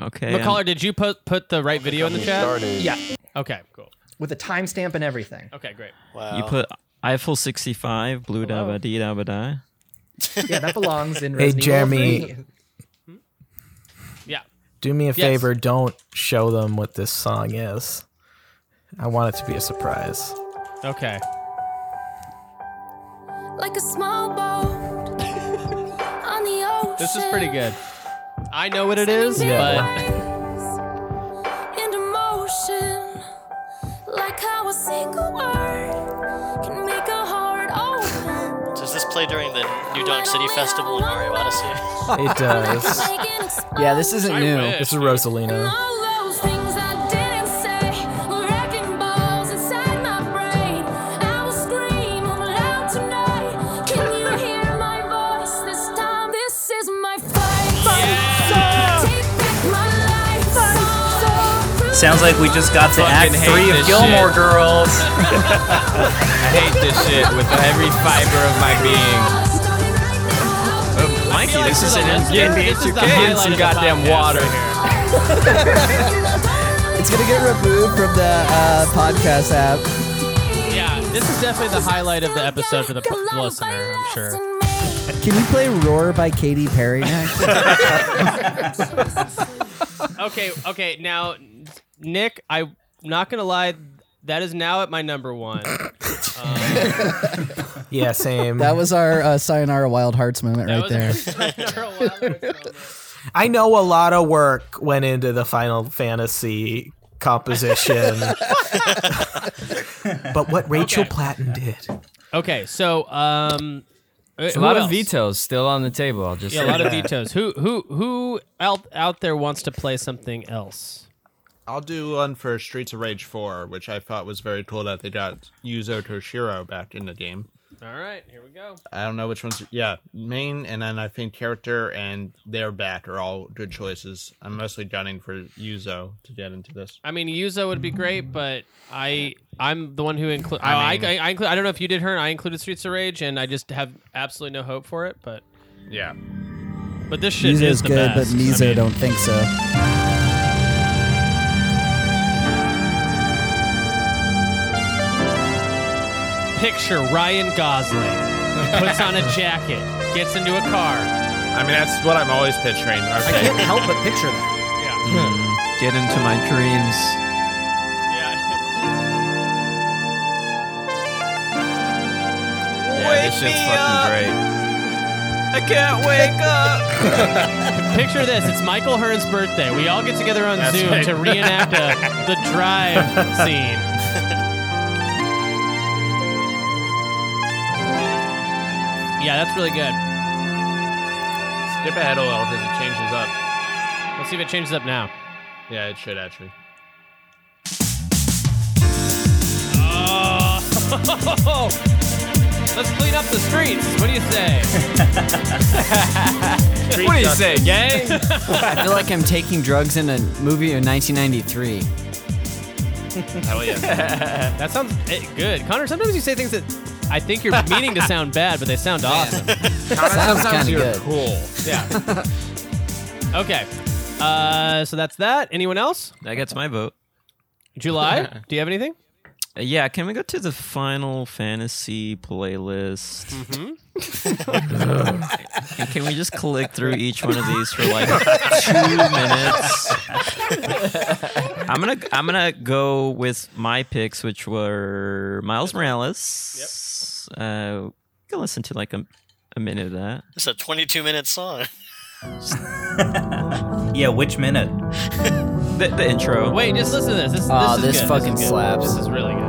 S12: Okay.
S1: McCollar, did you put put the right video in the
S12: I'm
S1: chat?
S12: started.
S16: Yeah.
S1: Okay. Cool.
S16: With a timestamp and everything.
S1: Okay, great.
S12: You
S10: Oh.
S12: put Eiffel 65, Blue Dabba Dee Dabba Da.
S16: Yeah, that belongs in
S13: Hey,
S16: Resident
S13: Jeremy.
S16: Evil 3.
S1: Yeah.
S13: Do me a
S1: Yes.
S13: favor, don't show them what this song is. I want it to be a surprise.
S1: Okay.
S20: Like a small boat on the ocean.
S1: This is pretty good. I know what it is,
S20: Yeah.
S1: but
S20: Into motion, like how a single word can make a heart open.
S10: Does this play during the New Donk City Festival in Mario Odyssey?
S13: It does.
S3: yeah, this isn't
S10: I
S3: new.
S10: wish.
S13: This is Rosalina.
S20: All those things I didn't say were wrecking balls inside my brain. I will scream loud tonight. Can you hear my voice this time? This is my fight. Fight song. Take back my life. Fight song.
S18: Sounds like we just got to
S6: Fucking
S18: Act
S6: hate
S18: Three of
S6: this
S18: Gilmore
S6: shit.
S18: Girls.
S6: I hate this shit with every fiber of my being.
S12: Oh, Mikey, this is an NBA 2K.
S6: Get some goddamn water.
S2: It's gonna get removed from the uh, podcast app.
S1: yeah, this is definitely the highlight of the episode for the p- listener. I'm sure.
S2: Can you play "Roar" by Katy Perry next?
S1: okay, okay. Now, Nick, I'm not gonna lie. That is now at my number one. Um,
S13: Yeah, same.
S19: That was our uh, Sayonara Wild Hearts moment right there.
S13: I know a lot of work went into the Final Fantasy composition. but what Rachel Platten did.
S1: okay, so um,
S6: It's a
S1: who
S6: lot of
S1: else?
S6: vetoes still on the table. I'll just
S1: Yeah, a
S6: say
S1: lot of
S6: that.
S1: vetoes. Who who who out out there wants to play something else?
S9: I'll do one for Streets of Rage 4, which I thought was very cool that they got Yuzo Toshiro back in the game.
S1: All right, here we go.
S9: I don't know which ones. Yeah, main, and then I think character and their back are all good choices. I'm mostly gunning for Yuzo to get into this.
S1: I mean, Yuzo would be great, but I I'm the one who include. I,
S9: I
S1: I,
S9: mean-
S1: I, include. I don't know if you did her. I included Streets of Rage, and I just have absolutely no hope for it. But
S9: yeah,
S1: but this shit
S2: Mizo's
S1: is the
S2: good,
S1: best.
S2: but Mizo don't think so.
S1: Picture Ryan Gosling puts on a jacket, gets into a car.
S17: I mean, that's what I'm always picturing.
S1: I can't help but picture
S16: that. Hmm.
S12: Get into my dreams.
S6: Yeah, this shit's fucking great.
S12: I can't wake
S1: up. Picture this: it's Michael Hearn's birthday. We all get together on
S6: That's
S1: Zoom
S6: right.
S1: to reenact a, the drive scene. Yeah, that's really good.
S17: Skip ahead a little because it changes up.
S1: Let's see if it changes up now.
S17: Yeah, it should actually.
S1: Oh, let's clean up the streets. What do you say?
S6: What do you say, gang?
S3: I feel like I'm taking drugs in a movie in 1993.
S1: Hell yeah. that sounds eh, good. Connor, sometimes you say things that I think you're meaning to sound bad, but they sound awesome.
S3: Sounds sometimes kinda you're good.
S1: cool. Yeah. okay. Uh, so that's that. Anyone else?
S12: That gets my vote.
S1: July, do you have anything?
S12: Uh, yeah, can we go to the Final Fantasy playlist? Mm-hmm. and can we just click through each one of these for like two minutes? I'm gonna I'm gonna go with my picks, which were Miles Morales. Yep. Uh, we can listen to like a, a minute of that.
S10: It's a 22 minute song.
S12: Yeah, which minute? the, the intro.
S1: Oh, Wait, just listen to this. This, this,
S3: Aw,
S1: is
S3: this
S1: good.
S3: fucking
S1: this is good.
S3: slaps.
S1: This is really good.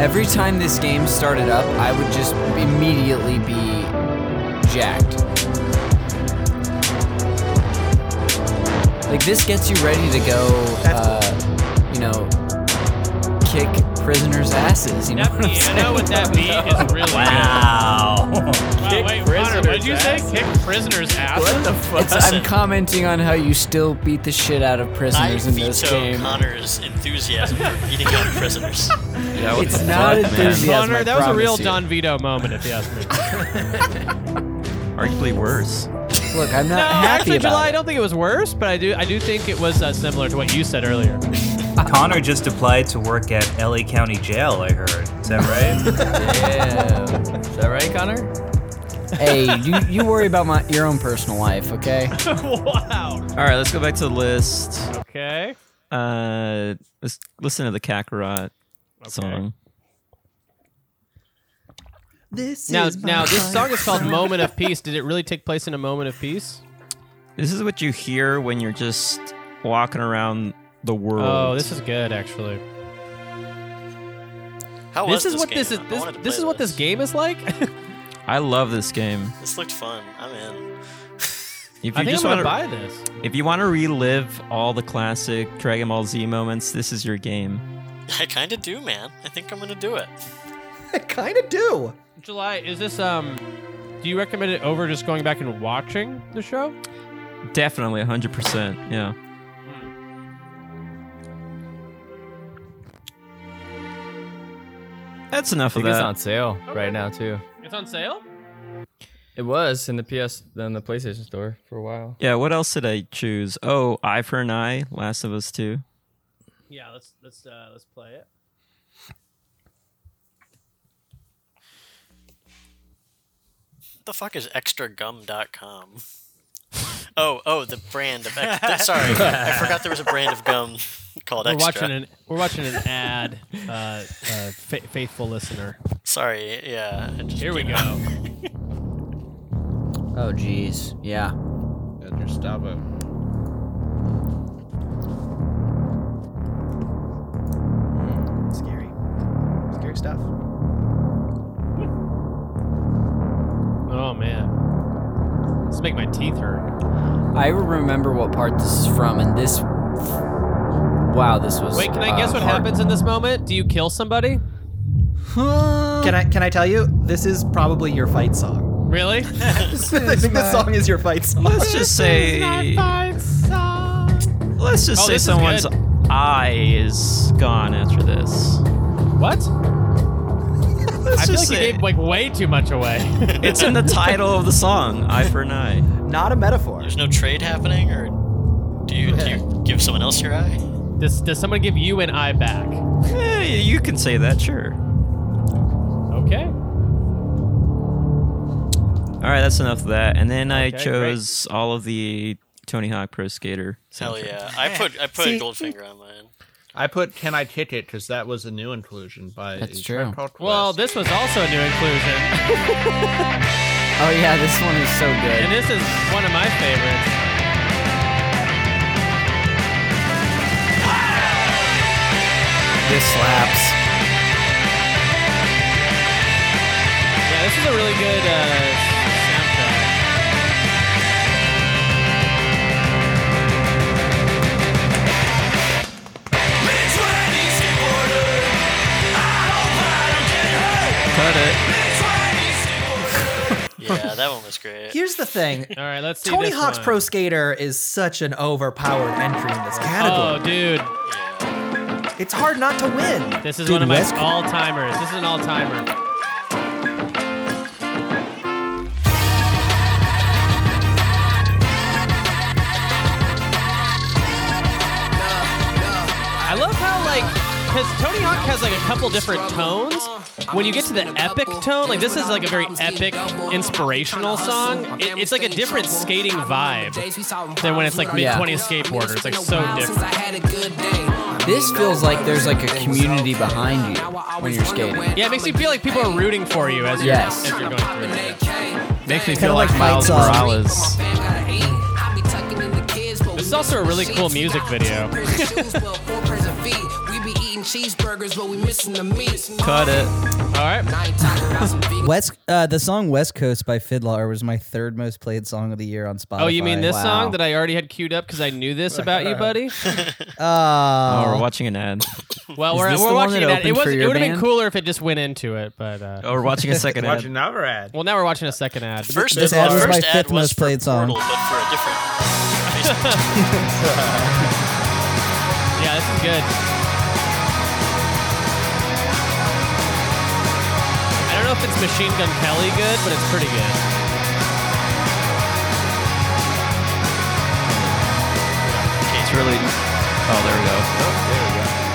S3: Every time this game started up, I would just immediately be jacked. Like this gets you ready to go, uh, you know, kick prisoners' asses. You know what I'm
S1: piano
S3: saying?
S1: with that beat is really
S3: Wow.
S1: good. Wow. Wait, Connor, what did you say?
S3: prisoners'
S1: Kick prisoners' ass.
S3: It's- I'm commenting on how you still beat the shit out of
S10: I
S3: prisoners in this
S10: veto
S3: game.
S10: Connor's enthusiasm for beating out prisoners.
S12: Yeah, what
S3: It's
S12: the
S3: not
S12: fuck, man?
S3: enthusiasm,
S1: Connor, that was a real
S3: promise you.
S1: Don Vito moment, if you ask me.
S12: Arguably worse.
S3: Look, I'm not
S1: no,
S3: happy
S1: actually,
S3: about
S1: July. I
S3: it.
S1: don't think it was worse, but I do. I do think it was uh, similar to what you said earlier.
S18: Connor just applied to work at LA County Jail, I heard. Is that right?
S3: Yeah.
S6: Is that right, Connor?
S3: hey, you, you worry about my your own personal life, okay?
S1: wow.
S12: All right, let's go back to the list.
S1: Okay.
S12: Uh, let's listen to the Kakarot song.
S1: This now, now this song is called "Moment of Peace." Did it really take place in a moment of peace?
S12: This is what you hear when you're just walking around the world.
S1: Oh, this is good, actually.
S10: How
S1: this
S10: was
S1: is
S10: this
S1: what
S10: game?
S1: this is.
S10: I
S1: This,
S10: wanted to
S1: this
S10: play
S1: is what this game is like.
S12: I love this game.
S10: This looked fun. I'm in.
S12: If
S1: I think I'm gonna
S12: wanna-
S1: buy this.
S12: If you want to relive all the classic Dragon Ball Z moments, this is your game.
S10: I kind of do, man. I think I'm gonna do it.
S15: I kind of do.
S1: July, is this um? Do you recommend it over just going back and watching the show?
S12: Definitely, 100%. Yeah. That's enough
S6: I
S12: of
S6: think it's
S12: that.
S6: on sale right now too.
S1: It's on sale.
S6: It was in the PS, in the PlayStation store for a while.
S12: Yeah, what else did I choose? Oh, Eye for an Eye, Last of Us 2.
S1: Yeah, let's let's uh, let's play it.
S10: What the fuck is extragum.com? Oh, oh, the brand of. Ex- sorry, I forgot there was a brand of gum called
S1: we're
S10: Extra.
S1: watching an we're watching an ad. Uh, uh, fa- faithful listener.
S10: Sorry, yeah. it just
S1: Here we
S10: came
S1: go.
S10: out.
S3: Oh, jeez. Yeah.
S9: Gustavo.
S15: Scary. Scary stuff.
S1: Oh man, this Let's make my teeth hurt.
S3: I remember what part this is from, and this. Wow, this was.
S1: Wait, can I
S3: uh,
S1: guess what
S3: hard.
S1: happens in this moment? Do you kill somebody?
S16: Can I can I tell you? This is probably your fight song.
S1: Really?
S16: I think this song is your fight song.
S12: Let's just say. Let's just
S16: Oh,
S12: say
S16: this is
S12: someone's
S16: good.
S12: eye is gone after this.
S1: What? I feel
S12: just
S1: like you
S12: say-
S1: gave like way too much away.
S12: It's in the title of the song, Eye for an Eye.
S16: Not a metaphor.
S10: There's no trade happening, or do you, do you give someone else your eye?
S1: Does Does someone give you an eye back?
S12: Eh, you can say that, sure.
S1: Okay.
S12: All right, that's enough of that. And then I
S10: Okay, great.
S12: chose all of the Tony Hawk Pro Skater.
S10: Hell
S12: soundtrack.
S10: yeah! I put I put
S9: See-
S10: Goldfinger on mine.
S9: I put "Can I Kick It" because that was a new inclusion by.
S3: That's
S9: Tribe
S3: true.
S9: Called Quest.
S1: Well, this was also a new inclusion,
S3: Oh yeah, this one is so good.
S1: and this is one of my favorites.
S18: This slaps.
S1: Yeah, this is a really good uh,
S12: Cut it.
S10: Yeah, that one was great.
S16: Here's the thing.
S1: All right, let's see
S16: Tony
S1: this
S16: Hawk's
S1: one.
S16: Pro Skater is such an overpowered entry in this
S1: soundtrack.
S16: category.
S1: Oh, dude.
S16: It's hard not to win.
S1: This is
S16: Dude,
S1: one of my
S16: Wes-
S1: all timers. This is an all timer. I love how like because Tony Hawk has like a couple different tones. When you get to the epic tone, like this is like a very epic inspirational song. It, it's like a different skating vibe than when it's like mid
S3: Yeah.
S1: 20s skateboarder. It's like so different.
S3: This feels like there's like a community behind you when you're skating.
S1: Yeah, it makes you feel like people are rooting for you as you're
S3: Yes.
S1: as you're going through. it.
S12: Makes
S3: me Kinda feel like like Miles Fight Song. Morales.
S1: This is also a really cool music video.
S12: Cut it.
S1: All right.
S2: West, uh, the song West Coast by Fiddler was my third most played song of the year on Spotify.
S1: Oh, you mean this song that I already had queued up because I knew this about you, buddy?
S2: Uh,
S12: Oh, we're watching an ad.
S1: Well,
S12: Is
S1: we're,
S12: this
S1: we're
S12: the one
S1: watching
S12: that
S1: it. at- It,
S12: opened
S1: was,
S12: for
S1: it
S12: your
S1: would have been
S12: band?
S1: cooler if it just went into it, but uh,
S12: Oh, we're watching a second
S9: Watch
S12: ad.
S9: another ad.
S1: Well, now we're watching a second ad.
S10: The first
S2: This
S10: ad,
S2: ad was
S10: first
S2: my
S10: ad
S2: fifth
S10: was
S2: most
S10: for
S2: played song.
S10: Portal, but for a different.
S1: yeah, this is good. I don't know if it's Machine Gun Kelly good, but it's pretty good.
S12: It's really. Oh, there we go.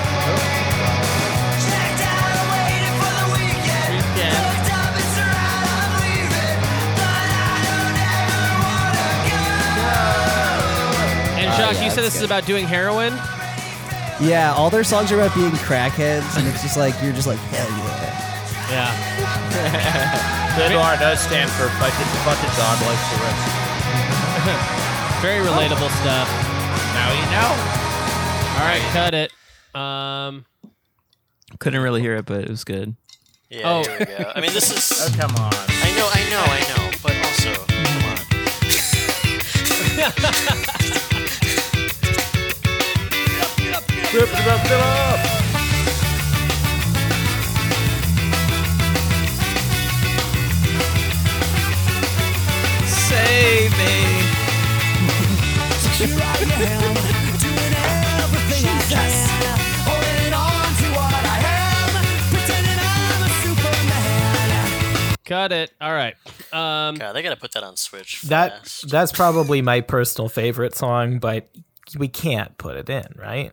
S1: And
S2: Uh,
S1: Jacques,
S2: yeah,
S1: you said
S2: it's
S1: this is about doing heroin.
S2: Yeah, all their songs are about being crackheads, and it's just like you're just like hell yeah.
S1: Yeah.
S9: Good R does stand for fucking fucking dog likes the rest.
S1: Very relatable stuff.
S9: Now you know.
S1: All right, cut it. Um,
S12: Couldn't really hear it, but it was good.
S10: Yeah,
S1: Oh.
S10: here we go. I mean, this is.
S9: Oh come on.
S10: I know, I know, I know, but also, come on.
S9: Rip it up, rip it up.
S12: Save me.
S1: cut it. All right. Um,
S10: God, they gotta put that on Switch.
S13: That that's probably my personal favorite song, but we can't put it in, right?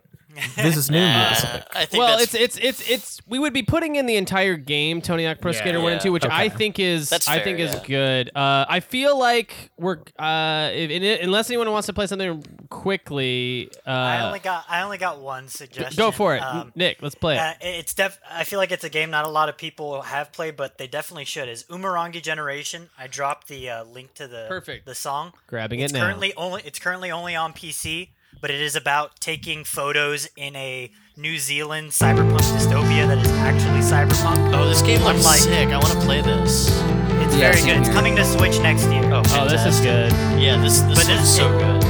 S13: This is new
S10: Nah,
S13: music.
S10: I think
S1: Well,
S10: that's
S1: it's it's it's it's we would be putting in the entire game Tony Hawk Pro
S10: Yeah.
S1: Skater 1 and
S10: Yeah.
S1: 2, which I
S10: Okay.
S1: think is
S10: That's
S1: I
S10: fair,
S1: think is
S10: yeah.
S1: good. Uh, I feel like we're uh, if, in it, unless anyone wants to play something quickly. Uh,
S11: I only got I only got one suggestion.
S1: go for it,
S11: Um,
S1: Nick. Let's play it.
S11: uh, it's def. I feel like it's a game not a lot of people have played, but they definitely should. Is Umarangi Generation? I dropped the uh, link to the
S1: Perfect.
S11: the song.
S1: Grabbing
S11: it's
S1: it now.
S11: currently only it's currently only on PC, but it is about taking photos in a New Zealand cyberpunk dystopia that is actually cyberpunk.
S10: Oh, this game looks
S11: Unlike-
S10: sick. I want to play this.
S11: It's It's very good. It's coming to Switch next year. Oh,
S1: this is good.
S10: Yeah, this this
S11: but is so
S10: good.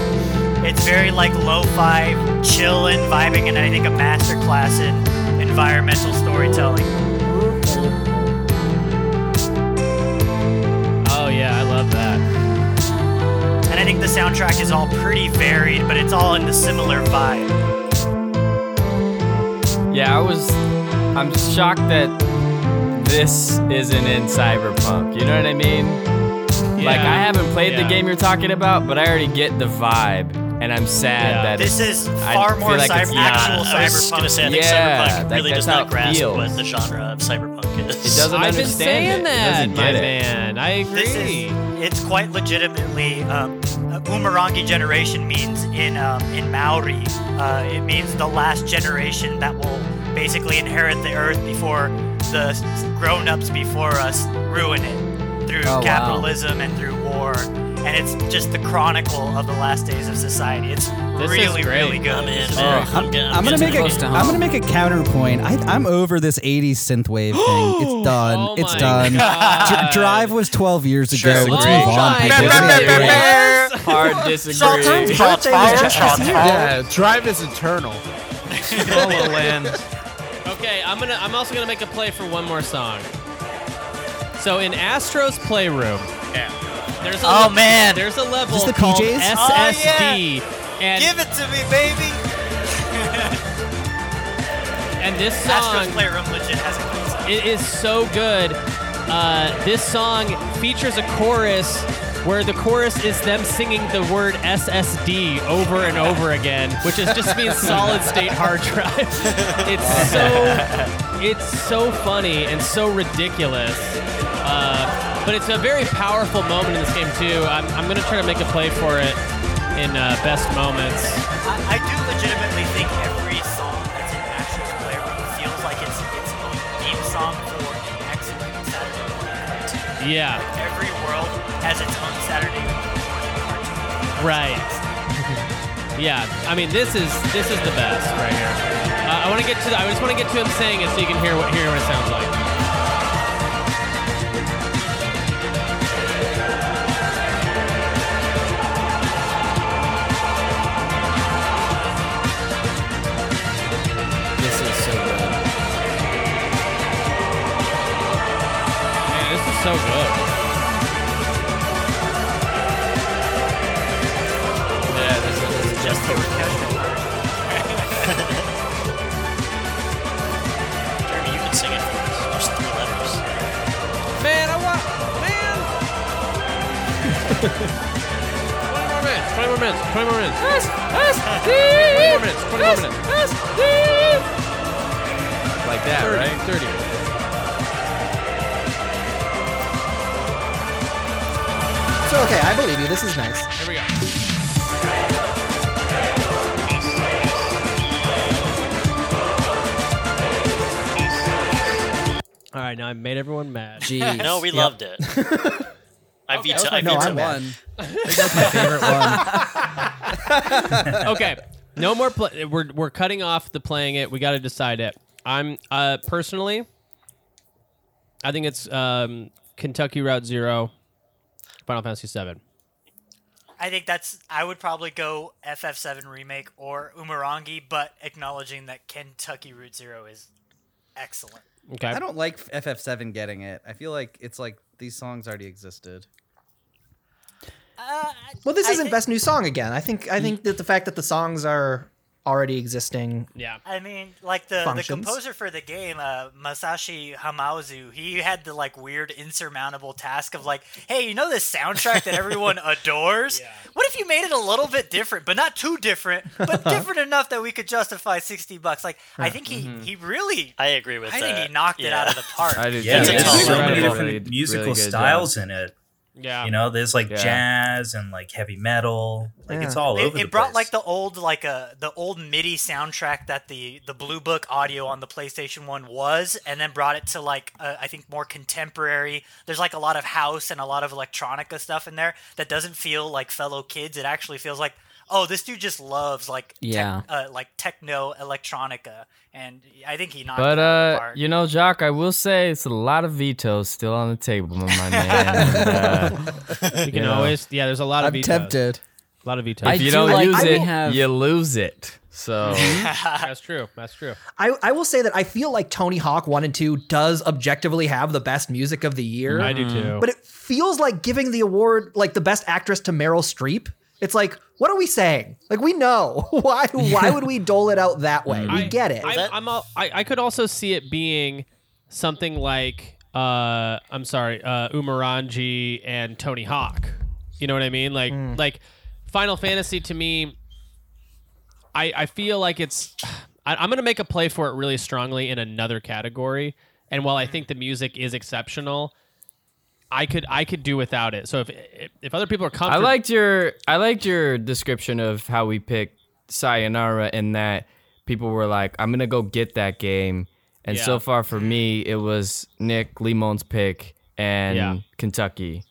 S11: It's very like lo-fi, chill and vibing, and I think a master class in environmental storytelling.
S1: Oh yeah, I love that.
S11: And I think the soundtrack is all pretty varied, but it's all in the similar vibe.
S6: Yeah, I was. I'm shocked that this isn't in Cyberpunk. You know what I mean? Like,
S11: Yeah.
S6: I haven't played
S11: Yeah.
S6: the game you're talking about, but I already get the vibe, and I'm sad
S11: Yeah.
S6: that
S11: This
S6: it's-
S11: is
S6: I
S11: far
S6: feel
S11: more
S6: like it's
S11: cyber-
S6: not.
S11: actual
S10: I was gonna say I think
S6: yeah,
S10: Cyberpunk
S6: that-
S10: really
S6: that's
S10: does
S6: how
S10: not
S6: it
S10: grasp
S6: feels.
S10: what the genre of Cyberpunk is.
S6: It doesn't
S10: I've
S6: I've been understand saying it. that, Doesn't my get it. man. I
S11: This
S6: agree.
S11: is, it's quite legitimately um, uh, Umarangi generation means in um, in Maori. Uh, it means the last generation that will basically inherit the earth before the s- grown-ups before us ruin it through
S3: Oh, wow.
S11: capitalism and through war. And it's just the chronicle of the last days of society. It's
S1: This is
S11: really,
S1: great.
S11: really good.
S1: I'm in.
S2: I'm, Oh, I'm gonna make a I'm gonna make a counterpoint. I, I'm over this '80s synthwave thing. It's done. it's done. Dr- Drive was 12 years ago. Let's move on. people. Give me a break.
S6: Hard disagree.
S17: Yeah, drive is eternal.
S1: Okay, I'm gonna. I'm also gonna make a play for one more song. So in Astro's playroom, there's a
S11: Oh,
S1: le-
S11: man.
S1: there's a level
S11: Is this the
S1: called
S11: PJs?
S1: SSD,
S20: Oh,
S1: and
S11: Give it to me, baby.
S1: and this
S11: Astro's
S1: song
S11: Playroom legit has a cool sound.
S1: it is so good. Uh, this song features a chorus where the chorus is them singing the word SSD over and over again, which is just means solid state hard drive. It's so it's so funny and so ridiculous. Uh, but it's a very powerful moment in this game too. I'm, I'm gonna try to make a play for it in uh, best moments.
S11: I, I do legitimately think every song that's in Astro's Playroom feels like it's its own theme song for an excellent Saturday morning cartoon.
S1: Yeah.
S11: Like every world has its own Saturday morning cartoon.
S1: Right. yeah. I mean, this is this is the best right here. Uh, I want to get to. The, I just want to get to him saying it so you can hear what hear what it sounds like.
S3: This is so good.
S1: Man, this is so good.
S6: Yeah, this is just the
S10: Jeremy, you can sing it for us. Just three letters.
S6: Man, I want. Man!
S1: 20 more minutes. 20 more minutes. 20 more minutes.
S6: Yes, yes,
S1: 20 more minutes. 20 more
S6: yes,
S1: minutes.
S6: Like that,
S1: 30,
S6: right?
S1: 30.
S15: So okay, I believe you. This is nice.
S1: Here we go. All right, now I made everyone mad.
S3: Jeez.
S10: No, we
S1: Yep.
S10: loved it. I
S1: Okay.
S10: veto. I
S1: No,
S10: veto
S1: I'm mad.
S10: one.
S1: That's my favorite one. okay, no more. Pl- we're we're cutting off the playing it. We got to decide it. I'm uh personally, I think it's um Kentucky Route Zero, Final Fantasy Seven.
S11: I think that's. I would probably go FF7 remake or Umarangi, but acknowledging that Kentucky Route Zero is excellent.
S1: Okay.
S2: I don't like FF7 getting it. I feel like it's like these songs already existed.
S15: Well, this isn't best new song again. I think I think that the fact that the songs are already existing.
S1: Yeah.
S11: I mean, like the, the
S15: Functions.
S11: composer for the game, uh, Masashi Hamazu, he had the like weird insurmountable task of like, hey, you know this soundtrack that everyone adores? What if you made it a little bit different, but not too different, but different enough that we could justify sixty bucks? Like, I think he he really.
S10: I agree with
S11: I
S10: that.
S11: think he knocked it
S10: Yeah.
S11: out of the park.
S10: Mm-hmm. I do
S18: Yeah,
S10: It's a
S18: there's
S10: tall
S18: so
S10: one.
S18: many
S10: Really-
S18: different
S10: really
S18: musical
S10: good
S18: styles
S10: job.
S18: in it.
S1: Yeah.
S18: You know, there's like
S1: Yeah.
S18: jazz and like heavy metal. Like it's all
S11: it,
S18: over
S11: it
S18: the
S11: brought
S18: place.
S11: like the old like uh, the old MIDI soundtrack that the the Blue Book audio on the PlayStation One was, and then brought it to like uh, I think more contemporary. There's like a lot of house and a lot of electronica stuff in there that doesn't feel like fellow kids. It actually feels like oh, this dude just loves like
S6: Yeah.
S11: tech, uh, like techno electronica, and I think he knocked
S6: But
S11: it out of the
S6: uh,
S11: park.
S6: you know, Jock, I will say it's a lot of vetoes still on the table, my man. And, uh,
S1: We can
S6: you know,
S1: always, yeah. There's a lot of.
S6: I'm
S1: vetoes.
S6: tempted.
S1: A lot of vetoes.
S6: If you don't use it, you lose it. So
S1: That's true. That's true.
S16: I, I will say that I feel like Tony Hawk 1 and 2 does objectively have the best music of the year.
S1: I do too.
S16: But it feels like giving the award, like the best actress to Meryl Streep. It's like, what are we saying? Like, we know. Why, why would we dole it out that way? We get it.
S1: I, I'm all, I, I could also see it being something like uh, I'm sorry, uh, Umaranji and Tony Hawk. You know what I mean? Like
S16: Hmm.
S1: like Final Fantasy to me, I I feel like it's I, I'm gonna make a play for it really strongly in another category. And while I think the music is exceptional, I could I could do without it. So if if other people are
S6: I
S1: comfortable,
S6: liked your I liked your description of how we picked Sayonara in that people were like, I'm gonna go get that game. And
S1: Yeah.
S6: so far for me, it was Nick Limon's pick and
S1: Yeah.
S6: Kentucky.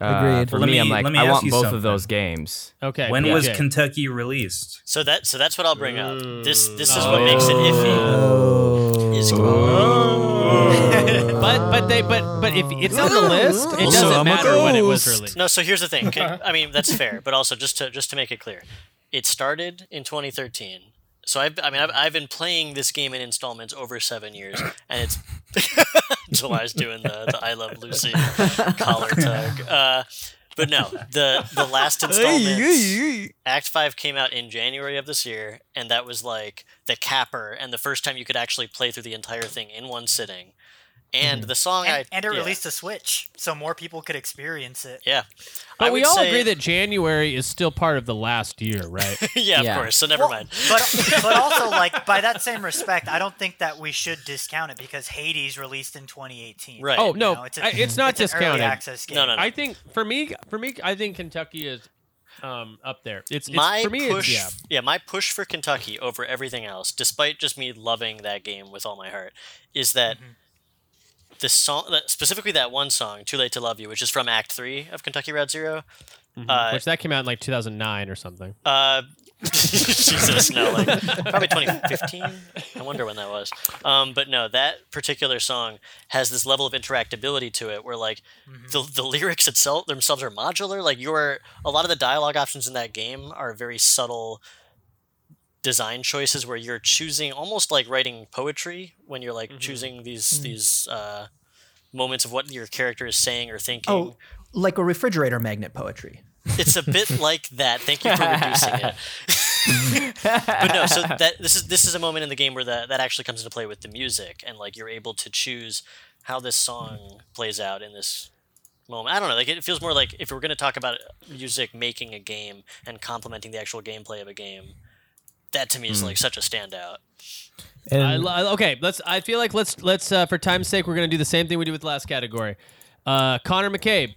S6: Uh,
S2: Agreed.
S6: for
S2: Let
S6: me,
S2: me-
S6: I'm like,
S2: let me
S6: I
S2: ask
S6: want
S2: you
S6: both
S2: something.
S6: of those games.
S18: When was
S6: Kentucky?
S18: Kentucky released?
S10: So that so that's what I'll bring up. This this is what makes it iffy. Is
S1: but but they but but if it's on the list, it doesn't matter when it was released.
S10: No, so here's the thing. Okay, I mean, that's fair, but also just to just to make it clear, it started in 2013. So I've, I mean, I've, I've been playing this game in installments over seven years, and it's July's doing the, the I Love Lucy collar tug. Uh, but no, the the last installment, Act Five, came out in January of this year, and that was like the capper and the first time you could actually play through the entire thing in one sitting. And the song
S11: and,
S10: I
S11: and it
S10: yeah.
S11: released a Switch, so more people could experience it.
S10: Yeah.
S1: But
S10: I
S1: we
S10: would
S1: all
S10: say-
S1: agree that January is still part of the last year, right?
S10: yeah, of course. So never mind.
S11: But but also like by that same respect, I don't think that we should discount it because Hades released in 2018.
S10: Right.
S1: Oh no,
S11: You
S1: I-
S11: know,
S1: it's,
S11: it's, a,
S1: not
S11: it's
S1: discounted.
S11: An early access game.
S1: I think for me, for me, I think Kentucky is um, up there. It's, it's
S10: my
S1: for me.
S10: push,
S1: It's, yeah.
S10: yeah. my push for Kentucky over everything else, despite just me loving that game with all my heart, is that
S1: Mm-hmm.
S10: the song, that, specifically that one song, "Too Late to Love You," which is from Act Three of Kentucky Route 0
S1: Mhm.
S10: Uh,
S1: Which that came out in like 2009 or something.
S10: Uh, Jesus, no, like probably 2015. I wonder when that was. Um, but no, that particular song has this level of interactability to it, where like the the lyrics itself themselves are modular. Like you're a lot of the dialogue options in that game are very subtle design choices where you're choosing almost like writing poetry when you're like choosing these these uh, moments of what your character is saying or thinking
S16: oh, like a refrigerator magnet poetry.
S10: it's a bit like that. Thank you for reducing it. but no, so that this is this is a moment in the game where that that actually comes into play with the music and like you're able to choose how this song plays out in this moment. I don't know, like it feels more like if we're going to talk about music making a game and complementing the actual gameplay of a game, that to me is
S1: Mm.
S10: like such a standout.
S1: I lo- okay, let's. I feel like let's let's uh, for time's sake, we're gonna do the same thing we did with the last category. Uh, Connor McCabe,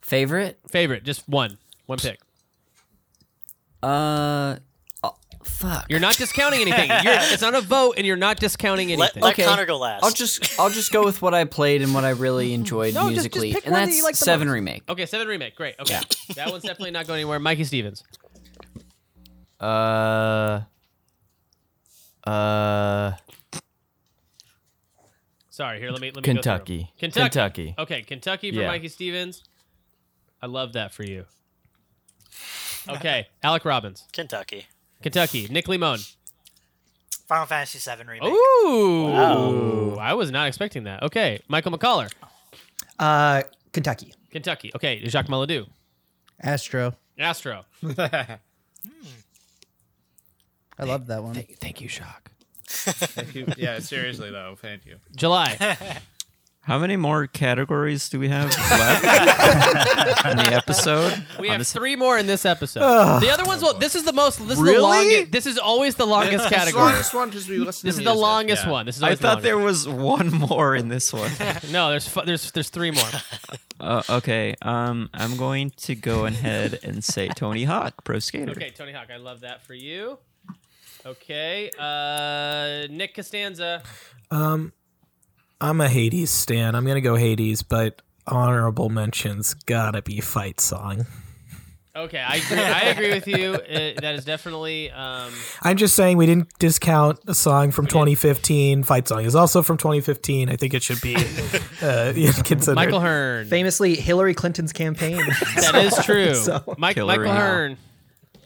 S3: Favorite?
S1: favorite, just one, one pick.
S3: Uh, oh, fuck.
S1: You're not discounting anything. You're, it's not a vote, and you're not discounting anything.
S3: I'll just I'll just go with what I played and what I really enjoyed
S1: No, just- just
S3: musically,
S1: pick
S3: and
S1: one that
S3: that's
S1: you like the
S3: Seven
S1: most.
S3: Remake.
S1: Okay, seven remake. Great. Okay, that one's definitely not going anywhere. Mikey Stevens.
S6: Uh, uh,
S1: Sorry, here. Let me let me
S6: Kentucky.
S1: Go through 'em. Kentucky.
S6: Kentucky.
S1: Okay, Kentucky for
S6: Yeah.
S1: Mikey Stevens. I love that for you. Okay, Alec Robbins.
S10: Kentucky.
S1: Kentucky. Nick Limone.
S11: Final Fantasy VII
S1: Oh,
S11: remake.
S1: Ooh,
S11: Wow.
S1: I was not expecting that. Okay, Michael McCollar.
S16: Uh, Kentucky.
S1: Kentucky. Okay, Jacques Maladou.
S2: Astro.
S1: Astro.
S2: I love that one.
S1: thank you, Shock.
S17: Thank you. Yeah, seriously though, thank you.
S1: July.
S12: How many more categories do we have left in the episode?
S1: We
S12: On
S1: have
S12: this-
S1: three more in this episode.
S12: Ugh.
S1: the other one's well, this is the most this is
S12: Really?
S1: the longest this is always the longest
S17: Yeah,
S1: category.
S17: It's the longest one because we listen
S1: This
S17: to
S1: is the
S17: music.
S1: longest
S17: Yeah.
S1: one. This is
S12: I
S1: always the
S12: thought there was one more in this one.
S1: longest. No, there's fu- there's there's three more.
S12: Uh, okay, um, I'm going to go ahead and say Tony Hawk, Pro Skater.
S1: Okay, Tony Hawk, I love that for you. Okay, uh, Nick Costanza.
S13: Um, I'm a Hades stan. I'm gonna go Hades, but honorable mentions gotta be fight song.
S1: Okay, I agree, I agree with you. Uh, that is definitely um,
S13: I'm just saying we didn't discount a song from 2015. Fight song is also from 2015. I think it should be uh, considered.
S1: Michael Hearn.
S16: Famously, Hillary Clinton's campaign.
S1: that is true. Mike,
S17: Hillary,
S1: Michael
S17: no.
S1: Hearn,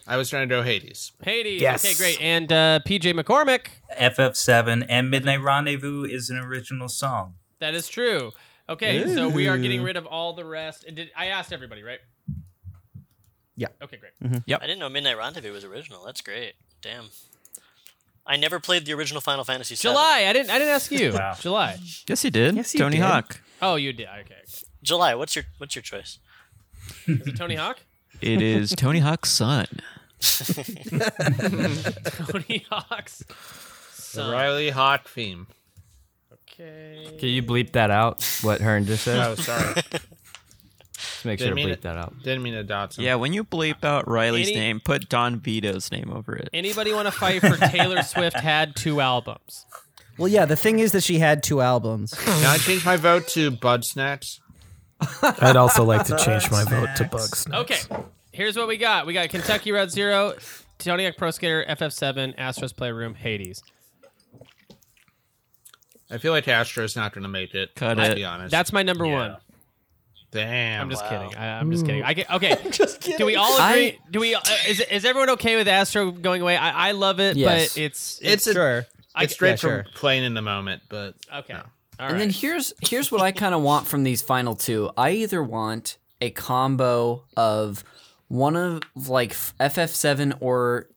S17: I was trying to go Hades.
S1: Hades.
S17: Yes.
S1: Okay, great. And uh, PJ McCormick.
S18: FF7 and Midnight Rendezvous is an original song.
S1: That is true. Okay, so we are getting rid of all the rest. And did, I asked everybody, right?
S16: Yeah.
S1: Okay, great.
S10: I didn't know Midnight Rendezvous was original. That's great. Damn. I never played the original Final Fantasy. VII.
S1: July. I didn't. I didn't ask you. July.
S12: Yes, he did.
S10: Yes, you
S12: Tony
S10: did.
S12: Hawk.
S1: Oh, you did. Okay.
S10: July. What's your What's your choice?
S1: Is it Tony Hawk?
S12: It is Tony Hawk's son.
S1: Tony Hawk's
S17: The
S1: son.
S17: Riley Hawk theme.
S6: Can you bleep that out? What Hearn just said?
S17: Oh, sorry.
S6: Just make sure
S17: Didn't
S6: to
S17: mean
S6: bleep
S17: it.
S6: that out.
S17: Didn't mean to dot.
S12: Yeah, when you bleep out Riley's
S1: Any-
S12: name, put Don Vito's name over it.
S1: Anybody want to fight for Taylor Swift had two albums?
S2: Well, yeah, the thing is that she had two albums.
S17: Can I change my vote to Bud Snacks?
S13: I'd also like to change my vote to Bugs.
S1: Okay. Here's what we got. We got Kentucky Route Zero, Tony Hawk Pro Skater, FF7, Astros Playroom, Hades.
S17: I feel like Astro's not going to make it. Cut to
S1: it.
S17: be honest.
S1: That's my number one.
S17: Damn.
S1: I'm just kidding. I, I'm just kidding. I get, okay.
S17: just
S1: Do we all
S17: I-
S1: agree? do we? Uh, is, is everyone okay with Astro going away? I, I love it,
S17: Yes.
S1: but it's
S17: It's a- Sure.
S1: I-
S17: it's straight
S1: yeah,
S17: from
S1: sure.
S17: playing in the moment, but
S1: okay.
S3: and then here's here's what I kind of want from these final two. I either want a combo of one of like FF7 or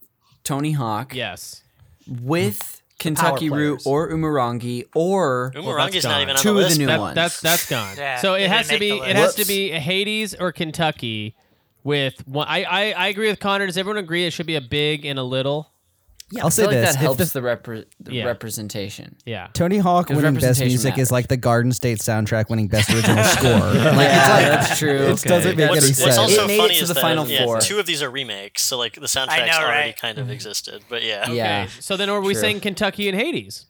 S3: Tony Hawk.
S1: Yes.
S3: With
S1: Mm. Power
S3: Kentucky Root or Umurangi or
S10: Well, that's Umurangi's not gone. even on
S3: two
S10: the
S3: of
S10: list.
S3: the new
S10: That-
S3: ones.
S1: That's that's gone.
S10: Yeah,
S1: so
S10: they
S1: it has
S10: didn't
S1: to be
S10: make the
S1: it
S10: list.
S1: has to be a Hades or Kentucky with one. I, I I agree with Connor. Does everyone agree it should be a big and a little?
S3: Yeah,
S2: I'll
S3: I
S2: say
S3: feel like
S2: this,
S3: that
S2: if
S3: helps
S2: the-
S3: the, repre- the
S1: Yeah.
S3: representation.
S1: Yeah.
S2: Tony Hawk
S3: 'Cause
S2: winning best
S3: representation
S2: music
S3: matters.
S2: is like the Garden State soundtrack winning best original score. Like it's like
S3: Yeah, that's true.
S2: It
S3: Okay.
S2: doesn't make
S3: What's-
S2: any
S3: what's
S2: sense.
S10: Also
S3: It made it
S10: funny
S3: to
S10: is
S3: the
S10: that
S3: final
S10: yeah,
S3: four.
S10: two of these are remakes, so like the soundtracks
S1: know,
S10: already
S1: right?
S10: kind
S2: Mm-hmm.
S10: of existed. But yeah,
S1: Okay. So then are we
S10: True.
S1: saying Kentucky and Hades?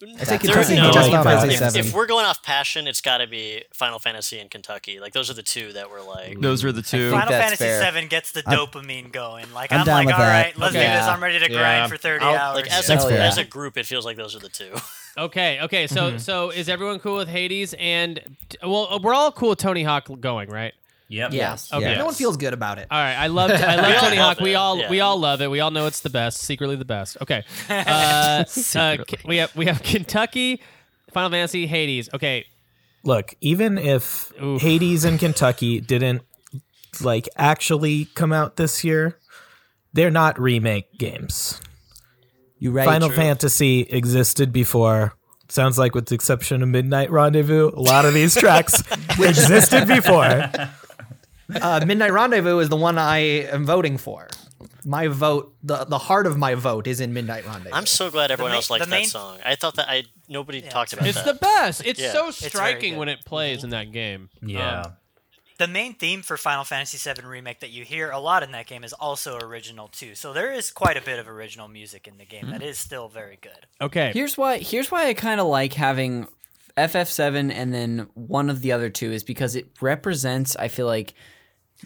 S2: I think
S10: There-
S2: Kentucky
S10: no,
S2: and Final Fantasy
S10: if,
S2: VII.
S10: if we're going off passion, it's got to be Final Fantasy and Kentucky. Like those are the two that were like.
S12: Those were the two.
S10: Final
S11: Fantasy Seven gets the
S2: I'm-
S11: dopamine going. Like
S2: I'm
S11: I'm,
S2: down
S11: like,
S2: with
S11: all
S2: that.
S11: right, let's
S2: Okay.
S11: do this. I'm ready to
S2: Yeah.
S11: grind for 30
S10: I'll-
S11: hours.
S10: Like as a,
S2: That's fair.
S10: as a group, it feels like those are the two.
S1: Okay. Okay. So
S16: Mm-hmm.
S10: Mhm.
S1: so is everyone cool with Hades and well uh, we're all cool with Tony Hawk going right?
S18: Yep.
S16: Yes.
S1: Okay.
S16: No one feels good about it.
S1: All right, I love I
S16: We
S1: love
S16: all
S1: Tony
S16: love
S1: Hawk. We
S16: it,
S1: all
S16: yeah.
S1: we all love it. We all know it's the best, secretly the best. Okay, uh, uh,
S13: Secretly.
S1: we have we have Kentucky, Final Fantasy, Hades. Okay,
S13: Look, even if Hades and Kentucky didn't like actually come out this year, they're not remake games.
S2: You right.
S13: Final
S2: True.
S13: Fantasy existed before. Sounds like, with the exception of Midnight Rendezvous, a lot of these tracks existed before.
S16: uh, Midnight Rendezvous is the one I am voting for. My vote, the, the heart of my vote is in Midnight Rendezvous.
S10: I'm so glad everyone
S16: main-
S10: else likes
S16: the
S10: that
S16: main-
S10: song. I thought that I nobody talked about
S1: it's
S10: that.
S1: the best. It's
S10: Yeah.
S1: so
S10: It's very
S1: striking
S10: good.
S1: when it plays in that game.
S18: Yeah.
S1: Um,
S11: The main theme for Final Fantasy VII Remake that you hear a lot in that game is also original too. So there is quite a bit of original music in the game
S1: Hmm.
S11: that is still very good.
S1: Okay.
S3: Here's why here's why I kind of like having FF7 and then one of the other two is because it represents I feel like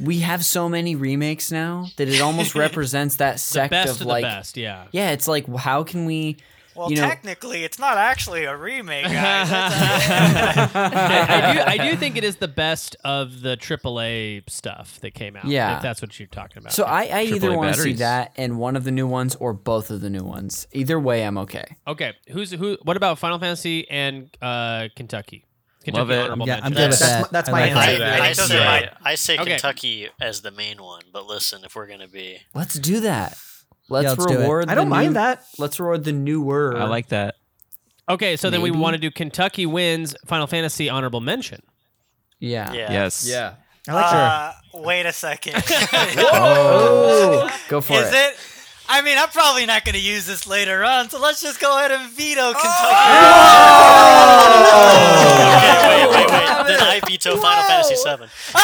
S3: we have so many remakes now that it almost represents that sect
S1: best of
S3: of
S1: the
S3: like
S1: best, yeah.
S3: Yeah, it's like how can we
S11: Well,
S3: you know
S11: technically, it's not actually a remake, guys.
S1: I, I do, I do think it is the best of the AAA stuff that came out.
S3: Yeah.
S1: if that's what you're talking about.
S3: So I, I either
S1: AAA
S3: want to see
S1: batteries.
S3: that and one of the new ones or both of the new ones. Either way, I'm okay.
S1: Okay, who's who? What about Final Fantasy and uh, Kentucky? Kentucky
S3: Love it.
S1: honorable
S3: Yeah, I'm
S1: mentions.
S3: good with That's that. my- that's I my like answer. that.
S10: I,
S3: That's
S10: say,
S3: right.
S10: I say
S1: Okay.
S10: Kentucky as the main one, but listen, if we're gonna be
S3: Let's do that. Let's,
S10: let's do it.
S3: reward.
S10: I don't
S3: the
S10: mind
S3: new-
S16: that.
S3: Let's reward the newer.
S12: I like that.
S1: Okay, so then we
S3: Maybe.
S1: want to do Kentucky wins Final Fantasy honorable mention.
S3: Yeah.
S10: Yeah.
S12: Yes.
S1: Yeah.
S12: I like
S11: uh, Wait a second.
S3: Whoa. Go for
S11: is
S3: it.
S11: it? I mean, I'm probably not going to use this later on, so let's just go ahead and veto Kentucky.
S10: wait, wait, wait. Then I veto Final Fantasy VII.
S1: Ah,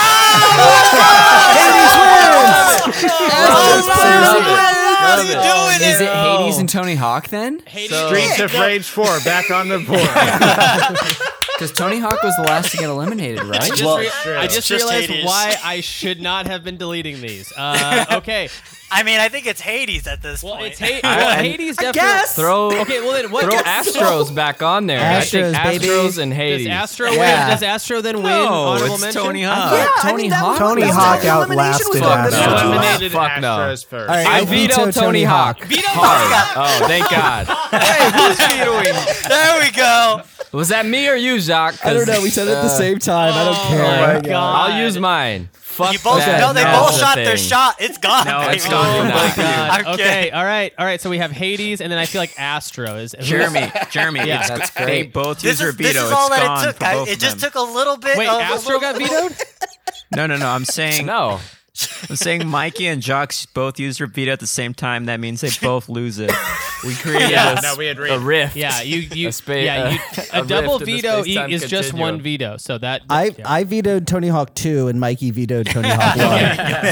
S3: Is it Hades and Tony Hawk then?
S17: Streets of Rage 4 back on the board.
S3: Because Tony Hawk was the last to get eliminated, right?
S1: I just, rea- I just realized why I should not have been deleting these. Uh, okay.
S11: I mean, I think it's Hades at this
S1: It's
S11: point.
S1: Ha- well, Hades definitely.
S6: Throw
S1: okay, well then what?
S6: Throw Astros back on there. I
S1: Astros,
S6: think
S1: baby.
S6: Astros and Hades.
S1: Does Astro
S6: Yeah.
S1: win? Does Astro then win?
S6: No,
S1: honorable
S6: it's
S1: mention?
S6: Tony Hawk. Yeah, I
S1: Tony Hawk.
S13: Tony Hawk outlasted
S6: Fuck
S13: Astro.
S6: no.
S17: Eliminated
S6: Fuck no.
S17: Astros first.
S13: All right,
S6: I
S13: I
S6: veto
S13: veto
S6: Tony,
S13: Tony
S6: Hawk. Hard. Oh, thank God.
S11: there we go.
S6: Was that me or you, Jacques?
S2: I don't know. We said it at
S6: Uh,
S2: the same time. I don't care.
S6: Oh God. I'll use mine. Fuck
S11: You both
S6: that.
S11: no, they
S6: That's
S11: both
S6: the
S11: shot
S6: thing.
S11: their shot. It's gone.
S6: No,
S11: baby.
S6: it's gone.
S1: Oh my god.
S11: I'm
S1: Okay.
S11: kidding.
S1: All right. All right. So we have Hades, and then I feel like Astro is.
S12: Jeremy, Jeremy,
S1: Yeah.
S12: it's-
S1: That's
S12: They
S1: great.
S12: both
S1: This
S12: use their
S1: is- this
S12: veto.
S1: is all
S12: It's
S1: that it
S12: gone
S1: took.
S12: for
S1: I-
S12: both
S11: It
S12: of
S11: just
S12: them.
S11: took a little bit.
S1: Wait,
S11: of a
S1: Astro
S11: little-
S1: got vetoed.
S12: No, no, no. I'm saying
S6: no.
S12: I'm saying Mikey and Jocks both use their veto at the same time. That means they both lose it. We created
S6: Yeah,
S12: a, s-
S6: no, we had
S12: a rift.
S1: Yeah, you, you,
S12: A spa-
S1: yeah, you,
S12: a
S1: a, double
S12: rift in the
S1: veto e-
S12: space-time
S1: is just
S12: continuum.
S1: one veto. So that
S2: I, I vetoed Tony Hawk 2 and Mikey vetoed Tony Hawk 1.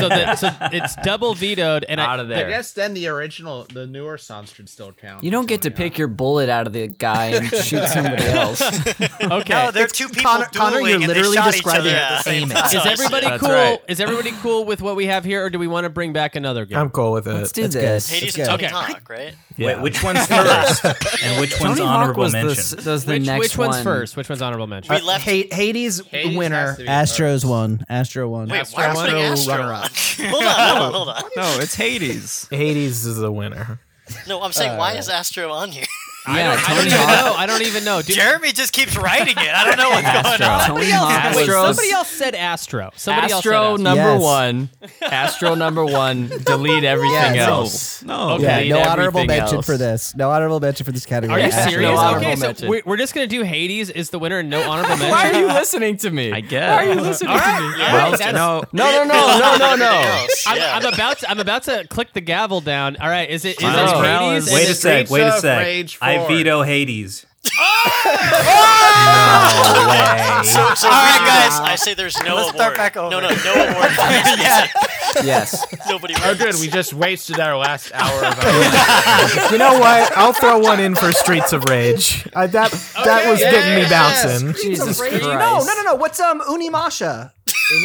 S1: so, that, so it's double vetoed and out of
S17: I guess then the original, the newer songs should still count.
S3: You don't get to pick your bullet out of the guy and shoot somebody else.
S1: Okay.
S11: No, they're two people
S3: Connor- Connor,
S11: dueling
S3: you're
S11: and they
S3: literally
S11: shot each
S3: describing
S11: other at the same
S3: aiming.
S11: time.
S1: Is everybody
S3: That's
S1: cool?
S3: right.
S1: Is everybody cool with what we have here, or do we want to bring back another game?
S13: I'm cool with it.
S3: Let's do
S13: Let's
S3: this.
S13: go.
S1: and
S13: Hades Let's
S1: Tony
S13: go.
S1: Hawk, right?
S13: Yeah.
S18: Wait, which one's first? and which one's
S13: Tony Hawk
S18: honorable
S13: was the
S18: mention?
S13: s- was
S1: the Which- next which one's one. first? Which one's honorable mention?
S2: Uh, Ha- Hades,
S1: Hades
S2: winner.
S1: has to be
S2: Astros won. Astro won.
S1: Wait, why am I putting Astro
S2: runner up.
S10: hold on, hold on, hold on.
S13: No, it's Hades. Hades is the winner.
S10: No, I'm saying
S3: Uh,
S10: why is Astro on here?
S1: I don't, I don't even know. I don't even know. Dude.
S11: Jeremy just keeps writing it. I don't know what's going
S1: Astro.
S11: on.
S1: Somebody else, wait, somebody else said Astro. Somebody
S6: Astro
S1: else said Astro.
S6: number one. Astro number one. Delete everything
S2: Yes.
S6: else.
S2: No, yeah,
S6: Delete
S2: no honorable
S6: everything
S2: mention
S6: else.
S2: for this. No honorable mention for this
S1: Are
S2: category.
S1: you
S2: Astro
S1: serious?
S2: won.
S1: okay, so
S6: mention.
S1: we're, we're just gonna do Hades is the winner and no honorable mention.
S6: Why are you listening to me? I
S12: guess.
S6: Why are you listening to me?
S1: All right, that's-
S6: no, no, no, no, no, no.
S1: I'm, I'm about to, I'm about to click the gavel down. All right, is it is it
S18: Wow.
S1: Hades? and
S18: Morales. Oh. Wait a
S1: it's
S18: sec,
S1: Rage
S18: wait a
S1: of
S18: sec.
S1: Rage
S18: I
S1: four?
S18: veto Hades.
S10: No
S18: way.
S10: So, so
S18: All
S10: right,
S18: right,
S10: guys,
S18: guys.
S10: I say there's no
S11: Let's
S10: award.
S11: start back over.
S10: No, no, no award. For this.
S13: Yes.
S10: Nobody.
S17: Oh,
S10: wins.
S17: good. We just wasted our last hour of our
S13: you know what? I'll throw one in for Streets of Rage. I, that that was
S15: Oh, yeah,
S13: getting me
S15: yeah,
S13: bouncing.
S15: Jesus Christ. No, no, no, no. What's um Unimasha?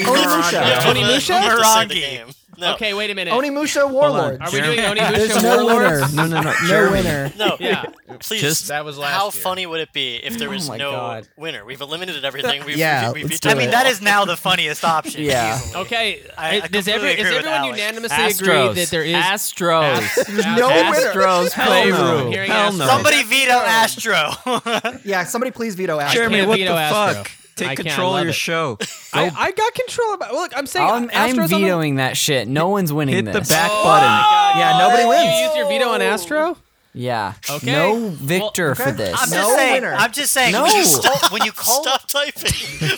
S15: Onimusha.
S10: Onimusha?
S1: Okay, wait a minute.
S15: Onimusha Warlord.
S1: Are we doing Onimusha
S15: There's no
S1: Warlords?
S15: winner.
S12: No, no,
S15: No
S12: Jeremy.
S15: winner.
S10: No,
S1: yeah.
S10: Please,
S12: Just-
S10: that was last how funny would it be if there was
S12: my
S10: no
S12: God.
S10: winner? We've eliminated everything. We've,
S12: Yeah, let's
S10: we've, we've
S12: do
S10: beaten
S11: I mean,
S10: all.
S11: that is now the funniest option.
S12: Yeah.
S11: easily.
S1: Okay,
S11: I- I
S1: does every,
S11: completely
S1: is
S11: agree with
S1: everyone
S11: Alex.
S1: unanimously
S6: Astros.
S1: agree that there is
S6: Astros.
S1: Astros.
S6: No winner. Astros
S1: Hell
S6: play
S1: no.
S6: room.
S1: Hearing
S6: Hell
S1: Astros.
S6: no.
S11: Somebody veto Astro.
S15: Yeah, somebody please veto
S1: I
S15: Astro.
S1: can't
S12: Jeremy, what
S1: veto
S12: the
S1: Astro.
S12: fuck? Take
S1: I can't,
S12: control
S1: I
S12: of
S1: love
S12: your
S1: it.
S12: show.
S1: I, I got control of it. Look, I'm saying
S3: I'm, I'm
S1: Astro's on the- Oh!
S3: vetoing that shit. No one's winning
S12: Hit the
S3: this.
S12: back
S11: Oh,
S12: button.
S3: Yeah, nobody
S1: You
S3: wins.
S1: used your veto on Astro?
S3: Yeah.
S1: Okay.
S3: No victor
S1: okay.
S3: for this.
S11: I'm just saying. I'm just saying. When you
S12: No.
S11: stop, when you call,
S10: Stop typing.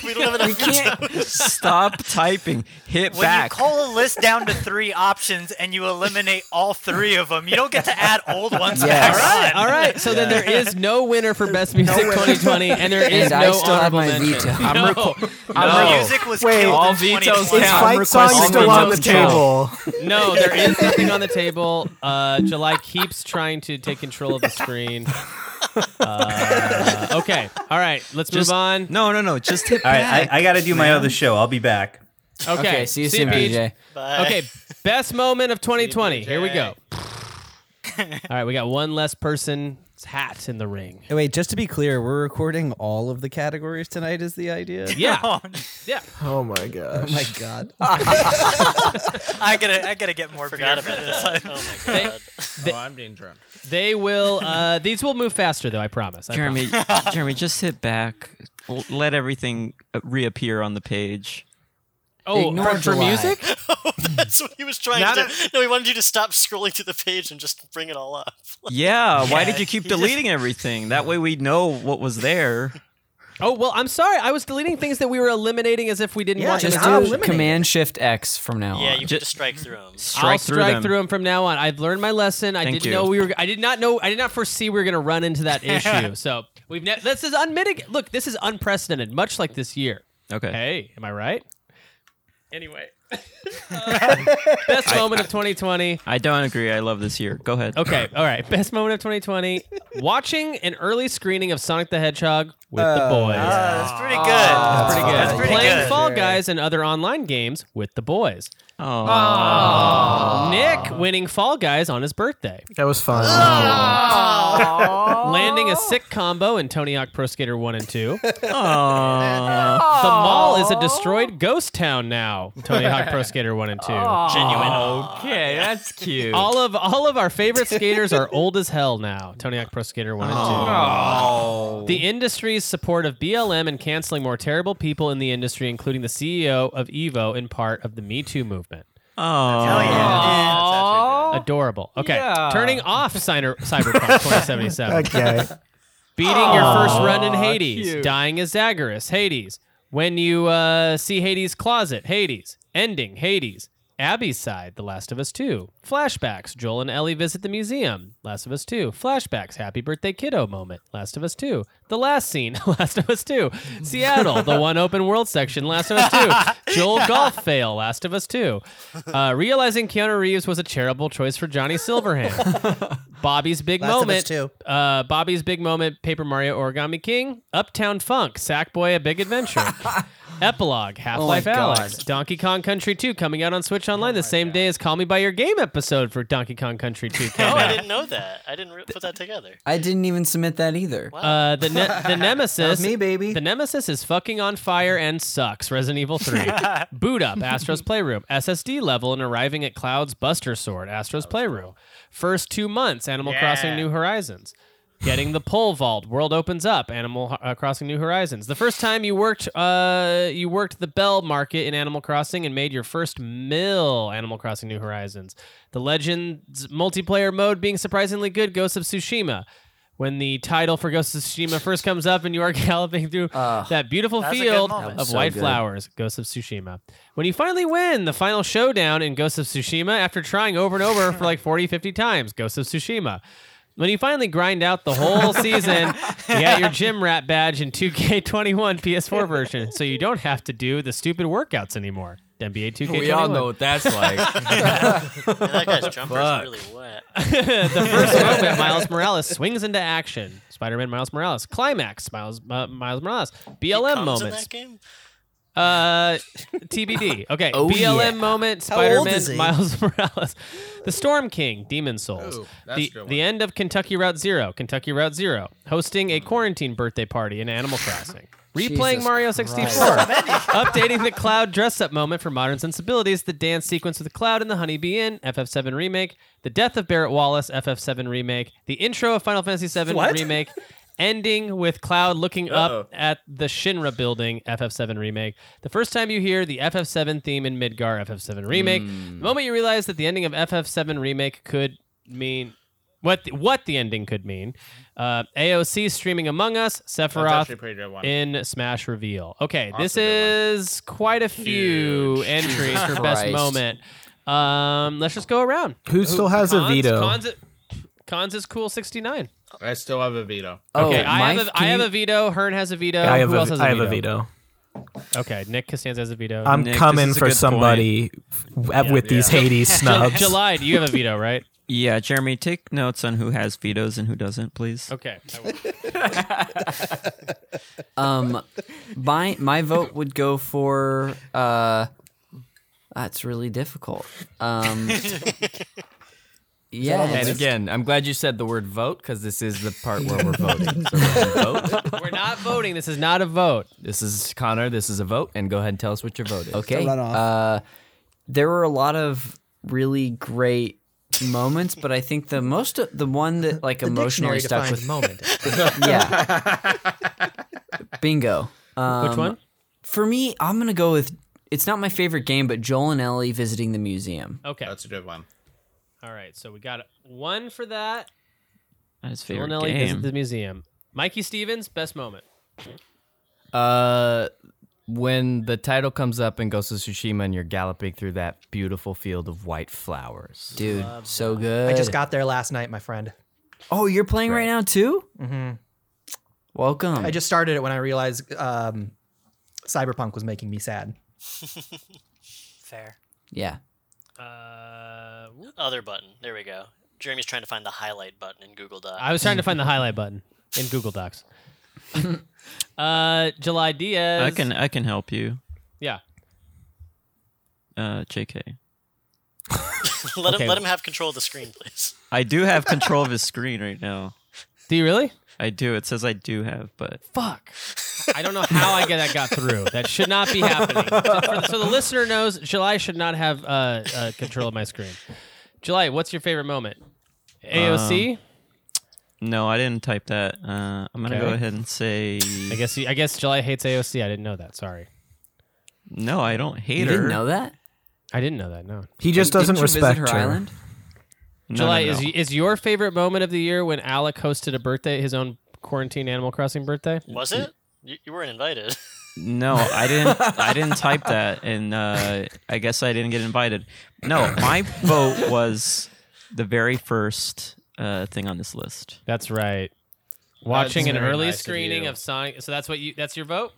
S10: We don't have enough.
S12: We can't stop typing. Hit
S11: when
S12: back.
S11: you call a list down to three options and you eliminate all three of them, you don't get to add old ones
S1: All right,
S11: back on.
S1: all right. So then there is no winner for Best Music 2020, and there is
S3: And I
S1: no
S3: still have
S1: honorable
S3: my
S1: mention.
S3: veto.
S1: No.
S3: I'm
S1: No.
S11: Um, Music was Wait, killed
S6: all
S11: in
S6: vetoes
S11: 2020.
S6: count. I'm
S13: Fight song
S6: requesting
S13: still on the
S6: vetoes count.
S13: table.
S1: No, there is nothing on the table. Uh, July keeps trying to take control of the screen. Uh, okay, all right. Let's
S18: Just-
S1: move on.
S12: No, no, no. Just hit
S18: All right, I, I got to do my other show. I'll be back.
S1: Okay,
S18: Okay, see you soon,
S1: Peach.
S18: BJ.
S10: Bye.
S1: Okay, best moment of 2020. Here we go. All right, we got one less person's hat in the ring.
S2: Hey, Wait, just to be clear, we're recording all of the categories tonight. Is the idea?
S1: Yeah, yeah.
S13: Oh my gosh.
S2: Oh my god.
S11: I gotta, I gotta get more
S10: Forgot
S11: beer for
S10: about
S11: this.
S10: that. Oh my
S1: They-
S10: god.
S1: They,
S17: Oh, I'm being drunk.
S1: they will. Uh, these will move faster, though. I promise. I
S12: Jeremy, Jeremy, just hit back. L- Let everything uh, reappear on the page.
S1: Oh,
S12: Ignore
S1: for, for
S12: July.
S1: music?
S10: Oh, that's what he was trying
S17: Not
S10: to do. No, he wanted you to stop scrolling through the page and just bring it all up.
S12: Yeah. why
S10: Yeah,
S12: did you keep
S10: he just-
S12: deleting everything? That way we know what was there.
S1: Oh well, I'm sorry. I was deleting things that we were eliminating as if we didn't want them
S3: Just
S1: to
S3: do Command Shift X from now
S10: Yeah,
S3: on.
S10: you can just strike through him.
S1: I'll strike through them from now on. I've learned my lesson. I
S12: Thank
S1: didn't
S12: you.
S1: know we were. I did not know. I did not foresee we were going to run into that issue. so we've. Ne- this is unmitigated. Look, this is unprecedented. Much like this year.
S12: Okay.
S1: Hey, am I right? Anyway. Best moment of 2020.
S12: I don't agree. I love this year. Go ahead.
S1: Okay, all right. Best moment of 2020: watching an early screening of Sonic the Hedgehog with the
S11: Oh,
S1: boys.
S11: yeah. That's pretty good.
S1: That's pretty
S13: Ah,
S11: That's
S1: good.
S11: That's pretty
S1: Playing
S11: good.
S1: Fall
S11: Sure.
S1: Guys and other online games with the boys.
S12: Oh.
S1: Nick winning Fall Guys on his birthday.
S13: That was fun.
S1: Landing a sick combo in Tony Hawk Pro Skater 1 and 2. The mall is a destroyed ghost town now. Tony Hawk Pro Skater 1 and 2.
S6: Okay, that's cute.
S1: All of all of our favorite skaters are old as hell now. Tony Hawk Pro Skater 1 and 2.
S6: Aw.
S1: The industry's support of BLM and canceling more terrible people in the industry, including the CEO of Evo and part of the Me Too movement.
S12: Oh.
S1: Adorable. Okay.
S6: Yeah.
S1: Turning off Cyber- Cyberpunk 2077.
S13: Okay.
S1: Beating your first
S6: Aw,
S1: run in Hades.
S6: cute.
S1: Dying as Zagorus. Hades. When you uh, see Hades' closet. Hades. Ending. Hades. Abby's side. The Last of Us 2. Flashbacks. Joel and Ellie visit the museum. Last of Us 2. Flashbacks. Happy birthday kiddo moment. Last of Us 2. The last scene. Last of Us 2. Seattle. the one open world section. Last of Us 2. Joel golf fail. Last of Us 2. Uh, realizing Keanu Reeves was a terrible choice for Johnny Silverhand. Bobby's big
S2: Last of Us
S1: moment. Uh, Bobby's Big Moment, Paper Mario Origami King, Uptown Funk, Sackboy A Big Adventure, Epilogue, Half
S2: Oh
S1: Life Alex, Donkey Kong Country 2 coming out on Switch Online the same day as Call Me By Your Game episode for Donkey Kong Country 2
S10: Oh,
S1: came
S10: I
S1: out.
S10: didn't know that. I didn't re- put that together.
S3: I didn't even submit that either.
S1: Uh, the ne- the
S3: That
S1: nemesis,
S3: was me,
S1: baby. The nemesis is fucking on fire and sucks. Resident Evil Three, boot up. Astro's Playroom, SSD level, and arriving at Cloud's Buster Sword. Astro's Playroom, first two months. Animal
S6: Yeah.
S1: Crossing: New Horizons, getting the pole vault. World opens up. Animal uh, Crossing: New Horizons. The first time you worked, uh, you worked the Bell Market in Animal Crossing and made your first mill. Animal Crossing: New Horizons. The Legends multiplayer mode being surprisingly good. Ghost of Tsushima when the title for Ghost of Tsushima first comes up and you are galloping through that beautiful
S6: that's a good
S1: field
S6: moment. That
S1: of
S6: was so
S1: white
S6: good.
S1: flowers, Ghost of Tsushima. When you finally win the final showdown in Ghost of Tsushima after trying over and over for like 40, 50 times, Ghost of Tsushima. When you finally grind out the whole season, you got your gym rat badge in 2K21 PS4 version, so you don't have to do the stupid workouts anymore. NBA 2K21.
S6: We all know what that's like.
S1: that
S6: That guy's jumper's Fuck. really wet.
S1: the first moment, Miles Morales swings into action. Spider-Man Miles Morales climax. Miles uh, Miles Morales BLM
S10: Comes in
S1: moments.
S10: that game?
S1: Uh, TBD. Okay,
S10: Oh,
S1: BLM
S10: yeah.
S1: moment.
S10: How old is
S1: Spider-Man
S10: he?
S1: Miles Morales, the Storm King, Demon Souls.
S10: Ooh, that's
S1: the
S10: a good one.
S1: the end of Kentucky Route Zero. Kentucky Route Zero hosting a quarantine birthday party in Animal Crossing. Replaying
S6: Jesus
S1: Mario
S6: Christ.
S1: 64. Updating the Cloud dress up moment for Modern Sensibilities, the dance sequence with Cloud and the Honeybee Inn, FF7 Remake, the death of Barrett Wallace, FF7 Remake, the intro of Final Fantasy VII
S6: What?
S1: Remake, ending with Cloud looking
S6: Uh-oh.
S1: up at the Shinra building, FF7 Remake, the first time you hear the FF7 theme in Midgar, FF7 Remake, the moment you realize that the ending of FF7 Remake could mean. What the, what the ending could mean? Uh, AOC streaming Among Us, Sephiroth
S17: actually a pretty good one.
S1: in Smash reveal. Okay,
S17: Lots
S1: this
S17: of
S1: is quite a few entries for best
S13: Christ.
S1: moment. Um, let's just go around.
S13: Who still has a
S1: Cons-
S13: veto?
S1: Cons, Cons is cool sixty nine.
S17: I still have a veto.
S1: okay, I have
S13: Oh, Mike,
S1: a, I
S13: can
S1: have
S13: you-
S1: a veto. Hearn has a veto.
S13: I have
S1: Who
S13: a-
S1: else has
S13: I have a
S1: veto? Uh, Okay, Nick Costanza has a veto.
S13: I'm coming for somebody w- with these Hades snubs.
S1: July, do you have a veto, right?
S12: Yeah, Jeremy, take notes on who has vetoes and who doesn't, please.
S1: Okay.
S3: Um, my my vote would go for. Uh, that's really difficult. Um, yeah,
S6: And again, I'm glad you said the word vote because this is the part where we're voting. So we're, gonna vote.
S1: We're not voting. This is not a vote.
S6: This is Connor. This is a vote, and go ahead and tell us what your vote is.
S3: Okay. Uh, there were a lot of really great moments, but I think the most the one that like
S16: The
S3: emotionally
S16: dictionary
S3: stuck with
S16: defines moment.
S3: yeah. Bingo. Um,
S16: one?
S3: For me, I'm gonna go with. It's not my favorite game, but Joel and Ellie visiting the museum.
S1: Okay,
S17: that's a good one.
S1: All right, so we got one for that.
S12: That's
S1: Joel
S12: favorite
S1: and Ellie visit
S12: game.
S1: the museum. Mikey Stevens, best moment.
S6: Uh, when the title comes up in Ghost of Tsushima, and you're galloping through that beautiful field of white flowers,
S3: dude, so good.
S16: I just got there last night, my friend.
S3: Oh, you're playing right, now too.
S16: Mm-hmm.
S3: Welcome.
S16: I just started it when I realized um, Cyberpunk was making me sad.
S11: fair.
S3: Yeah.
S10: Uh, other button. There we go. Jeremy's trying to find the highlight button in Google Docs.
S1: I was trying to find the highlight button in Google Docs. uh, July Diaz.
S12: I can I can help you.
S1: Yeah.
S12: Uh, JK.
S10: let
S1: Okay.
S10: him let him have control of the screen, please.
S12: I do have control of his screen right now.
S1: Do you really?
S12: I do. It says I do have, but
S1: Fuck. I don't know how I get that got through. That should not be happening. So, for- so the listener knows July should not have uh, uh, control of my screen. July, what's your favorite moment? AOC.
S12: Um, no, I didn't type that. Uh, I'm gonna go
S1: Okay.
S12: ahead and say.
S1: I guess you- I guess July hates AOC. I didn't know that. Sorry.
S12: No, I don't hate her.
S3: that?
S1: I didn't know that. No.
S13: He just doesn't respect her.
S12: No,
S1: July
S12: no,
S1: is
S12: no.
S1: is your favorite moment of the year when Alec hosted a birthday, his own quarantine Animal Crossing birthday?
S10: Was it? You, you weren't invited.
S12: No, I didn't. I didn't type that, and uh, I guess I didn't get invited. No, my vote was the very first uh, thing on this list.
S1: That's right. Watching an
S12: very
S1: early
S12: nice of
S1: screening
S12: you.
S1: of Sonic. So that's what you. That's your vote.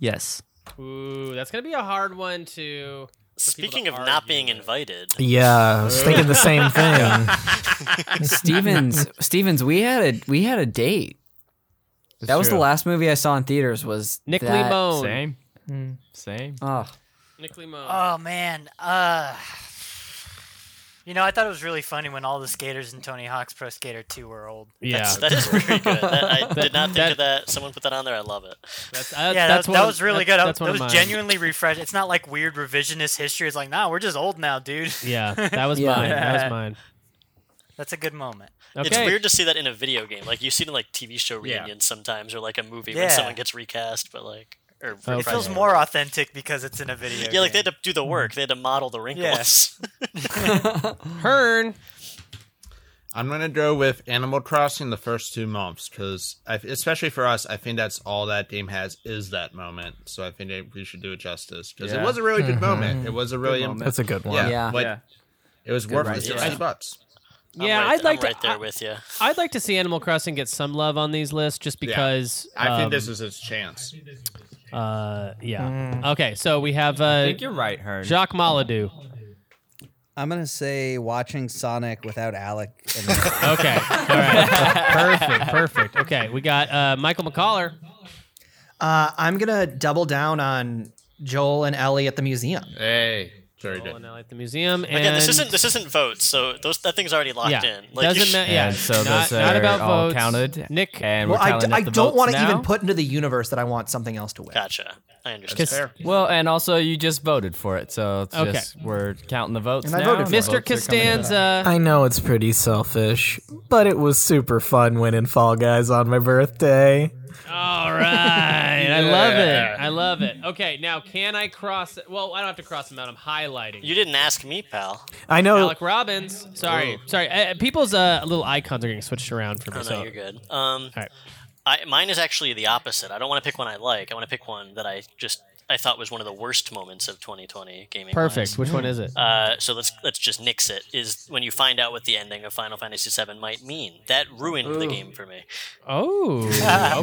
S12: Yes.
S1: Ooh, that's gonna be a hard one to.
S10: Speaking of not being invited,
S13: Yeah, I was thinking the same thing.
S3: Stevens, Stevens, we had a we had a date. that was
S6: true.
S3: the last movie I saw in theaters. Was
S6: Nick
S3: that.
S6: Limone. Same. Same.
S3: Oh,
S1: Nick Limone.
S11: Oh man, uh, you know, I thought it was really funny when all the skaters in Tony Hawk's Pro Skater Two were old.
S10: That's, that is very good. That, I did not think of that. Someone put that on there. I love it.
S1: That's,
S11: yeah, that, that
S1: one-
S11: was really
S1: that's-
S11: good.
S1: that's
S11: that
S1: one of
S11: was
S1: mine.
S11: genuinely refreshing. It's not like weird revisionist history. It's like, nah, we're just old now, dude.
S1: Yeah, that was mine. That was mine.
S11: That's a good moment.
S10: It's weird to see that in a video game. Like you see it in like TV show
S11: Yeah.
S10: reunions sometimes, or like a movie
S11: Yeah.
S10: when someone gets recast, but like or
S1: Oh,
S11: It feels more authentic because it's in a video.
S10: Yeah, like they
S11: game.
S10: had to do the work. They had to model the wrinkles.
S1: Hearn.
S9: I'm gonna go with Animal Crossing the first two months because, especially for us, I think that's all that game has is that moment. So I think it, we should do it justice because
S17: Yeah.
S9: it was a really good
S17: Mhm.
S9: moment. It was a
S17: Good
S9: really
S17: moment.
S13: Mm-hmm. That's a good one.
S9: Yeah,
S13: Yeah.
S9: like,
S13: Yeah.
S9: it was
S13: Good
S9: worth the
S13: writing.
S9: sixty
S13: Yeah.
S9: bucks.
S1: Yeah,
S10: right-
S1: I'd like
S10: I'm
S1: to.
S10: right there
S1: I-
S10: with ya.
S1: I'd like to see Animal Crossing get some love on these lists, just because.
S9: I
S1: um,
S9: think this is Mm. its chance.
S1: Uh, yeah. Okay, so we have. Uh,
S6: think you're right, Hearn.
S1: Jacques Maladou.
S2: I'm gonna say watching Sonic without Alec. And
S1: Okay. All right. perfect. Perfect. Okay, we got uh, Michael McCollar.
S19: Uh, I'm gonna double down on Joel and Ellie at the museum.
S9: Hey, sorry,
S1: Colin Elliott at the museum. And
S10: Again, this isn't this isn't votes, so those that thing's already locked
S1: yeah,
S10: in. you
S1: doesn't
S10: sh-
S1: matter. Yeah,
S6: And so
S1: not,
S6: those
S1: not
S6: are
S1: about
S6: all
S1: votes.
S6: counted,
S1: Nick,
S6: and
S19: well,
S6: we're
S19: I,
S6: counting
S19: d- I
S6: up the
S19: don't
S6: votes
S19: want to
S6: now?
S19: even put into the universe that I want something else to win.
S10: Gotcha. I understand.
S6: Just- Well, and also you just voted for it, so it's
S1: Okay.
S6: just we're counting the votes.
S1: And I
S6: now,
S1: voted for
S6: the
S1: it. Mr.
S6: votes are coming in.
S1: Costanza.
S13: I know it's pretty selfish, but it was super fun winning Fall Guys on my birthday.
S1: All right. I love it. I love it. Okay, now can I cross? Well, I don't have to cross them out. I'm highlighting.
S10: You didn't ask me, pal.
S13: I know.
S1: Alec Robbins. Sorry, sorry. Uh, people's uh, little icons are getting switched around for me.
S10: Oh,
S1: so
S10: no, you're good. Um,
S1: right.
S10: I, mine is actually the opposite. I don't want to pick one I like. I want to pick one that I just I thought was one of the worst moments of 2020 gaming.
S1: Perfect. Which one
S10: Mm.
S1: is it?
S10: Uh, so let's let's just nix it. Is when you find out what the ending of Final Fantasy VII might mean. That ruined the game for me.
S1: Oh,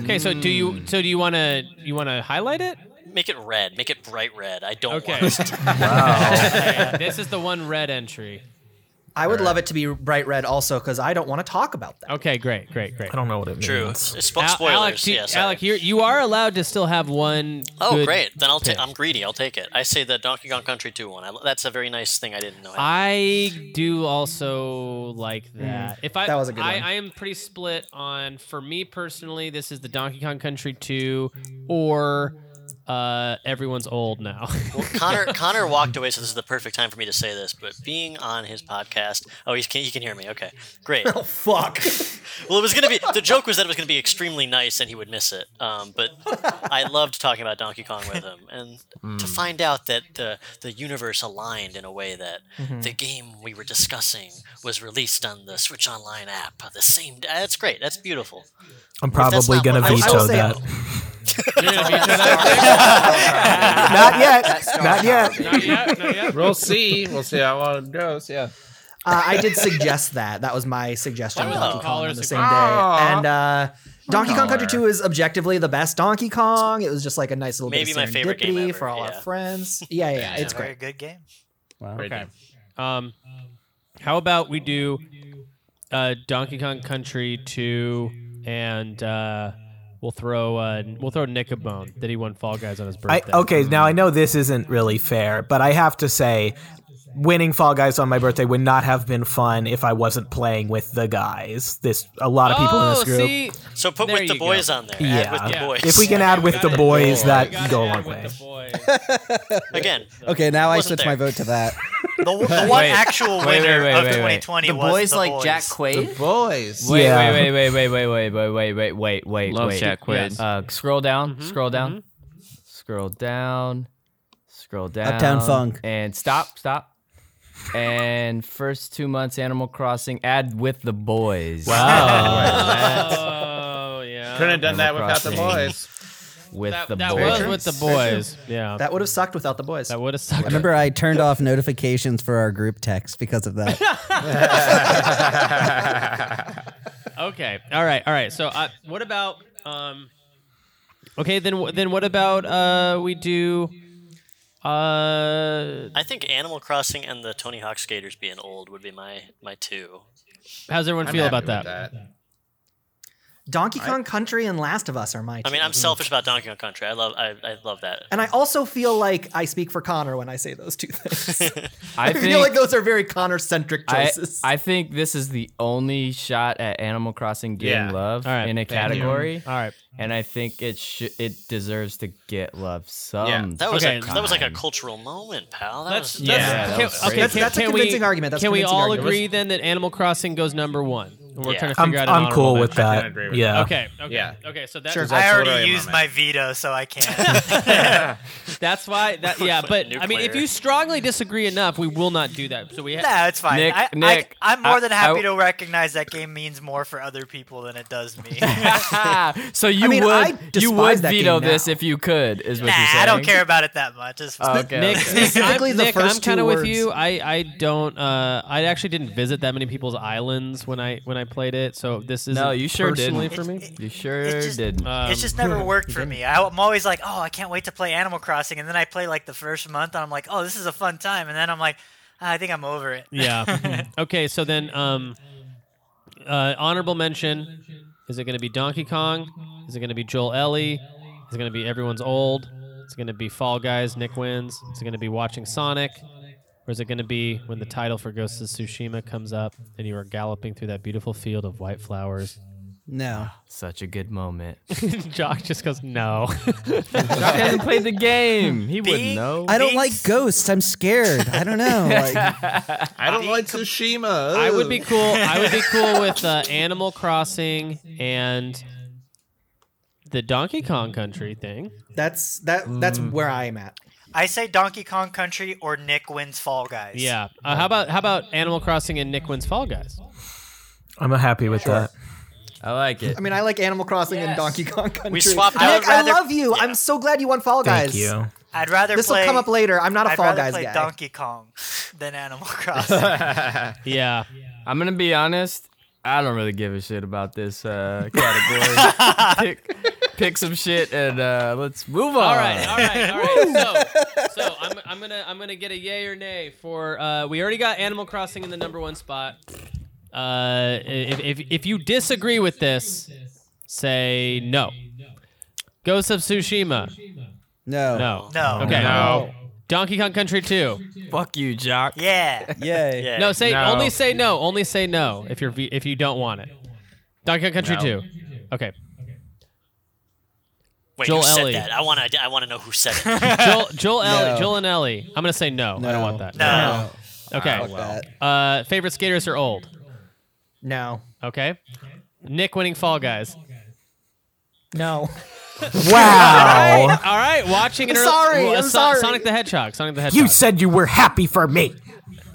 S1: okay. So do
S10: Hmm.
S1: you? So do you want to? You want to highlight it?
S10: Make it red. Make it bright red. I don't
S1: Okay.
S10: want it.
S1: Okay, This is the one red entry.
S19: I would love it to be bright red also because I don't want to talk about that.
S1: Okay, great, great, great. I
S13: don't know what it
S10: True. Spo-
S1: Al-
S10: spoilers.
S1: Alec, do-
S10: yeah, sorry.
S1: Alec, you're, you are allowed to still have one.
S10: Oh
S1: good
S10: great! Then I'll take.
S1: pick.
S10: I'm greedy. I'll take it. I say the Donkey Kong Country 2 one. I, that's a very nice thing. I didn't know.
S1: I do also like that.
S10: Mm,
S1: if I
S10: that was a good
S1: I,
S10: one.
S1: I am pretty split on for me personally, this is the Donkey Kong Country 2 or uh everyone's old now.
S10: Connor Connor walked away, so this is the perfect time for me to say this. But being on his podcast, oh, he's, can, he can hear me. Okay, great.
S19: Oh fuck!
S10: Well, it was gonna be the joke was that it was gonna be extremely nice and he would miss it. Um, but I loved talking about Donkey Kong with him, and to
S14: Mm.
S10: find out that the the universe aligned in a way that
S13: Mm-hmm.
S14: Mhm.
S10: the game we were discussing was released on the Switch Online app on the same day. That's great. That's beautiful.
S13: I'm
S10: But that's
S13: probably
S10: not
S13: gonna
S10: what I was
S13: veto
S10: saying.
S13: that.
S1: You're gonna veto
S13: that? Not yet. Not yet.
S1: Not yet. Not yet.
S9: We'll see. We'll see how it goes. Yeah.
S19: Uh, I did suggest that. That was my suggestion.
S9: Oh.
S19: Donkey Kong on the
S9: Collar's
S19: same day,
S9: a- Aw.
S10: Ah.
S19: and uh, Donkey Kong Country
S9: Collar.
S19: Two is objectively the best Donkey Kong. It was just like a nice little
S10: Maybe
S19: bit
S10: my
S19: of
S10: favorite game
S19: serendipity
S10: ever,
S19: for all
S10: yeah.
S19: our friends. Yeah, yeah, yeah,
S11: it's
S19: it's
S11: a very
S19: great.
S11: good game.
S18: Wow.
S1: Okay. Um, how about we do uh, Donkey Kong Country two, and uh, we'll throw uh, we'll throw Nick a bone that he won Fall Guys on his
S13: I,
S1: birthday.
S13: okay, now I know this isn't really fair, but I have to say, winning Fall Guys on my birthday would not have been fun if I wasn't playing with the guys. This a lot of people in
S1: Oh,
S13: this group.
S10: So put with the boys on there.
S13: yeah,
S10: Add with the boys.
S13: if we can add with the boys, that go a long way.
S10: Again.
S2: Okay, now I switch my vote to that.
S11: The,
S10: the
S11: one actual winner of 2020
S3: The
S11: was
S3: boys
S11: the
S3: like
S11: boys.
S3: Jack Quaid.
S11: The
S9: boys.
S6: Wait,
S13: Yeah.
S6: wait, wait, wait, wait, wait, wait, wait, wait, wait, wait.
S12: Love
S6: wait.
S12: Jack Quaid.
S6: Yes. Uh, scroll down, scroll down, scroll down, scroll down.
S2: Uptown Funk.
S6: And stop, stop. And first two months, Animal Crossing. Add with the boys.
S1: Wow. oh yeah.
S17: Couldn't have done that without the boys.
S6: With
S1: That-
S6: the
S1: that
S6: boys.
S1: was with the boys. Yeah.
S16: That would have sucked without the boys. That
S1: would have sucked.
S2: I remember I turned off notifications for our group text because of that.
S1: okay. All right. All right. So uh, what about um? Okay. Then wh- then what about uh? We do. Uh,
S10: I think Animal Crossing and the Tony Hawk skaters being old would be my my two.
S1: how's everyone
S10: I'm
S1: feel
S10: happy
S1: about that?
S10: with
S16: Donkey Kong Country and Last of Us are my.
S10: I mean,
S16: two.
S10: I'm selfish about Donkey Kong Country. I love I, I love that.
S16: And I also feel like I speak for Connor when I say those two things.
S6: I
S16: I,
S6: think-
S16: feel like those are very Connor centric
S6: I,
S16: choices.
S6: I think this is the only shot at Animal Crossing getting
S1: Yeah.
S6: love
S1: All right.
S6: in a
S1: Thank you.
S6: category.
S1: All right,
S6: and I think it should it deserves to get love
S1: Um,
S6: some.
S10: that was a, that was like a cultural moment, pal. That
S1: Let's-
S10: was
S6: Yeah,
S1: let's-
S6: that
S1: can-
S6: was
S1: okay,
S6: great.
S1: can-
S6: That's a
S1: can we-
S6: convincing argument. That's a
S1: can we
S6: convincing
S1: all
S6: argument.
S1: agree then that Animal Crossing goes number one? And We're
S6: Yeah.
S1: trying to
S13: I'm-
S1: figure out. an
S13: I'm
S1: honorable
S13: cool with
S1: mention.
S13: I can that. agree with Yeah. that.
S1: Okay. Okay.
S17: Yeah.
S1: Okay. So that's
S11: Sure, I already used my veto, so I can't.
S1: that's why. That yeah. But I mean, if
S11: Nuclear.
S1: you strongly disagree enough, we will not do that. So we. Ha-
S11: Nah, it's fine.
S1: Nick-
S11: I,
S1: Nick,
S11: I, am more
S1: I-
S11: than
S1: I-
S11: happy to recognize that game means more for other people than it does me.
S6: so you
S11: I mean, I
S6: would you would
S11: despise that
S6: veto
S11: game now.
S6: this if you could is what
S11: nah,
S6: you're saying.
S11: I don't care about it that much. It's fine.
S6: Oh, Okay.
S1: Nick,
S6: okay.
S1: specifically
S6: the
S1: Nick,
S6: first
S1: I'm kind
S6: two
S1: of with
S6: words.
S1: you. I, I don't. Uh, I actually didn't visit that many people's islands when I when I played it. So this is
S6: No, you sure
S1: personally
S6: didn't.
S1: for me.
S6: You sure didn't.
S11: it's just uh,
S1: um,
S11: never worked for me. I, am always like, oh, I can't wait to play Animal Crossing, and then I play like the first month, and I'm like, oh, this is a fun time, and then I'm like, ah, I think I'm over it.
S1: Yeah. Mm-hmm. okay. So then, um, uh, honorable mention. Is it going to be Donkey Kong? Is it going to be Joel Ellie? Is it going to be Everyone's Old? Is it going to be Fall Guys? Nick wins. Is it going to be watching Sonic? Or is it going to be when the title for Ghost of Tsushima comes up and you are galloping through that beautiful field of white flowers?
S2: No.
S6: Such a good moment.
S1: Jock just goes, no.
S6: Doc hasn't played the game. He wouldn't know.
S2: I don't like ghosts. I'm scared. I don't know. Like,
S17: I don't like Tsushima.
S1: I would be cool. I would be cool with uh, Animal Crossing and the Donkey Kong Country thing.
S16: That's that. That's where I am at.
S11: I say Donkey Kong Country or Nick wins Fall Guys.
S1: Yeah. Uh, how about how about Animal Crossing and Nick wins Fall Guys?
S13: I'm happy with that.
S6: I like it.
S16: I mean, I like Animal Crossing and Donkey Kong Country.
S11: swapped
S16: Nick,
S11: out-
S16: I,
S11: I would rather-
S16: love you. I'm so glad you won Fall Guys.
S13: Thank you.
S11: I'd rather
S16: This will
S11: play-
S16: come up later. I'm not a
S11: I'd
S16: Fall
S11: rather
S16: Guys
S11: play
S16: guy.
S11: Donkey Kong than Animal Crossing.
S1: yeah.
S6: I'm gonna be honest. I don't really give a shit about this uh, category. pick, pick some shit and uh, let's move on.
S1: All right. All right. All right. So, so I'm, I'm gonna I'm gonna get a yay or nay for. Uh, we already got Animal Crossing in the number one spot. Uh, if, if if you disagree with this, say no. Ghost of Tsushima.
S2: No.
S1: No.
S11: No.
S1: Okay.
S6: No.
S1: Donkey Kong Country 2.
S6: Fuck you, Jock.
S11: Yeah.
S2: Yay.
S1: No, say only say no. Only say no if you're if you don't want it. Donkey Kong Country
S6: No.
S1: 2. Okay.
S10: Wait,
S1: Joel
S10: who said
S1: Ellie.
S10: that? I want to I want to know who said it.
S1: Joel, Joel,
S10: No.
S1: Ellie, Joel and Ellie. I'm gonna say no. I don't want that.
S10: No. No.
S1: Okay.
S10: Fuck that.
S1: Uh, favorite skaters are old.
S16: No.
S1: Okay. Nick winning Fall Guys.
S16: No.
S1: Wow. All right. All right. Watching an early-
S16: Sorry, I'm
S1: So-
S16: sorry.
S1: Sonic the Hedgehog. Sonic the Hedgehog.
S13: You said you were happy for me.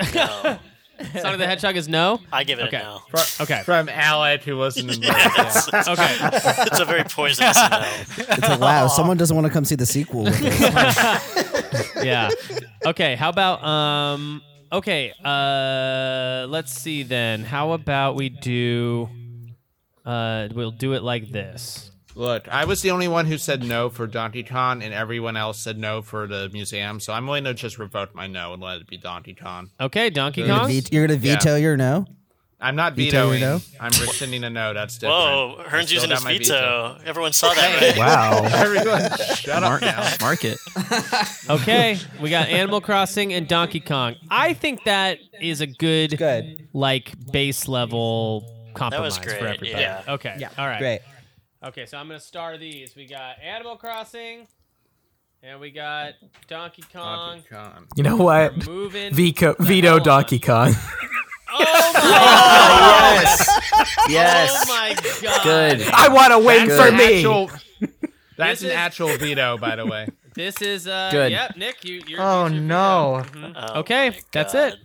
S1: Sonic the Hedgehog is no.
S10: I give it
S1: okay.
S10: a no.
S1: okay.
S17: From Alec, who wasn't invited.
S1: okay.
S10: it's a very poisonous no.
S2: it's like, wow, someone doesn't want to come see the sequel with us.
S1: yeah. Okay. How about um? Okay. Uh, let's see then. How about we do? Uh, we'll do it like this.
S9: Look, I was the only one who said no for Donkey Kong, and everyone else said no for the museum. So I'm willing to just revoke my no and let it be Donkey Kong.
S1: Okay, Donkey
S9: You're
S1: Kong.
S9: gonna
S2: Ve- You're gonna
S9: Yeah.
S2: veto your no.
S9: I'm not
S2: Veto your
S9: vetoing.
S2: no?
S9: I'm rescinding a no. That's different.
S10: Whoa,
S9: I
S10: Hearn's
S9: still
S10: using
S9: got
S10: his
S9: my
S10: veto. Everyone saw that, right?
S13: Wow.
S9: Everyone, shut
S12: mark,
S9: up now.
S12: mark it.
S1: okay, we got Animal Crossing and Donkey Kong. I think that is a good,
S2: good.
S1: like base level compromise
S10: was great,
S1: for everybody.
S10: yeah.
S1: Okay.
S10: Yeah.
S1: All right.
S2: Great.
S1: Okay, so I'm gonna star these. We got Animal Crossing, and we got Donkey Kong.
S13: You know what?
S1: We're moving.
S13: Vico, veto Donkey Kong.
S1: Oh my
S13: Oh,
S1: god!
S13: yes. Yes.
S1: Oh my god!
S13: Good. I want a win
S9: That's
S13: for
S9: an
S13: me.
S9: actual- that's
S1: This
S9: an
S1: is-
S9: actual veto, by the way.
S1: This is uh.
S9: Good.
S1: Yep, Nick, you. You're,
S15: Oh
S1: you're-
S15: no.
S1: Mhm. okay, that's it.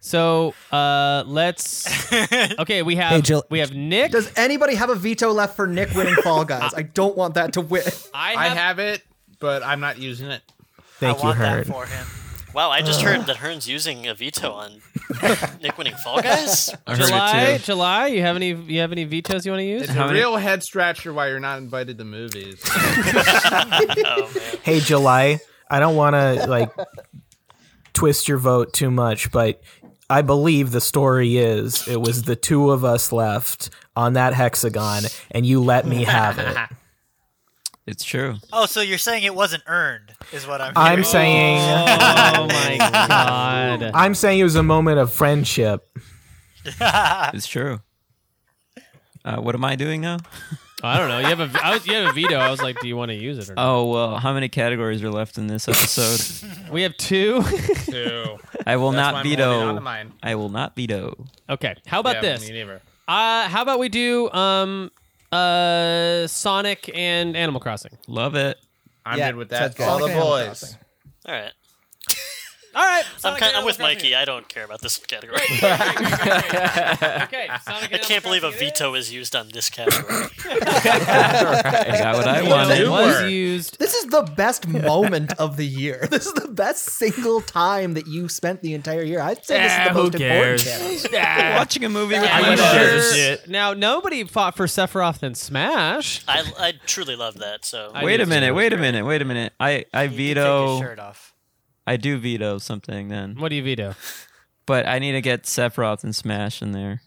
S1: So uh, let's. Okay, we have
S15: Hey, Jill-
S1: we have Nick.
S15: Does anybody have a veto left for Nick winning Fall Guys? I don't want that to win.
S9: I have, it, but I'm not using it.
S13: Thank
S15: you, want that Hearn. for
S10: him. Wow, I just heard that Hearn's using a veto on Nick winning Fall Guys.
S1: July, July. You have any? You have any vetoes you want to use?
S9: It's a real head scratcher why you're not invited to movies.
S13: hey, July. I don't want to like twist your vote too much, but I believe the story is it was the two of us left on that hexagon, and you let me have it.
S12: It's true.
S11: Oh, so you're saying it wasn't earned, is what I'm.
S13: I'm
S11: hearing.
S13: saying.
S1: Oh my god.
S13: I'm saying it was a moment of friendship.
S12: It's true. Uh, what am I doing now?
S1: I don't know. You have a. I was, you have a veto. I was like, do you want to use it or not?
S12: Oh well, how many categories are left in this episode?
S1: We have two.
S9: Two.
S12: I will
S1: That's why
S12: not
S1: I'm holding on
S12: veto.
S1: to mine.
S12: I will not veto.
S1: Okay. How about
S9: Yeah,
S1: this?
S9: me neither.
S1: Uh, how about we do um, uh, Sonic and Animal Crossing?
S12: Love it.
S9: I'm
S1: Yeah,
S9: good with
S1: sounds
S9: that.
S1: good.
S9: All the
S1: Okay, I'm with
S9: boys.
S10: All right.
S1: All right.
S10: I'm,
S1: Sonic
S10: kind,
S1: and
S10: I'm with
S1: Animal Crossing.
S10: Mikey. I don't care about this category.
S1: Okay, Sonic
S10: I can't believe a veto is used on this category.
S12: Got what I
S15: Veto
S12: wanted.
S15: was
S1: used.
S15: This is the best moment of the year. This is the best single time that you spent the entire year. I'd say this is
S12: Ah,
S15: the
S12: who
S15: most
S12: cares?
S15: important challenge.
S12: Ah. Watching a movie with
S1: Are
S12: my
S1: you
S12: brothers.
S1: sure?
S12: Shit.
S1: Now nobody fought for Sephiroth and Smash.
S10: I, I truly love that. So
S12: wait a minute. Wait a minute. Wait a minute. I I veto. I do veto something then.
S1: What do you veto?
S12: But I need to get Sephiroth and Smash in there.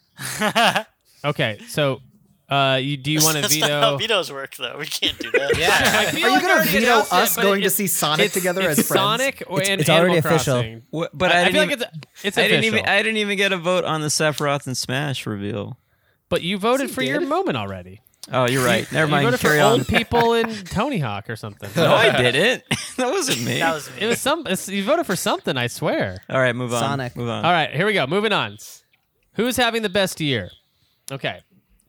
S1: Okay, so uh, you, do you want to
S10: That's not how
S1: veto?
S10: vetoes work, though. We can't do that.
S1: I feel like I already announced it, but it- it's- it's- it's Sonic or, and Animal Crossing.
S12: Wha- but
S1: I,
S12: I,
S1: I
S12: didn't
S1: feel like
S12: even-
S1: it's, it's
S12: I
S1: official.
S12: didn't even. I didn't even get a vote on the Sephiroth and Smash reveal.
S1: but you voted for your moment already.
S12: Oh, you're right. Never
S1: you
S12: mind.
S1: voted
S12: Carry
S1: for
S12: on.
S1: old people in Tony Hawk or something.
S12: no, I didn't. that wasn't me.
S1: That was It was some. it's- You voted for something, I swear.
S12: All right, move on.
S1: Sonic.
S12: Move on.
S1: All right, here we go. Moving on. Who's having the best year? Okay.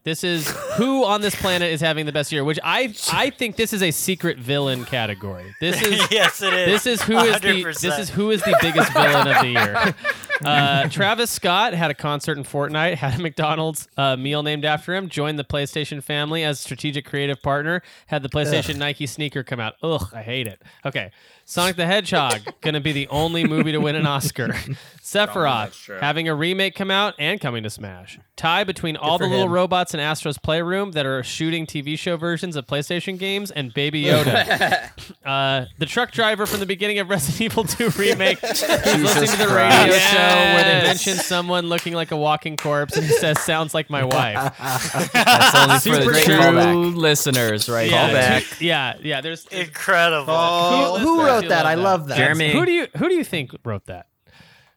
S1: This is who on this planet is having the best year, which I I think this is a secret villain category. This is
S11: Yes, it is.
S1: This is who is the
S11: 100%.
S1: this is who is the biggest villain of the year. Uh, Travis Scott had a concert in Fortnite, had a McDonald's uh, meal named after him, joined the PlayStation family as strategic creative partner, had the PlayStation
S6: Ugh.
S1: Nike sneaker come out. Ugh, I hate it. Okay, Sonic the Hedgehog gonna be the only movie to win an Oscar.
S6: That's true.
S1: Sephiroth having a remake come out and coming to Smash. Tie between all
S6: for
S1: the little
S6: him.
S1: robots in Astro's Playroom that are shooting TV show versions of PlayStation games and Baby Yoda. uh, the truck driver from the beginning of Resident Evil 2 remake who's listening to the
S6: Christ.
S1: radio show where they
S6: Yes.
S1: mention someone looking like a walking corpse and he says, sounds like my wife.
S6: That's only for the
S1: Super
S6: true
S1: true.
S6: listeners, right?
S1: Yeah,
S6: Callback.
S1: two- yeah, yeah. There's
S11: incredible.
S15: Oh, who wrote that? I love that.
S12: Jeremy.
S1: Who do you who do you think wrote that?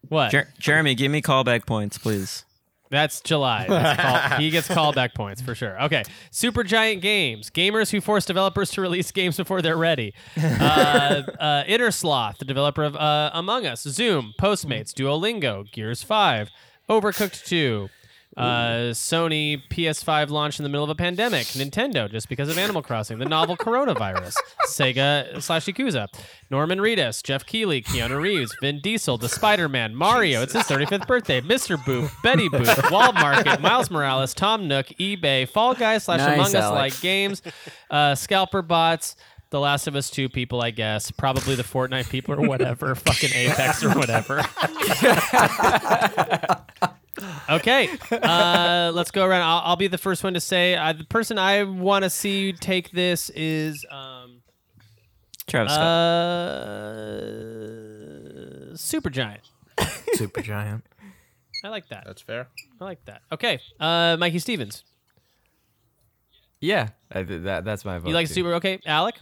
S1: What?
S12: Jer- Jeremy, give me callback points, please.
S1: That's July. That's call- he gets callback points for sure. Okay. Super Giant Games, gamers who force developers to release games before they're ready. Uh, uh, Inner Sloth, the developer of uh, Among Us, Zoom, Postmates, Duolingo, Gears 5, Overcooked 2. Uh, Sony PS5 launched in the middle of a pandemic. Nintendo just because of Animal Crossing, the novel coronavirus. Sega slash Yakuza. Norman Reedus, Jeff Keighley, Keanu Reeves, Vin Diesel, the Spider Man, Mario. It's his 35th birthday. Mr. Boop, Betty Boop, Wall Market, Miles Morales, Tom Nook, eBay, Fall Guy slash
S6: Nice,
S1: Among Us
S6: Alex.
S1: like games, uh, Scalper Bots. The Last of Us 2 people, I guess. Probably the Fortnite people or whatever. fucking Apex or whatever. Okay, uh, let's go around. I'll, I'll be the first one to say uh, the person I want to see take this is um,
S12: Travis Scott.
S1: uh, Super Giant.
S13: Super giant.
S1: I like that.
S9: That's fair.
S1: I like that. Okay, uh, Mikey Stevens.
S6: Yeah, I, did that, that's my vote.
S1: You like
S6: too.
S1: Super? Okay, Alec.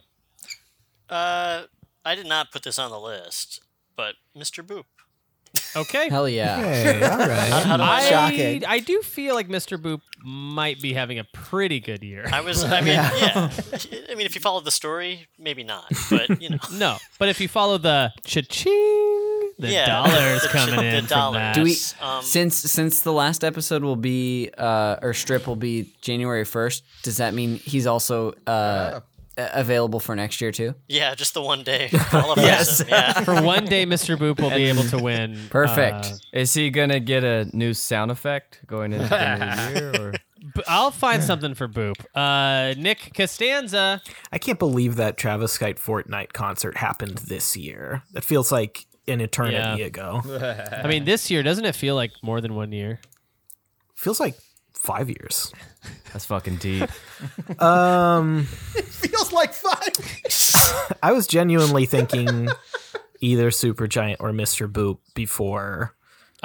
S10: Uh, I did not put this on the list, but Mr. Boop.
S1: Okay.
S3: Hell yeah. Hey, all right.
S1: How do I-
S3: Shocking.
S1: I do feel like Mr. Boop might be having a pretty good year.
S10: I was, I mean, yeah. I mean, if you followed the story, maybe not, but you know.
S1: no, but if you follow the cha-ching, the
S10: Yeah,
S1: dollars
S10: the
S1: coming
S10: ch- the
S1: in from
S10: dollars.
S1: that.
S3: Do we
S10: Um,
S3: since since the last episode will be uh, or strip will be January first? Does that mean he's also uh, a- available for next year too?
S10: Yeah, just the one day. qualifies him, yeah.
S1: For one day, Mr. Boop will be able to win.
S6: Uh, is he gonna get a new sound effect going into the new year? Or?
S1: B- I'll find something for Boop. Uh, Nick Costanza.
S13: I can't believe that Travis Scott Fortnite concert happened this year. That feels like an eternity
S1: Yeah.
S13: ago.
S1: I mean, this year doesn't it feel like more than one year?
S13: Feels like five years.
S6: That's fucking deep.
S13: Um,
S15: Feels like five.
S13: I was genuinely thinking either Supergiant or Mr. Boop before,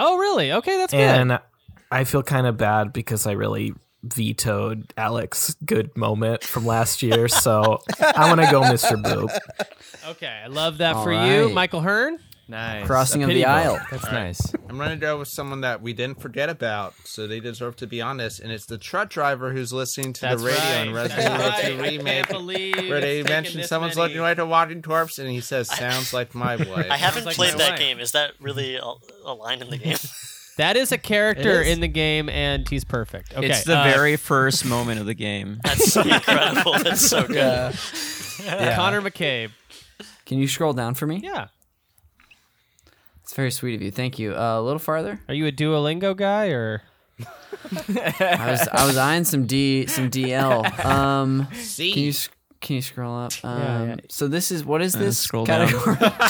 S1: Oh, really? Okay, that's
S13: and uh,
S1: good.
S13: I feel kind of bad because I really vetoed Alex's good moment from last year. So I want to go Mr. Boop.
S1: Okay, I love that
S13: All
S1: for you,
S13: right.
S1: Michael Hearn.
S6: Nice.
S13: Crossing
S9: A
S13: of
S9: pity
S13: the
S9: vote.
S13: aisle.
S6: That's
S9: All right.
S6: nice.
S9: I'm gonna go with someone that we didn't forget about, so they deserve to be on this, and it's the truck driver who's listening to
S1: That's
S9: the radio
S1: right.
S9: and
S1: That's
S9: Resident Evil
S1: right.
S9: 2
S1: I can't
S9: remake,
S1: believe
S9: where they
S1: it's taken
S9: mentioned
S1: this
S9: someone's
S1: many.
S9: looking like a walking corpse, and he says, "Sounds like my wife."
S10: I haven't
S1: like
S10: played
S1: my
S10: that
S1: wife.
S10: game. Is that really a, a line in the game?
S1: That is a character
S10: It is.
S1: in the game, and he's perfect. Okay,
S12: It's the
S1: uh,
S12: very first moment of the game.
S10: That's incredible. That's so good.
S3: Yeah.
S12: Yeah.
S1: Connor McCabe.
S3: Can you scroll down for me?
S1: Yeah.
S3: It's very sweet of you. Thank you. Uh, a little farther.
S1: Are you a Duolingo guy or?
S3: I was I was eyeing some D some DL. Um,
S1: C.
S3: Can you sc- can you scroll up? Um,
S1: Yeah, yeah.
S3: So this is what is
S1: Uh,
S3: this
S1: scroll down.
S3: category?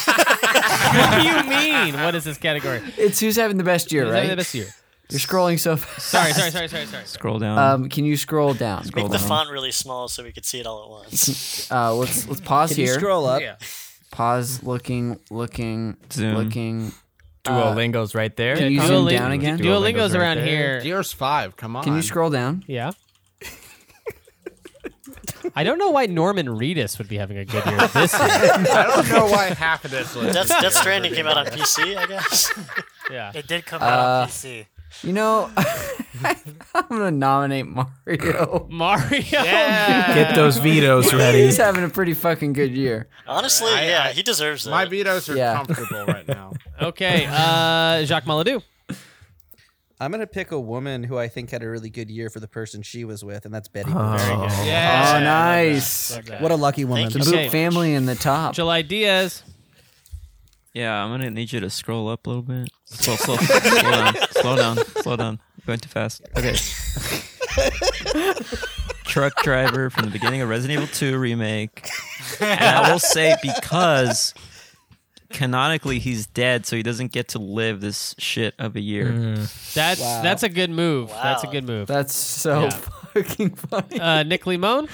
S1: what do you mean? What is this category?
S3: it's who's having the best year,
S1: Who's
S3: right?
S1: having the best year.
S3: You're scrolling so fast.
S1: Sorry, sorry, sorry, sorry, sorry.
S12: Scroll down.
S3: Um, can you scroll down? Scroll
S10: Make the font really small so we could see it all at once.
S3: Uh, let's let's pause
S10: Can you
S3: here.
S10: scroll up? Yeah.
S3: Pause. Looking. Looking.
S6: Zoom.
S3: Looking. Uh,
S6: Duolingo's right there.
S3: Can you zoom down again?
S1: Duolingo's around
S6: there.
S1: here.
S9: Gears Five. Come on.
S3: Can you scroll down?
S1: Yeah. I don't know why Norman Reedus would be having a good year this year.
S9: I don't know why half of this list.
S10: Death,
S9: is here,
S10: Death
S9: if
S10: Stranding
S9: we're
S10: came
S9: being
S10: out on
S9: honest.
S10: PC, I guess.
S1: yeah.
S11: It did come out
S3: Uh,
S11: on PC.
S3: You know, I'm gonna nominate Mario.
S1: Mario.
S9: Yeah.
S13: Get those vetoes ready.
S3: He's having a pretty fucking good year.
S10: Honestly,
S9: I-
S10: yeah,
S9: I-
S10: he deserves that.
S9: My vetoes are
S3: Yeah.
S9: comfortable right now.
S1: Okay, uh, Jacques Maladou.
S2: I'm gonna pick a woman who I think had a really good year for the person she was with, and that's Betty.
S13: Oh.
S2: Very
S13: good.
S1: Yeah,
S3: oh, nice.
S2: What a lucky woman.
S3: The Boop family in the top.
S1: July Diaz.
S12: Yeah, I'm gonna need you to scroll up a little bit. Slow, slow, slow down, slow down, slow down. Going too fast. Okay. Truck driver from the beginning of Resident Evil 2 remake. And I will say because canonically he's dead, so he doesn't get to live this shit of a year.
S1: That's
S12: Wow.
S1: that's a good move. That's a good move.
S3: That's so fucking funny.
S1: Uh, Nick Limone.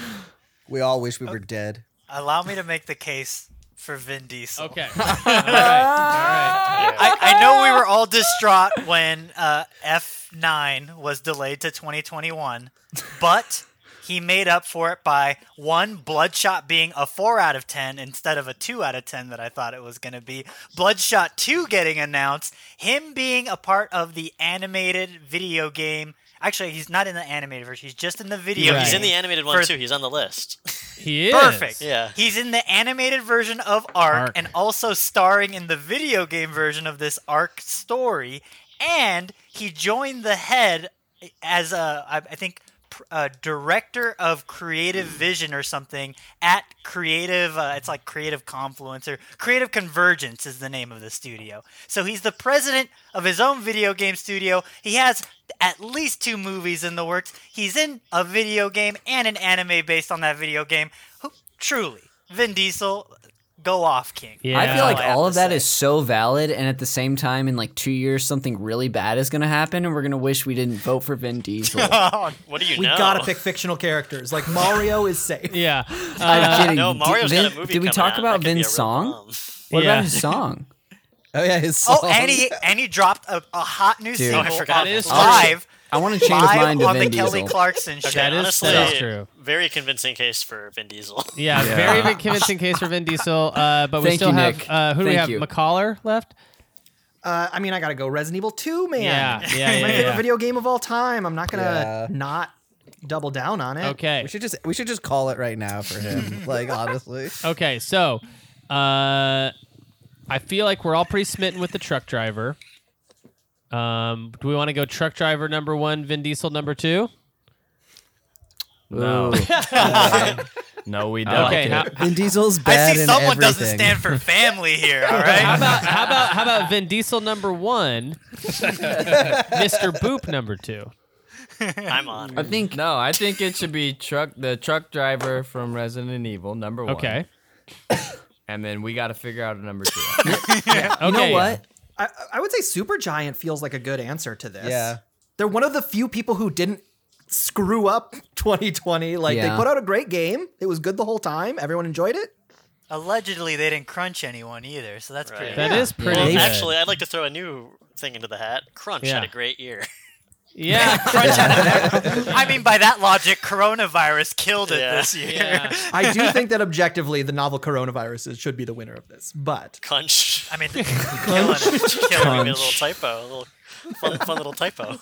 S2: We all wish we were dead.
S11: Allow me to make the case for Vin Diesel.
S1: Okay.
S11: I, I know we were all distraught when uh, F9 was delayed to 2021, but he made up for it by one, Bloodshot being a 4 out of 10 instead of a 2 out of 10 that I thought it was going to be, Bloodshot 2 getting announced, him being a part of the animated video game. Actually, he's not in the animated version, he's just in the video
S10: He's
S11: game
S10: in the animated one
S11: for-
S10: too. He's on the list.
S1: He is
S11: Perfect.
S10: Yeah.
S11: He's in the animated version of Ark, and also starring in the video game version of this Ark story. And he joined the head as a, I I think, pr- uh, director of creative vision or something at Creative. Uh, it's like Creative Confluence or Creative Convergence is the name of the studio. So he's the president of his own video game studio. He has at least two movies in the works. He's in a video game and an anime based on that video game. Who, truly, Vin Diesel, Go off, King.
S3: I feel like all of that is so valid, and at the same time, in like two years, something really bad is gonna happen, and we're gonna wish we didn't vote for Vin Diesel.
S10: Oh, what do you
S15: we
S10: know?
S15: gotta pick fictional characters. Like Mario is safe.
S1: Yeah. Uh,
S3: I'm kidding.
S10: Uh, no,
S3: Did
S10: Mario's got a
S3: Vin-
S10: movie
S3: Did we
S10: coming
S3: talk
S10: out.
S3: about
S10: That could be a
S3: Vin's
S10: real
S3: song? What
S1: Yeah.
S3: about his song?
S2: Oh yeah, his
S11: Oh, and he and he dropped a, a hot new
S3: Dude.
S11: single.
S3: Oh, I forgot
S11: on-
S3: it is
S11: live.
S3: I wanna change
S11: live
S3: mine to
S11: on
S3: Vin
S11: the Kelly
S3: Diesel.
S11: Clarkson show.
S10: Okay, honestly, Very convincing case for Vin Diesel.
S1: Yeah, very convincing case for Vin Diesel. Uh, but we
S10: Thank
S1: still
S10: you,
S1: have
S10: Nick.
S1: uh, who do we
S10: Thank
S1: have?
S10: you.
S1: McCollar left.
S15: Uh, I mean, I gotta go. Resident Evil Two, man.
S1: Yeah, yeah,
S15: It's my
S1: yeah,
S15: favorite
S1: yeah.
S15: video game of all time. I'm not gonna
S2: Yeah.
S15: not double down on it.
S1: Okay. We
S2: should just Eh, we should just call it right now for him. like honestly.
S1: Okay, so uh, I feel like we're all pretty smitten with the truck driver. Um, do we want to go truck driver number one, Vin Diesel number two?
S6: No.
S1: Ooh.
S6: Uh, no, we don't.
S1: Okay, how-
S2: Vin Diesel's bad in everything.
S11: for family here.
S1: All right. How about how about how about Vin Diesel number one, Mister Boop number two?
S10: I'm on.
S6: I think no. I think it should be truck the truck driver from Resident Evil number one.
S1: Okay.
S6: And then we got to figure out a number two.
S15: You
S6: Okay.
S15: know what? I, I would say Supergiant feels like a good answer to this.
S6: Yeah.
S15: They're one of the few people who didn't screw up 2020. Like
S11: Yeah.
S15: they put out a great game. It was good the whole time. Everyone enjoyed it.
S11: Allegedly, they didn't crunch anyone either, so that's pretty.
S15: That is pretty
S10: Well,
S15: good.
S10: actually, I'd like to throw a new thing into the hat. Crunch
S11: Yeah.
S10: had a great year.
S1: Yeah.
S11: Crunch had a- I mean, by that logic, coronavirus killed it
S10: Yeah,
S11: this year.
S10: yeah.
S15: I do think that objectively, the novel coronaviruses should be the winner of this. But
S10: Crunch. I
S11: mean,
S10: killing it. Killing it. We made a little
S15: Crunch.
S10: typo. A little fun, fun little typo.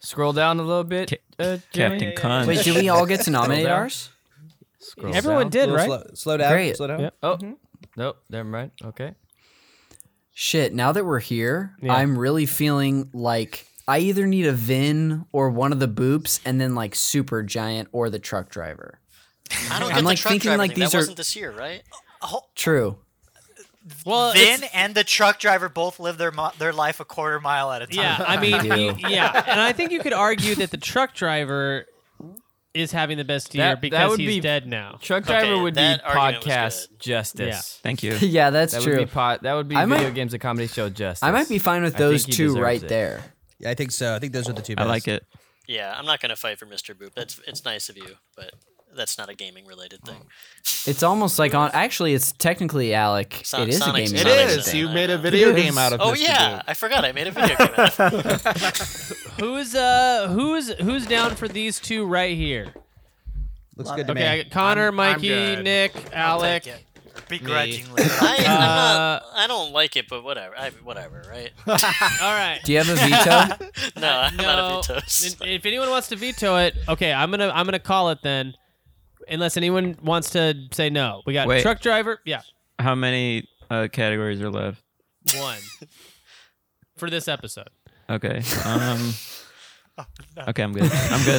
S6: Scroll down a little bit. uh, Jeremy.
S12: Captain Cunt.
S3: Wait, did we all get to
S6: Scroll
S3: nominate
S6: down.
S3: ours?
S6: Scroll down.
S3: Everyone did, Little right? slow- slow down,
S6: Great.
S3: slow down.
S6: Yeah. Oh,
S10: Mm-hmm.
S3: Mhm.
S6: nope. Never mind. Okay.
S3: Shit, now that we're here,
S6: Yeah.
S3: I'm really feeling like I either need a Vin or one of the boops, and then like Super Giant or the truck driver.
S10: I don't
S3: I'm
S10: get
S3: like
S10: the truck
S3: thinking
S10: driver
S3: like
S10: thing.
S3: these
S10: that
S3: are-
S10: wasn't this year, right?
S3: True.
S1: Well,
S11: Vin and the truck driver both live their mo- their life a quarter mile at a time.
S1: Yeah, I mean, y- yeah, and I think you could argue that the truck driver is having the best year
S6: That- that
S1: because
S6: would
S1: he's
S6: be-
S1: dead now.
S6: Truck driver would be podcast justice.
S1: Yeah.
S12: Thank you.
S3: Yeah, that's
S6: that
S3: true.
S6: Would be pod, that would be
S3: I might-
S6: video games and comedy show justice.
S3: I might be fine with
S6: I think
S3: those
S6: he
S3: two
S6: deserves
S3: right
S6: it.
S3: there.
S2: Yeah, I think so. I think those are the two.
S12: I
S2: Best.
S12: like it.
S10: Yeah, I'm not gonna fight for Mr. Boop. That's it's nice of you, but that's not a gaming related thing.
S3: It's almost like on. Actually, it's technically Alec.
S10: So-
S3: it is
S10: Sonic's
S3: a
S10: not
S3: game.
S10: It is.
S3: thing.
S10: You made
S6: a
S10: video
S3: It
S10: game
S3: is.
S10: out of Oh, Mr. yeah. Boop. I forgot I made a video game out
S1: Who's uh who's who's down for these two right here?
S2: Looks
S1: okay,
S2: good to me.
S1: I got Connor,
S2: I'm- I'm
S1: Mikey,
S2: good.
S1: Nick,
S11: I'll
S1: Alec.
S11: take it. Begrudgingly.
S10: I, I'm
S1: Uh,
S10: not, I don't like it, but whatever. I, whatever, right?
S1: All right.
S3: Do you have a veto?
S10: no, I'm
S1: No.
S10: not a veto. so-
S1: N- If anyone wants to veto it, okay, I'm gonna I'm gonna call it then. Unless anyone wants to say no, we got
S12: Wait.
S1: truck driver. Yeah,
S12: How many uh, categories are left?
S1: one for this episode.
S12: Okay. Um. Okay, I'm good. I'm good.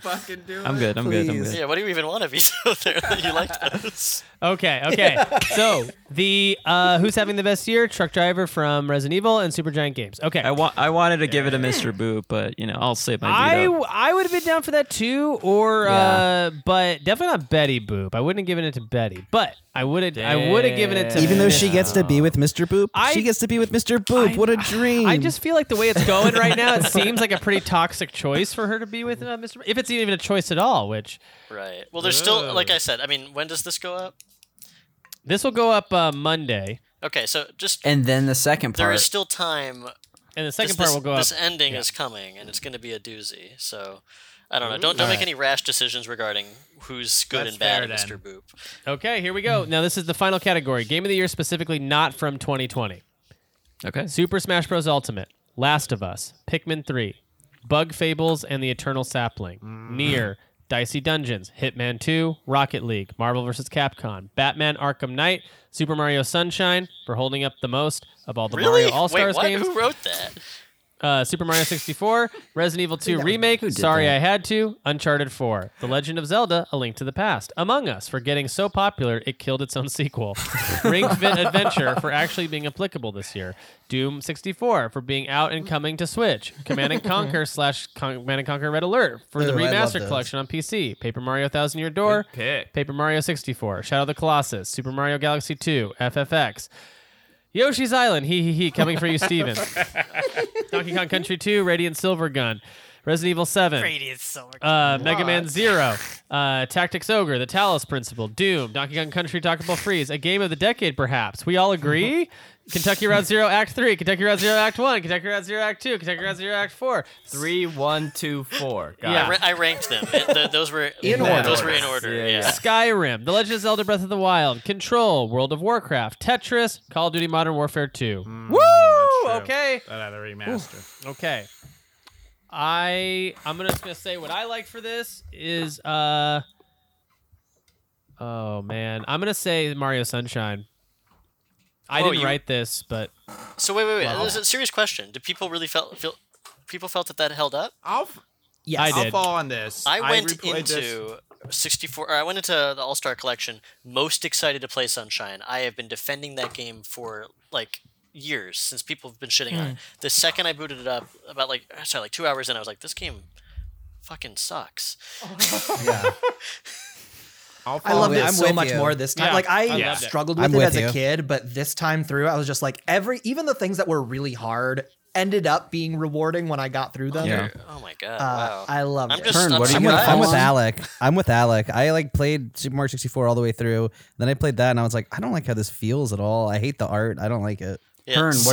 S10: fucking do
S12: I'm good. I'm good. I'm good.
S10: Yeah, what do you even want to be so there that you like those?
S1: Okay, okay. so the uh, who's having the best year? Truck driver from Resident Evil and Supergiant Games. Oh, Okay,
S12: I want. I wanted to give it to Mr. Boo, but you know, I'll save my
S1: I,
S12: veto.
S1: w- I would have been down for that too, or uh, but definitely not Betty Boop. I wouldn't have given it to Betty, but I would have I would have given it to
S2: Even though she gets to be with Mr. Boop,
S1: I-
S2: she gets to be with Mr. Boop. what a dream!
S1: I just feel like the way it's going right now, it seems like a pretty toxic choice for her to be with uh, Mr. If it's even a choice at all, which
S10: Right. Well, there's still, like I said, I mean, when does this go up?
S1: this will go up uh, Monday.
S10: Okay, so just
S3: And then the second part.
S10: there is still time.
S1: And the
S10: This-
S1: second part
S10: this-
S1: will go
S10: This
S1: up.
S10: ending
S1: Yeah.
S10: is coming, and it's going to be a doozy. So I don't know. Don't don't
S1: Ooh.
S10: make
S1: Alright.
S10: any rash decisions regarding who's good
S1: That's
S10: and bad,
S1: fair then.
S10: at Mr. Boop.
S1: Okay, here we go.
S10: Hmm.
S1: Now this is the final category: Game of the Year, specifically not from 2020.
S12: Okay.
S1: Super Smash Bros. Ultimate, Last of Us, Pikmin 3, Bug Fables and the Eternal Sapling,
S10: Mm.
S1: Near, Dicey Dungeons, Hitman 2, Rocket League, Marvel vs. Capcom, Batman: Arkham Knight, Super Mario Sunshine for holding up the most of all the
S10: really?
S1: Mario All
S10: Wait,
S1: Stars
S10: what?
S1: games.
S10: Who wrote that?
S1: uh, Super Mario 64, Resident Evil 2
S6: that-
S1: Remake,
S6: who did
S1: Sorry
S6: that?
S1: I Had To, Uncharted 4, The Legend of Zelda, A Link to the Past, Among Us for getting so popular it killed its own sequel, Ring Fit Adventure for actually being applicable this year, Doom 64 for being out and coming to Switch, Command and Conquer slash Con- Command and Conquer Red Alert for the
S6: Ooh, I love
S1: remaster
S6: those.
S1: collection on PC, Paper Mario Thousand Year Door,
S6: pick.
S1: Paper Mario 64, Shadow of the Colossus, Super Mario Galaxy 2, FFX. Yoshi's Island, hee hee hee, coming for you, Steven. Donkey Kong Country 2, Radiant Silver Gun, Resident Evil 7,
S11: Radiant Silver
S1: uh,
S11: Gun.
S1: Mega Man
S11: What?
S1: Zero, uh, Tactics Ogre, The Talos Principle, Doom, Donkey Kong Country Talkable Freeze, a game of the decade, perhaps. We all agree? Kentucky Route Zero Act 3, Kentucky Route Zero Act 1, Kentucky Route Zero Act 2, Kentucky Route Zero Act 4.
S6: 3, 1, 2, 4. Got
S1: Yeah.
S10: I, ra- I ranked them. It- th- those were
S1: In
S10: Those
S1: order.
S10: were in order. Yeah.
S1: Skyrim, The Legend of Zelda Breath of the Wild, Control, World of Warcraft, Tetris, Call of Duty Modern Warfare 2.
S10: Hmm.
S1: Woo! Okay.
S17: That other
S1: remaster. Okay. I I'm gonna- just gonna say what I like for this is uh oh man I'm gonna say Mario Sunshine. I
S10: Oh,
S1: didn't
S10: you-
S1: write this, but
S10: So wait, wait, wait.
S1: Wow.
S10: This is a serious question. Did people really felt feel? People felt that that held up.
S17: I'll.
S1: Yes. I
S17: I'll
S1: did.
S17: fall on this.
S10: I went
S17: replayed this.
S10: into 64. Or I went into the All Star Collection most excited to play Sunshine. I have been defending that game for like years since people have been shitting on it. The second I booted it up, about like sorry, like two hours in, I was like, this game fucking sucks.
S17: I'll
S4: I
S10: follow
S4: loved
S10: it.
S4: it
S10: I'm
S4: so
S10: with
S4: much
S10: you.
S4: more this time.
S10: Yeah,
S4: Like
S10: I
S4: I
S10: loved it.
S4: struggled
S2: I'm
S4: with it
S2: with
S4: as
S2: you.
S4: a kid, but this time through, I was just like every even the things that were really hard ended up being rewarding when I got through them.
S2: Yeah.
S10: Oh my god!
S4: wow. I loved
S10: I'm
S4: it.
S10: just- Turn, I'm what are
S2: I'm
S10: you
S2: with,
S10: gonna
S2: I'm with
S10: follow on?
S2: Alec. I'm with Alec. I like played Super Mario 64 all the way through. Then I played that and I was like, I don't like how this feels at all. I hate the art. I don't like it.
S10: Was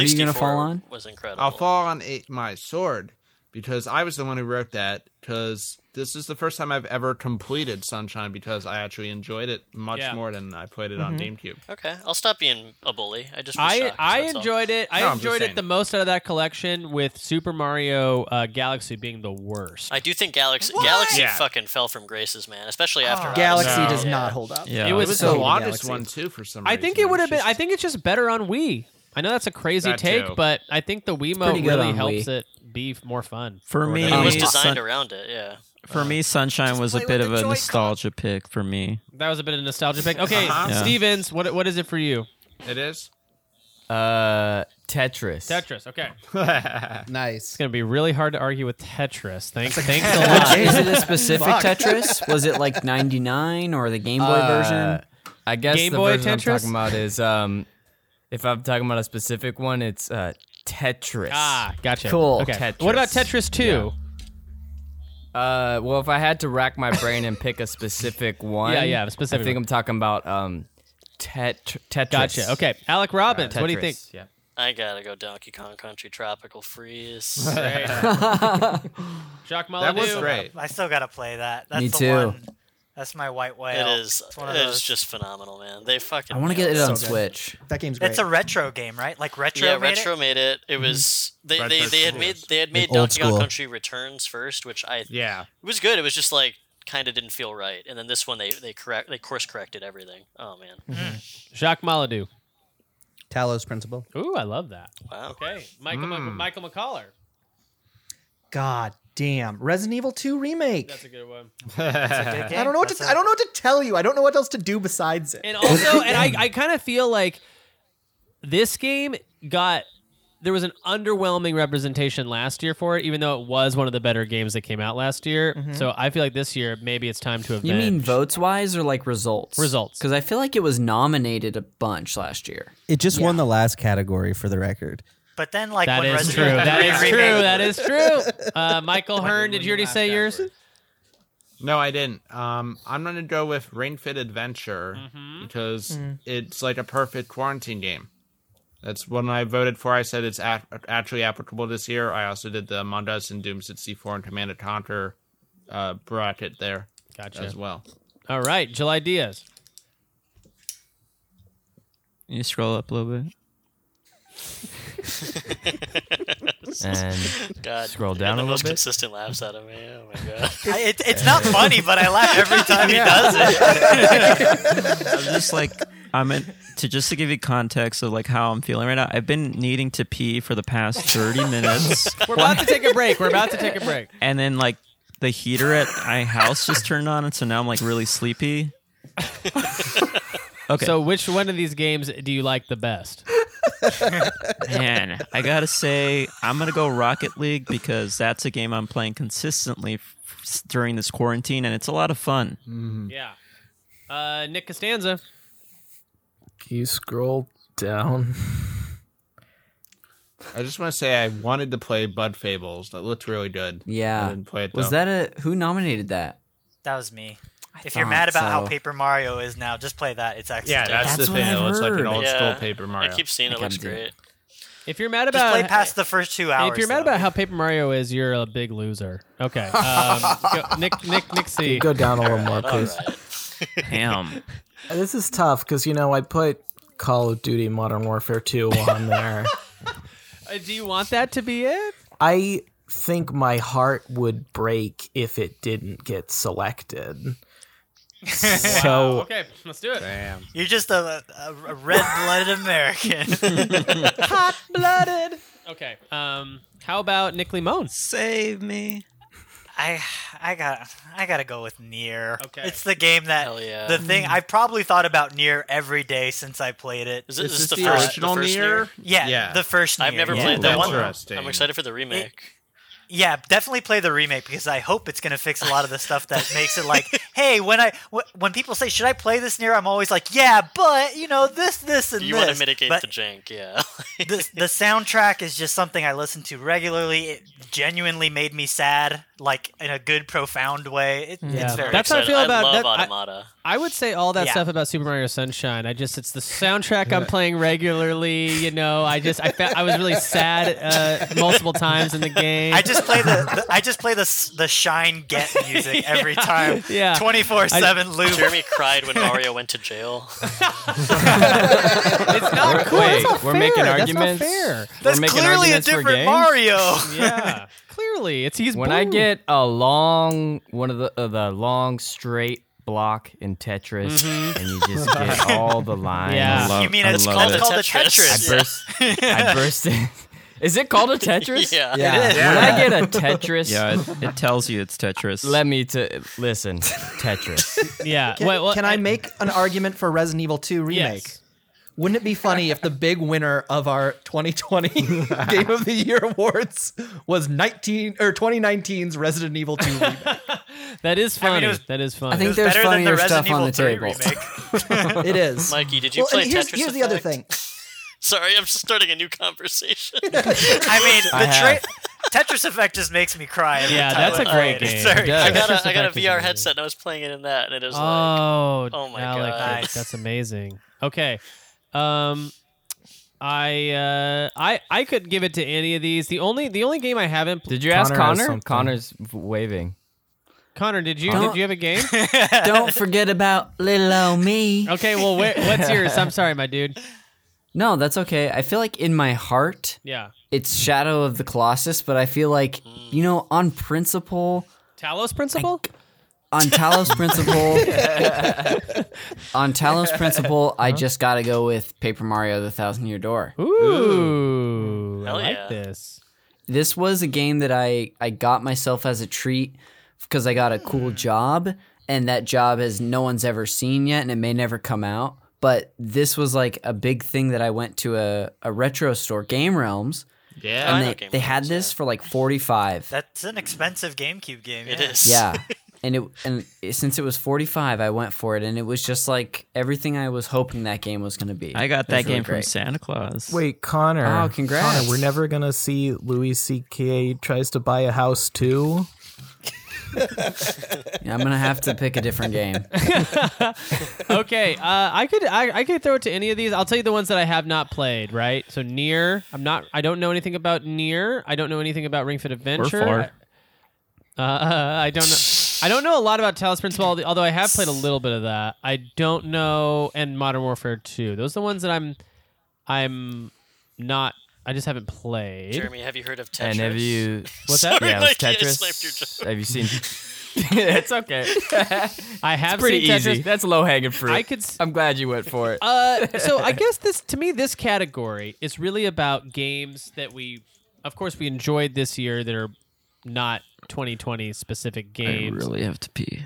S10: incredible.
S9: I'll fall on eight, my sword because I was the one who wrote that. Because this is the first time I've ever completed Sunshine because I actually enjoyed it much
S10: Yeah.
S9: more than I played it on
S10: Mhm.
S9: GameCube.
S10: Okay, I'll stop being a bully. I just was
S1: Mm-hmm. I
S10: shocked,
S1: I
S10: that's all.
S1: enjoyed it. I
S10: No, I'm just
S1: enjoyed
S10: saying.
S1: it the most out of that collection, with Super Mario uh, Galaxy being the worst.
S10: I do think Galaxy Galaxy
S1: Yeah.
S10: fucking fell from graces, man. Especially after
S1: Galaxy
S10: Odyssey.
S1: does not
S4: hold up.
S1: Oh. Yeah.
S10: It was,
S1: so
S10: so
S1: good,
S9: longest
S1: Galaxy.
S9: one too for some.
S1: I
S9: reason.
S1: think it would have been. I think it's just better on Wii. I know that's a crazy
S9: That
S1: take,
S9: too.
S1: but I think the
S12: pretty
S1: Wiimote
S12: good
S1: really
S12: on
S1: helps
S12: Wii.
S1: it be f- more fun.
S12: For
S1: Or
S12: me,
S1: whatever.
S10: it was designed
S12: Sun-
S10: around it. Yeah.
S12: For me, Sunshine was a bit of a nostalgia pick for me.
S1: that was a bit of a nostalgia pick. Okay,
S12: Uh-huh. Yeah.
S1: Stevens, what what is it for you?
S9: It is
S6: Uh, Tetris.
S1: Tetris. Okay.
S6: nice.
S1: It's gonna be really hard to argue with Tetris.
S6: That's
S1: Thanks,
S6: a-
S1: thanks a lot.
S3: Is it a specific
S1: Fuck.
S3: Tetris? Was it like 99 or the Game Boy
S6: Uh,
S3: version?
S6: I guess
S3: Game
S6: the
S3: Boy
S6: version I'm
S3: Tetris?
S6: talking about is um, if I'm talking about a specific one, it's uh, Tetris.
S1: Ah, gotcha.
S6: Cool.
S1: Okay. What about Tetris 2?
S6: Uh, well, if I had to rack my brain and pick a specific one,
S1: Yeah, yeah, a specific
S6: I think
S1: one.
S6: I'm talking about um, tet- Tetris.
S1: Gotcha. Okay, Alec Robbins, what do you think?
S6: Tetris, Yeah.
S10: I gotta go Donkey Kong Country Tropical Freeze.
S1: Great. Jacques Molyneux.
S11: I still gotta play that. That's
S10: Me
S11: the
S10: too.
S11: One. That's my white whale.
S10: It is.
S11: It's one of
S10: It
S11: those-
S10: is just phenomenal, Oh, man. They fucking.
S3: I want to get
S10: nailed
S3: it on
S10: So good.
S3: Switch.
S4: That game's
S11: It's a retro game, right? Like retro.
S10: yeah,
S11: made
S10: retro
S11: It? Mhm.
S10: made it. It was they, they,
S11: Retro's
S10: they had
S11: cool.
S10: made they had
S11: Like
S10: made
S11: old
S10: Donkey Kong
S11: school.
S10: Country Returns first, which I
S9: yeah
S10: it was good. It was just like kind of didn't feel right, and then this one they they correct they course corrected everything. Oh man,
S11: Hmm.
S1: Jacques Molyneux.
S2: Talos Principle.
S1: Ooh, I love that.
S10: Wow.
S1: Okay, Michael
S4: Mm.
S1: Michael McCollar.
S4: God damn, Resident Evil 2 remake.
S1: That's a good one.
S4: I don't know what to. I I don't know what to tell you. I don't know what else to do besides it.
S1: And also, and I, I kind of feel like this game got there was an underwhelming representation last year for it, even though it was one of the better games that came out last year.
S13: Mm-hmm.
S3: Mhm.
S1: So I feel like this year maybe it's time to avenge.
S3: You mean votes wise or like results?
S1: Results.
S3: Because I feel like it was nominated a bunch last year.
S2: It just won the last category for the record.
S11: But then, like
S1: That
S11: when
S1: is
S11: Resident
S1: true.
S11: Evil
S1: That is
S11: 3
S1: true.
S11: remade-
S1: That is true. Uh, Michael Hearn, did you already say yours?
S9: No, I didn't. Um, I'm gonna go with Rain Fit Adventure because
S1: Mm.
S9: it's like a perfect quarantine game. That's one I voted for. I said it's a- actually applicable this year. I also did the Among Us and Doom 64 and Command and Conquer uh, bracket there
S1: Gotcha.
S9: as well.
S1: All right, July Diaz.
S12: Can you scroll up a little bit? and
S10: God,
S12: scroll
S10: you got
S12: down
S10: the
S12: a
S10: most
S12: little bit.
S10: Consistent laughs out of me. Oh my god.
S11: I- it- it's not funny, but I laugh every time he does it.
S12: I'm just like, I'm in, to just to give you context of like how I'm feeling right now. I've been needing to pee for the past 30 minutes.
S1: We're about to take a break. We're about to take a break.
S12: And then like the heater at my house just turned on, and so now I'm like really sleepy. Okay.
S1: So, which one of these games do you like the best?
S12: Man, I gotta say, I'm gonna go Rocket League because that's a game I'm playing consistently f- during this quarantine, and it's a lot of fun.
S13: Hmm.
S1: Yeah. Uh, Nick Costanza.
S13: Can you scroll down?
S9: I just want to say I wanted to play Bud Fables. That looked really good. I
S3: Yeah.
S9: didn't play it
S3: Was
S9: though.
S3: that a who nominated that?
S11: That was me. if you're
S3: thought
S11: mad about how
S3: so.
S11: Paper Mario is now, just play that. It's excellent.
S9: Yeah, that's, the thing. It looks like an old school Paper Mario.
S1: If you're mad
S11: Just
S1: about
S11: play past the first two
S1: If
S11: hours,
S1: you're mad
S11: though.
S1: about how Paper Mario is, you're a big loser. Okay. Um, go, Nick, Nick, Nick C.
S13: Go down a little more, please.
S12: Ham.
S13: This is tough because you know I put Call of Duty Modern Warfare 2 on there.
S1: Uh, do you want that to be it?
S13: I think my heart would break if it didn't get selected. So
S1: okay, let's do it.
S11: You're just a, a, a red-blooded American.
S1: blooded. Okay. Um, how about Nick Limone?
S12: Save me.
S11: I I got I gotta go with near. Okay. It's the game that
S10: yeah.
S11: the
S1: Hmm.
S11: thing I probably thought about near every day since I played it.
S10: Is it- Is is this this the the first- original the first Nier? Nier?
S11: Yeah,
S10: Yeah.
S11: the first.
S10: I've
S11: Nier,
S10: never
S11: yeah.
S10: played that one. Interesting. I'm excited for the remake.
S11: Yeah, definitely play the remake because I hope it's going to fix a lot of the stuff that makes it like, hey, when I wh- when people say should I play this near, I'm always like, yeah, but you know this, this, and
S10: you
S11: this.
S10: want to mitigate
S11: But
S10: the jank, yeah.
S11: the, the soundtrack is just something I listen to regularly. It genuinely made me sad, like in a good, profound way. It, It's very
S1: that's how I
S11: exciting.
S1: feel about that. I-
S10: Automata.
S1: I, would say all that
S11: Yeah.
S1: stuff about Super Mario Sunshine. I just it's the soundtrack I'm playing regularly. You know, I just I felt I was really sad uh, multiple times in the game.
S11: I just play the, the I just play the s- the shine get music every
S1: Yeah.
S11: time.
S1: Yeah.
S11: twenty four seven loop.
S10: Jeremy cried when Mario went to jail.
S1: it's not
S6: cool. That's not we're making fair. That's not arguments- fair.
S1: fair.
S6: we're That's making clearly a arguments for different games? Mario.
S1: yeah, clearly it's he's
S6: when I
S1: blue.
S6: get a long one of the uh, the long straight block in Tetris,
S1: Mhm.
S6: and you just get all the lines.
S1: Yeah. I love- You mean I it's love called- it. called a Tetris.
S6: I burst.
S1: Yeah.
S6: I burst. in- Is it called a Tetris?
S1: Yeah.
S6: It
S1: Yeah.
S6: is.
S1: Yeah.
S6: When I get a Tetris,
S12: Yeah, it, it tells you it's Tetris.
S6: Let me to listen, Tetris.
S1: Yeah.
S15: Can, can I make an argument for Resident Evil 2 remake? Wouldn't it be funny if the big winner of our 2020 Game of the Year awards was 19 or 2019's Resident Evil 2 remake?
S1: that is
S15: I mean,
S1: funny.
S15: it was-
S1: that is funny.
S15: I think It was there's better than the funnier stuff Resident on Evil the 3 table. remake. It is.
S10: Mikey, did you
S15: Well, and
S10: play
S15: here's-
S10: Tetris?
S15: here's the other
S10: Effect? Sorry, I'm just starting a new conversation.
S11: I mean,
S10: I
S11: the
S10: have.
S11: tra- Tetris effect just makes me cry. every
S1: Yeah,
S11: time
S1: that's
S11: I
S1: a
S11: play
S1: great
S11: it. It's
S1: game.
S11: very
S1: It does.
S10: I
S11: good.
S10: got
S1: Tetris
S10: a, I got a
S1: Effect is
S10: VR
S1: amazing.
S10: headset and I was playing it in that, and it is
S1: oh,
S10: like, oh my
S1: Alec,
S10: god,
S1: that's- that's amazing. Okay, um, I uh, I I could give it to any of these. The only the only game I haven't.
S6: Did you ask Connor? Connor's v- waving.
S1: Connor, did you
S6: Don't-
S1: did you have a game?
S3: Don't forget about little old me.
S1: Okay, well, where, what's yours? I'm sorry, my dude.
S3: No, that's okay. I feel like in my heart,
S1: Yeah.
S3: it's Shadow of the Colossus, but I feel like you know, on principle,
S1: Talos Principle.
S3: on Talos principle, on Talos principle, I just gotta go with Paper Mario: The Thousand Year Door.
S1: Ooh,
S10: Hell like yeah.
S1: this.
S3: This was a game that I I got myself as a treat because I got a
S10: Hmm.
S3: cool job, and that job has no one's ever seen yet, and it may never come out. But this was like a big thing that I went to a, a retro store, Game Realms.
S10: Yeah. I know
S3: and they,
S10: Game
S3: they had this for like forty five.
S11: That's an expensive GameCube game.
S10: It
S11: yeah.
S10: is.
S3: Yeah. And it and it- since it was 45, I went for it, and it was just like everything I was hoping that game was going to be.
S12: I got
S3: It was
S12: that
S3: really
S12: game from
S3: great.
S12: Santa Claus.
S13: Wait, Connor.
S3: Oh, congrats.
S13: Connor, we're never gonna see Louis C.K. tries to buy a house too.
S3: Yeah, I'm gonna have to pick a different game.
S1: okay, uh, I could I, I could throw it to any of these. I'll tell you the ones that I have not played. Right, so near. I'm not. I don't know anything about near. I don't know anything about Ring Fit Adventure.
S12: Four.
S1: I, uh, I don't know. I don't know a lot about Talos Principle, although- although I have played a little bit of that. I don't know and Modern Warfare Two. Those are the ones that I'm I'm not. I just haven't played.
S10: Jeremy, have you heard of Tetris?
S6: And have you?
S1: What's that?
S10: Sorry,
S6: Yeah, it was
S10: Mikey, I
S6: Tetris.
S10: sniped your joke.
S6: Have you seen it's okay.
S1: I have
S6: it's pretty
S1: seen Tetris.
S6: easy. That's low hanging fruit.
S1: I could.
S6: i I'm glad you went for it.
S1: Uh, so I guess this to me this category is really about games that we, of course, we enjoyed this year that are not 2020 specific games.
S12: really have to pee.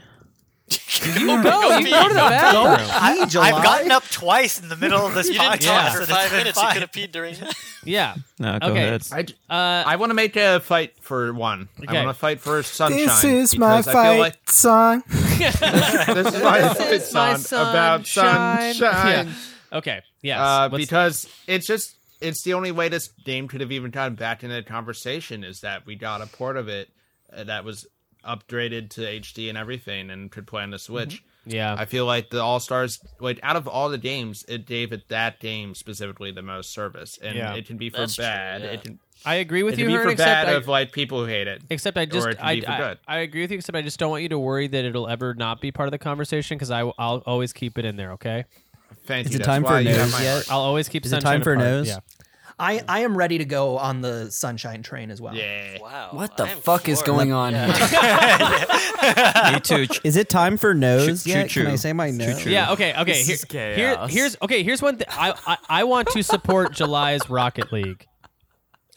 S1: You go, go, you go to the bathroom.
S11: I,
S1: Pee,
S11: have
S1: July.
S11: gotten up twice in the middle of this
S1: You
S11: podcast.
S1: didn't talk
S11: and
S1: for
S11: it's
S1: five
S11: been
S1: minutes, you
S11: fine.
S1: could have
S10: peed during that.
S1: Yeah.
S12: No, go
S1: okay.
S12: ahead.
S1: I,
S9: I want to make a fight for one.
S1: Okay.
S9: I want to fight for sunshine.
S13: This is my
S9: because I feel
S13: fight
S9: like-
S13: song.
S9: this is my
S13: This
S9: fight
S13: is my
S9: song about
S13: sunshine.
S9: sunshine.
S1: Yeah. Okay. Yes.
S9: Uh, because it's just it's the only way this game could have even gotten back into the conversation is that we got a port of it uh, that was upgraded to HD and everything and could play on the Switch.
S1: Mm-hmm. Yeah.
S9: I feel like the All Stars, like out of all the games, it gave it that game specifically the most service, and
S1: Yeah.
S9: it can be for
S1: That's true,
S9: bad.
S1: yeah.
S9: It can.
S1: I agree with
S9: it can
S1: you,
S9: be
S1: Hearn,
S9: for
S1: except
S9: bad
S1: I-
S9: of like people who hate it.
S1: Except I just
S9: or it can
S1: I,
S9: be for
S1: I,
S9: good.
S1: I agree with you. Except I just don't want you to worry that it'll ever not be part of the conversation because I I'll always keep it in there. Okay.
S9: Thank
S2: Is you, it that's time for why a you have nose my yet? heart.
S1: I'll always keep.
S2: Is it
S1: sunshine
S2: time for a
S1: apart,
S2: nose?
S1: Yeah.
S16: I, I am ready to go on the sunshine train as well. Yeah.
S10: Wow.
S3: What the fuck is going on
S2: Me
S12: too.
S2: Is it time for nose
S12: Choo-
S2: yet?
S12: choo-
S2: Can I
S12: choo.
S2: say my nose?
S1: Yeah. Okay. Okay. Here, here, here's okay. Here's one. Th- I, I I want to support July's Rocket League,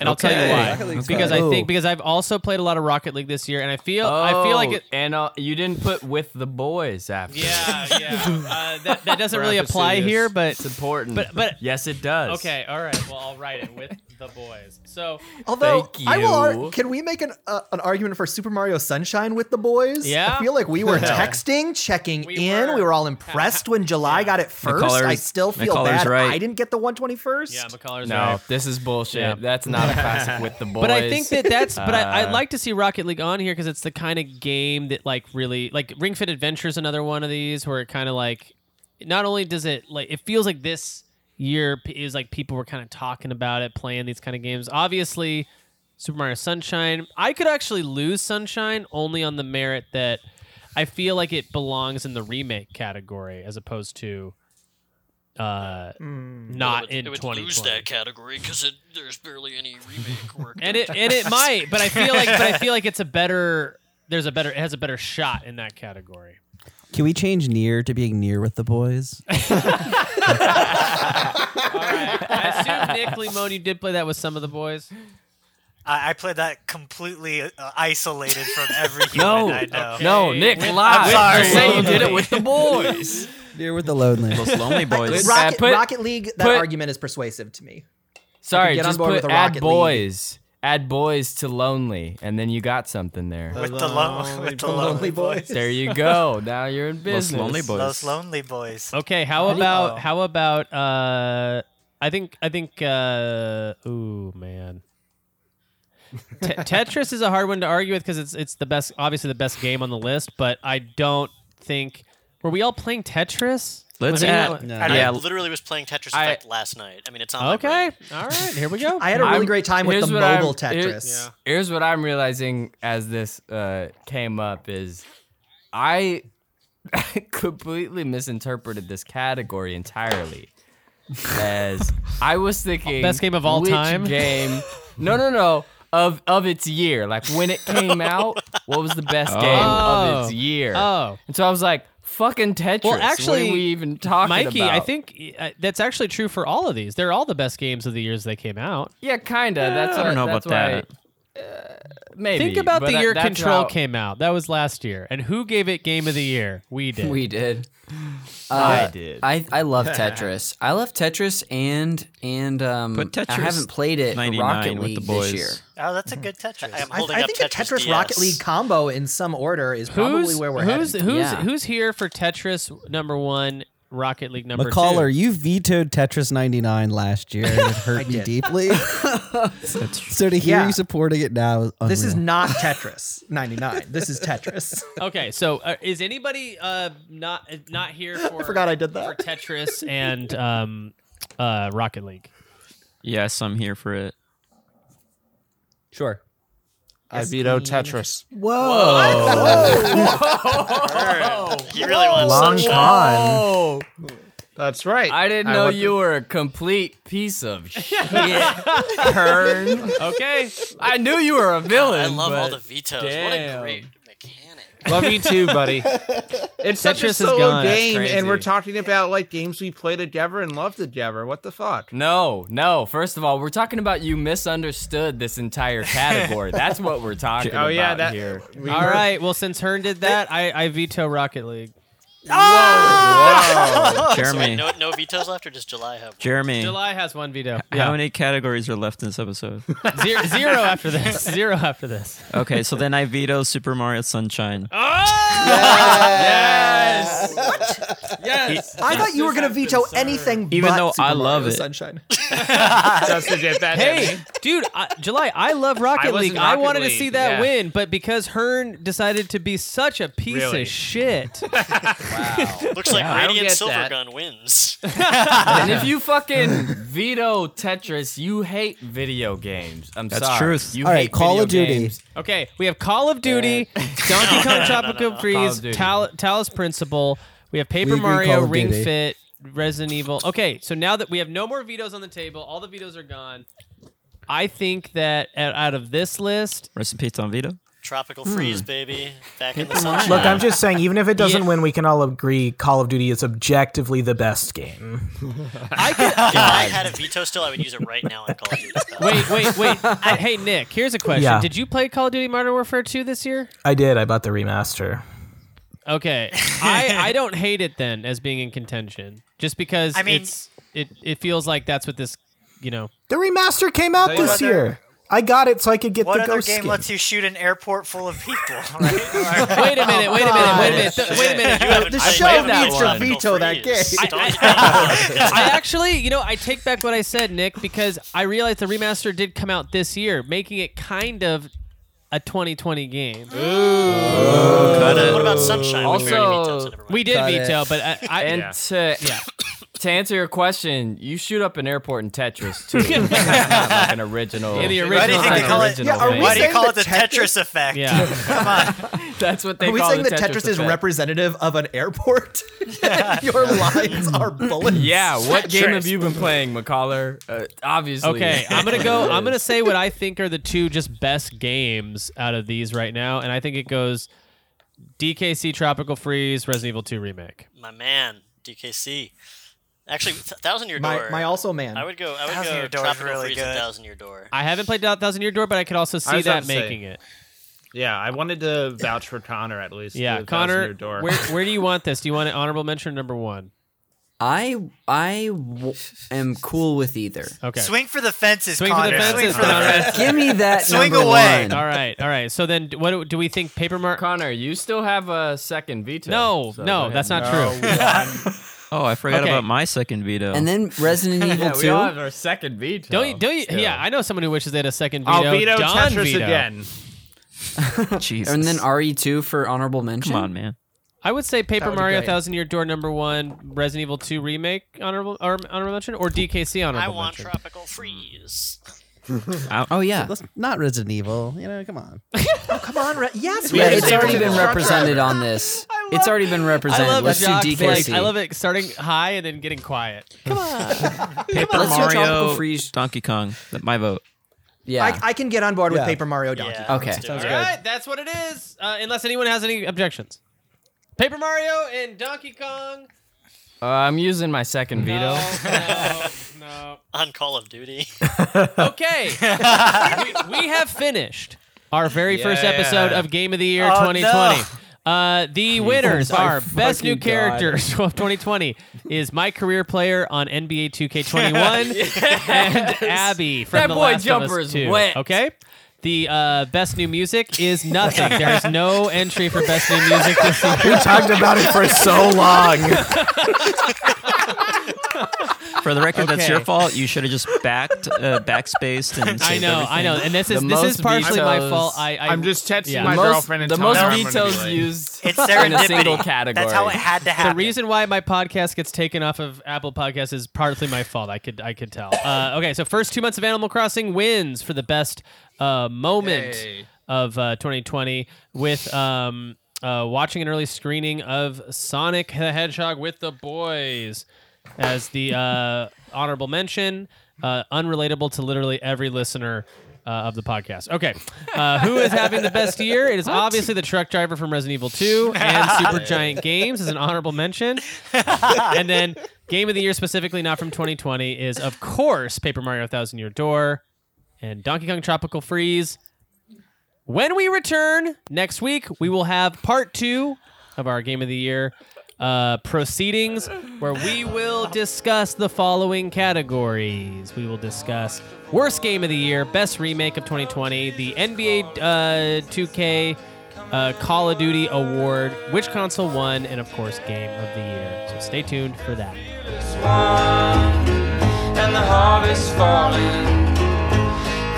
S1: and I'll
S6: Okay.
S1: tell
S6: Rocket
S1: you why.
S6: League's
S1: Because
S6: fun.
S1: I
S6: Ooh.
S1: think because I've also played a lot of Rocket League this year, and I feel I feel like
S6: Oh,
S1: it.
S6: And uh, you didn't put with the boys after.
S1: Yeah, yeah. Uh, that, that doesn't really apply here, but
S6: it's important.
S1: but- but-
S6: yes, it does.
S1: Okay. All right. Well, I'll write it with the boys. So
S4: Although
S6: Thank
S4: I will,
S6: you.
S4: ar- can we make an uh, an argument for Super Mario Sunshine with the boys?
S1: Yeah.
S4: I feel like we were
S1: Yeah.
S4: texting, checking in. we were all impressed when July got it first.
S6: McCullers-
S4: I still feel
S6: McCullers
S4: bad.
S6: right.
S4: I didn't get the 121st. Yeah,
S1: McCullers
S6: No, this is bullshit.
S1: Yeah.
S6: That's not a classic with the boys.
S1: But I think that that's. But I, I
S6: Uh,
S1: like to see Rocket League on here because it's the kind of game that like really like Ring Fit Adventure is another one of these where it kind of like, not only does it like it feels like this year p- is like people were kind of talking about it, playing these kind of games. Obviously, Super Mario Sunshine. I could actually lose Sunshine only on the merit that I feel like it belongs in the remake category as opposed to. Uh, not
S10: Well,
S1: in
S10: it would
S1: 2020
S10: lose that category because there's barely any remake work.
S1: and it
S10: done.
S1: and it might, but I feel like but I feel like it's a better there's a better it has a better shot in that category.
S2: Can we change near to being near with the boys?
S1: I assume Nick Limone, you did play that with some of the boys.
S11: I, I played that completely uh, isolated from every human
S6: No,
S11: I know.
S6: no, Nick,
S11: I'm
S6: lie.
S11: sorry.
S6: Just say you did it with the boys.
S2: near with the lonely.
S12: Most lonely boys.
S6: Rocket-
S12: put-
S4: Rocket League, that
S6: put-
S4: argument is persuasive to me.
S6: Sorry,
S4: get on
S6: just
S4: board
S6: put
S4: with a
S6: add
S4: Rocket League.
S6: boys. Add boys to lonely, and then you got something there.
S11: With the lo- with the lonely boys.
S6: There you go. Now you're in
S11: Los
S6: business.
S11: lonely boys. Los lonely boys.
S1: Okay, how
S11: Hello.
S1: about how about uh I think I think uh ooh man. Te- Tetris is a hard one to argue with because it's it's the best obviously the best game on the list, but I don't think were we all playing Tetris?
S12: Let's
S1: I mean,
S12: add-
S1: what-
S10: And I literally was playing Tetris
S1: I-
S10: Effect last night. I mean, it's on.
S1: Okay. All right. Here we go.
S4: I had a really
S6: I'm-
S4: great time with
S6: here's
S4: the
S6: what I'm-
S4: mobile
S6: here-
S4: Tetris.
S6: Here's what I'm realizing as this uh, came up is I completely misinterpreted this category entirely. As I was thinking,
S1: Best game of all
S6: which
S1: time?
S6: Game? No, no, no. Of of its year, like when it came out, what was the best game
S1: Oh.
S6: of its year?
S1: Oh.
S6: and so I was like, "Fucking Tetris."
S1: Well, actually,
S6: what are we even talking
S1: Mikey,
S6: about?
S1: I think uh, that's actually true for all of these. They're all the best games of the years they came out.
S6: Yeah, kinda. that's
S12: I don't
S6: what-
S12: know
S6: that's
S12: about
S6: why-
S12: that.
S6: Maybe.
S1: Think about
S6: but
S1: the
S6: that-
S1: year
S6: that's
S1: Control
S6: how-
S1: came out. That was last year. And who gave it Game of the Year? We did.
S3: We did.
S1: I
S3: Uh,
S1: did.
S3: I, I love Tetris. I love Tetris and and um
S12: Put Tetris
S3: I haven't played it for
S12: 99
S3: Rocket
S12: with the
S3: League
S12: boys.
S3: this year.
S11: Oh, that's a good Tetris. I,
S4: I, I think a Tetris Rocket League combo in some order is probably
S1: Who's
S4: where we're
S1: who's
S4: headed.
S1: who's who's here for Tetris number one, Rocket League number
S2: McCaller,
S1: two?
S2: you vetoed Tetris 99 last year and it hurt me deeply. so to hear
S4: Yeah.
S2: you supporting it now is
S4: This is
S2: unreal.
S4: not Tetris 99. This is Tetris.
S1: Okay, so uh, is anybody uh not uh, not here for
S4: forgot I did
S1: for Tetris and um uh Rocket League?
S12: Yes, I'm here for it.
S1: Sure.
S9: I veto Tetris.
S1: Whoa.
S10: You really want
S13: Long
S10: sunshine.
S13: con.
S9: That's right.
S6: I didn't
S13: I
S6: know
S13: want
S6: you were a complete piece of shit. Kern.
S1: Okay.
S6: I knew you were a villain.
S10: I love all
S6: but
S10: the vetoes. What a
S6: damn.
S10: great
S17: Love you too, buddy. It's such
S1: Tetris
S17: a
S1: is
S17: solo
S1: gone. That's
S17: game, and we're
S1: crazy.
S17: talking about like games we played together and loved together. What the fuck?
S6: No, no. First of all, we're talking about you misunderstood this entire category. That's what we're talking about
S1: Oh, yeah, that-
S6: here.
S1: All right. Well, since Hearn did that, I, I veto Rocket League.
S12: Whoa. Jeremy.
S10: no, no vetoes left, or does July have?
S12: Jeremy.
S1: July has one veto.
S12: How
S1: Yeah.
S12: many categories are left in this episode?
S1: Zero, zero after this. Zero after this.
S12: okay, so then I veto Super Mario Sunshine.
S1: Oh. Yes.
S12: Yes.
S4: I thought you were going to veto anything
S12: Even
S4: but
S12: though
S4: Super
S12: I love
S4: Mario
S12: it.
S4: Sunshine.
S1: hey, dude, I, July, I love Rocket
S4: I was in
S1: League. I
S4: Rocket
S1: wanted to
S4: League,
S1: see that
S4: yeah.
S1: win, but because Hearn decided to be such a piece
S10: Really?
S1: of shit.
S10: Looks like
S1: Yeah, I don't get
S10: Radiant
S1: that.
S10: Silvergun wins.
S6: and if you fucking veto Tetris, you hate video games. I'm
S12: That's
S6: sorry.
S12: truth.
S6: You
S12: All right,
S6: hate
S12: Call
S6: video
S12: of Duty.
S6: games.
S1: Okay, we have Call of Duty,
S13: Eh.
S1: Donkey
S6: No, no, no,
S1: Kong
S6: no, no.
S1: Tropical
S6: Call of
S1: Freeze,
S6: Duty.
S1: Tal- Talos Principle. We have Paper
S6: agree
S1: Mario,
S6: Call of
S1: Ring
S6: Duty.
S1: Fit, Resident Evil. Okay, so now that we have no more vetoes on the table, all the vetoes are gone. I think that o- out of this list,
S12: Rest in peace on veto.
S10: Tropical
S13: Hmm.
S10: freeze, baby. Back in the sunshine.
S13: Look, I'm just saying, even if it doesn't
S1: Yeah.
S13: win, we can all agree Call of Duty is objectively the best game.
S10: I could, if I had a veto still, I would use it right now and call it.
S1: wait, wait, wait. I- hey, Nick, here's a question.
S13: Yeah.
S1: Did you play Call of Duty Modern Warfare 2 this year?
S13: I did. I bought the remaster.
S1: Okay, I, I don't hate it then as being in contention, just because
S13: I mean-
S1: it's it it feels like that's what this you know.
S13: The remaster came out
S1: Hey,
S13: this
S1: brother.
S13: year. I got it so I could get
S11: What
S13: the
S11: other
S13: ghost
S11: game
S13: skin.
S11: lets you shoot an airport full of people? Right?
S1: Wait a minute! Wait a minute! Wait a minute! th- Wait a minute!
S11: The
S1: I
S11: show
S1: played that
S11: needs to
S1: one.
S11: veto that Freeze. game.
S1: I, I- I actually, you know, I take back what I said, Nick, because I realized the remaster did come out this year, making it kind of a 2020 game.
S6: Cut it.
S10: What about Sunshine? Which we already vetoed, so
S6: Also,
S10: never mind.
S1: We did Cut veto, it. but I- I-
S6: and
S1: Yeah.
S6: to to answer your question, you shoot up an airport in Tetris too. It's not like an original.
S1: Yeah, the
S6: it's
S1: original
S6: not
S1: thing.
S6: an
S1: Yeah,
S6: original
S1: are we
S6: thing.
S11: Why do you call it the Tetris, effect?
S1: Yeah.
S11: Come on.
S6: That's what
S4: Are we saying that Tetris, is representative of an airport? Your lines are bullets.
S6: Yeah, what game have you been playing, McCollar? Uh, obviously.
S1: Okay, I'm gonna go. I'm gonna say what I think are the two just best games out of these right now, and I think it goes DKC Tropical Freeze, Resident Evil 2 remake.
S10: My man, DKC. Actually, Th- Thousand Year
S1: My-
S10: Door.
S1: my also man.
S10: I would go. I would
S11: Thousand
S10: go.
S11: Year Door is
S10: Tropical
S11: really
S10: Freeze and
S11: good.
S10: Thousand Year Door.
S1: I haven't played Thousand Year Door, but I could also
S17: I
S1: see
S17: was
S1: that
S17: about to say.
S1: making it.
S17: Yeah, I wanted to vouch for Connor at least.
S1: Yeah,
S17: the
S1: Connor,
S17: thousand-year door.
S1: where where do you want this? Do you want an honorable mention or number one?
S3: I I w- am cool with either.
S1: Okay.
S11: Swing for the fences,
S1: Swing
S11: Connor.
S1: for the
S11: Swing
S1: fences,
S11: for the
S1: Connor.
S11: fences. Give me that Swing number away. one.
S1: All right, all right. So then, what do- do we think? Paper Mar
S6: Connor, you still have a second veto.
S1: No,
S6: so go
S1: no,
S6: ahead.
S1: that's not true.
S12: Oh, I forgot
S1: Okay.
S12: about my second veto.
S3: And then Resident Evil
S6: we
S3: 2.
S6: all have our second veto.
S1: Don't you? Don't you? Yeah, I know someone who wishes they had a second veto.
S6: I'll veto
S1: Don
S6: Tetris
S1: veto.
S6: again.
S3: And then RE2 for honorable mention. Come
S12: on, man.
S1: I would say
S3: That
S1: Paper
S3: would be
S1: Mario
S3: great.
S1: Thousand Year Door number one, Resident Evil Two remake honorable or honorable mention, or DKC honorable
S10: I want
S1: mention.
S10: Tropical Freeze.
S2: oh yeah, let's not Resident Evil. You know, come on.
S4: Oh, come on. Re- yes,
S3: Yeah,
S4: we-
S3: it's already been represented on this. It's already been represented.
S1: I love
S3: Let's do
S1: Jacques,
S3: DKC.
S1: like, I love it starting high and then getting quiet. Come
S17: Uh,
S1: on.
S12: Paper
S3: Let's do
S12: Mario,
S3: Tropical Freeze.
S12: Donkey Kong. Th- My vote.
S3: Yeah.
S4: I, I can get on board
S12: Yeah.
S4: with Paper Mario Donkey.
S12: Yeah, Okay. let's do
S1: All
S12: Sounds
S1: right,
S12: good.
S1: that's what it is. Uh, unless anyone has any objections. Paper Mario and Donkey Kong.
S6: Uh, I'm using my second veto.
S1: No, no.
S10: On Call of Duty.
S1: okay. we, we have finished our very first
S10: Yeah.
S1: episode of Game of the Year
S10: Oh,
S1: 2020.
S10: no.
S1: Uh, the winners
S10: Oh, my
S1: are best new
S10: fucking God.
S1: characters of 2020 is my career player on NBA 2K21 and Abby from
S6: That
S1: The
S6: boy
S1: Last of Us
S6: jumper is
S1: 2.
S6: wet.
S1: Okay. The uh, best new music is nothing. There is no entry for best new music this year.
S13: We talked about it for so long.
S12: For the record, that's
S1: Okay.
S12: your fault. You should have just backed, uh, backspaced, and
S1: I
S12: saved
S1: know, I
S12: everything.
S1: know, and this
S12: The
S1: is this
S12: most
S1: is partially my
S12: vetoes-
S1: fault. I, I
S17: I'm just texting
S1: yeah.
S17: my girlfriend and
S6: the
S17: telling
S6: most
S17: her I'm gonna be
S6: vetoes
S17: late.
S6: used
S11: It's
S6: in a
S11: serendipity.
S6: single
S11: That's
S6: category.
S11: how it had to happen.
S1: The reason why my podcast gets taken off of Apple Podcasts is partly my fault. I could I could tell. Uh, okay, so first two months of Animal Crossing wins for the best uh, moment
S17: Hey.
S1: of uh, 2020 with um, uh, watching an early screening of Sonic the Hedgehog with the boys as the uh, honorable mention. Uh, unrelatable to literally every listener uh, of the podcast. Okay, uh, who is having the best year? It is obviously the truck driver from Resident Evil 2 and Super Giant Games is an honorable mention. and then game of the year specifically not from 2020 is of course Paper Mario Thousand Year Door and Donkey Kong Tropical Freeze. When we return next week, we will have part two of our game of the year uh, proceedings where we will discuss the following categories. We will discuss worst game of the year, best remake of 2020, the NBA uh, 2K uh, Call of Duty award, which console won, and of course, game of the year. So stay tuned for that.
S20: and the harvest falling.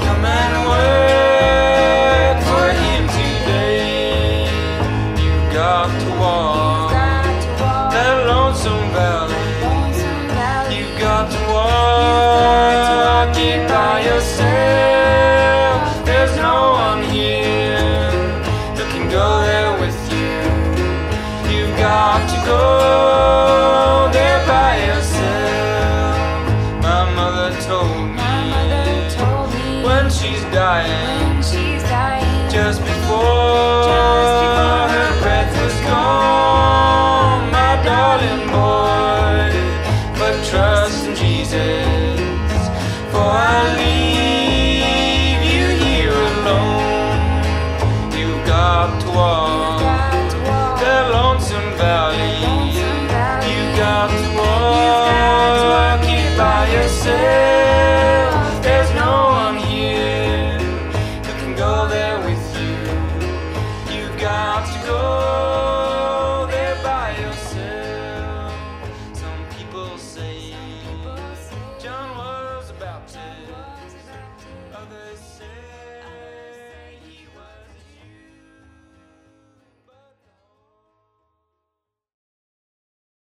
S20: Come and work for him today. You got to walk that lonesome valley. You got to walk it by yourself. There's no one here that can go there with you. You got to go there by yourself. My mother told me. When she's dying. Just before. her breath was gone, my darling boy. But trust in Jesus, for I leave you here alone. You've got to walk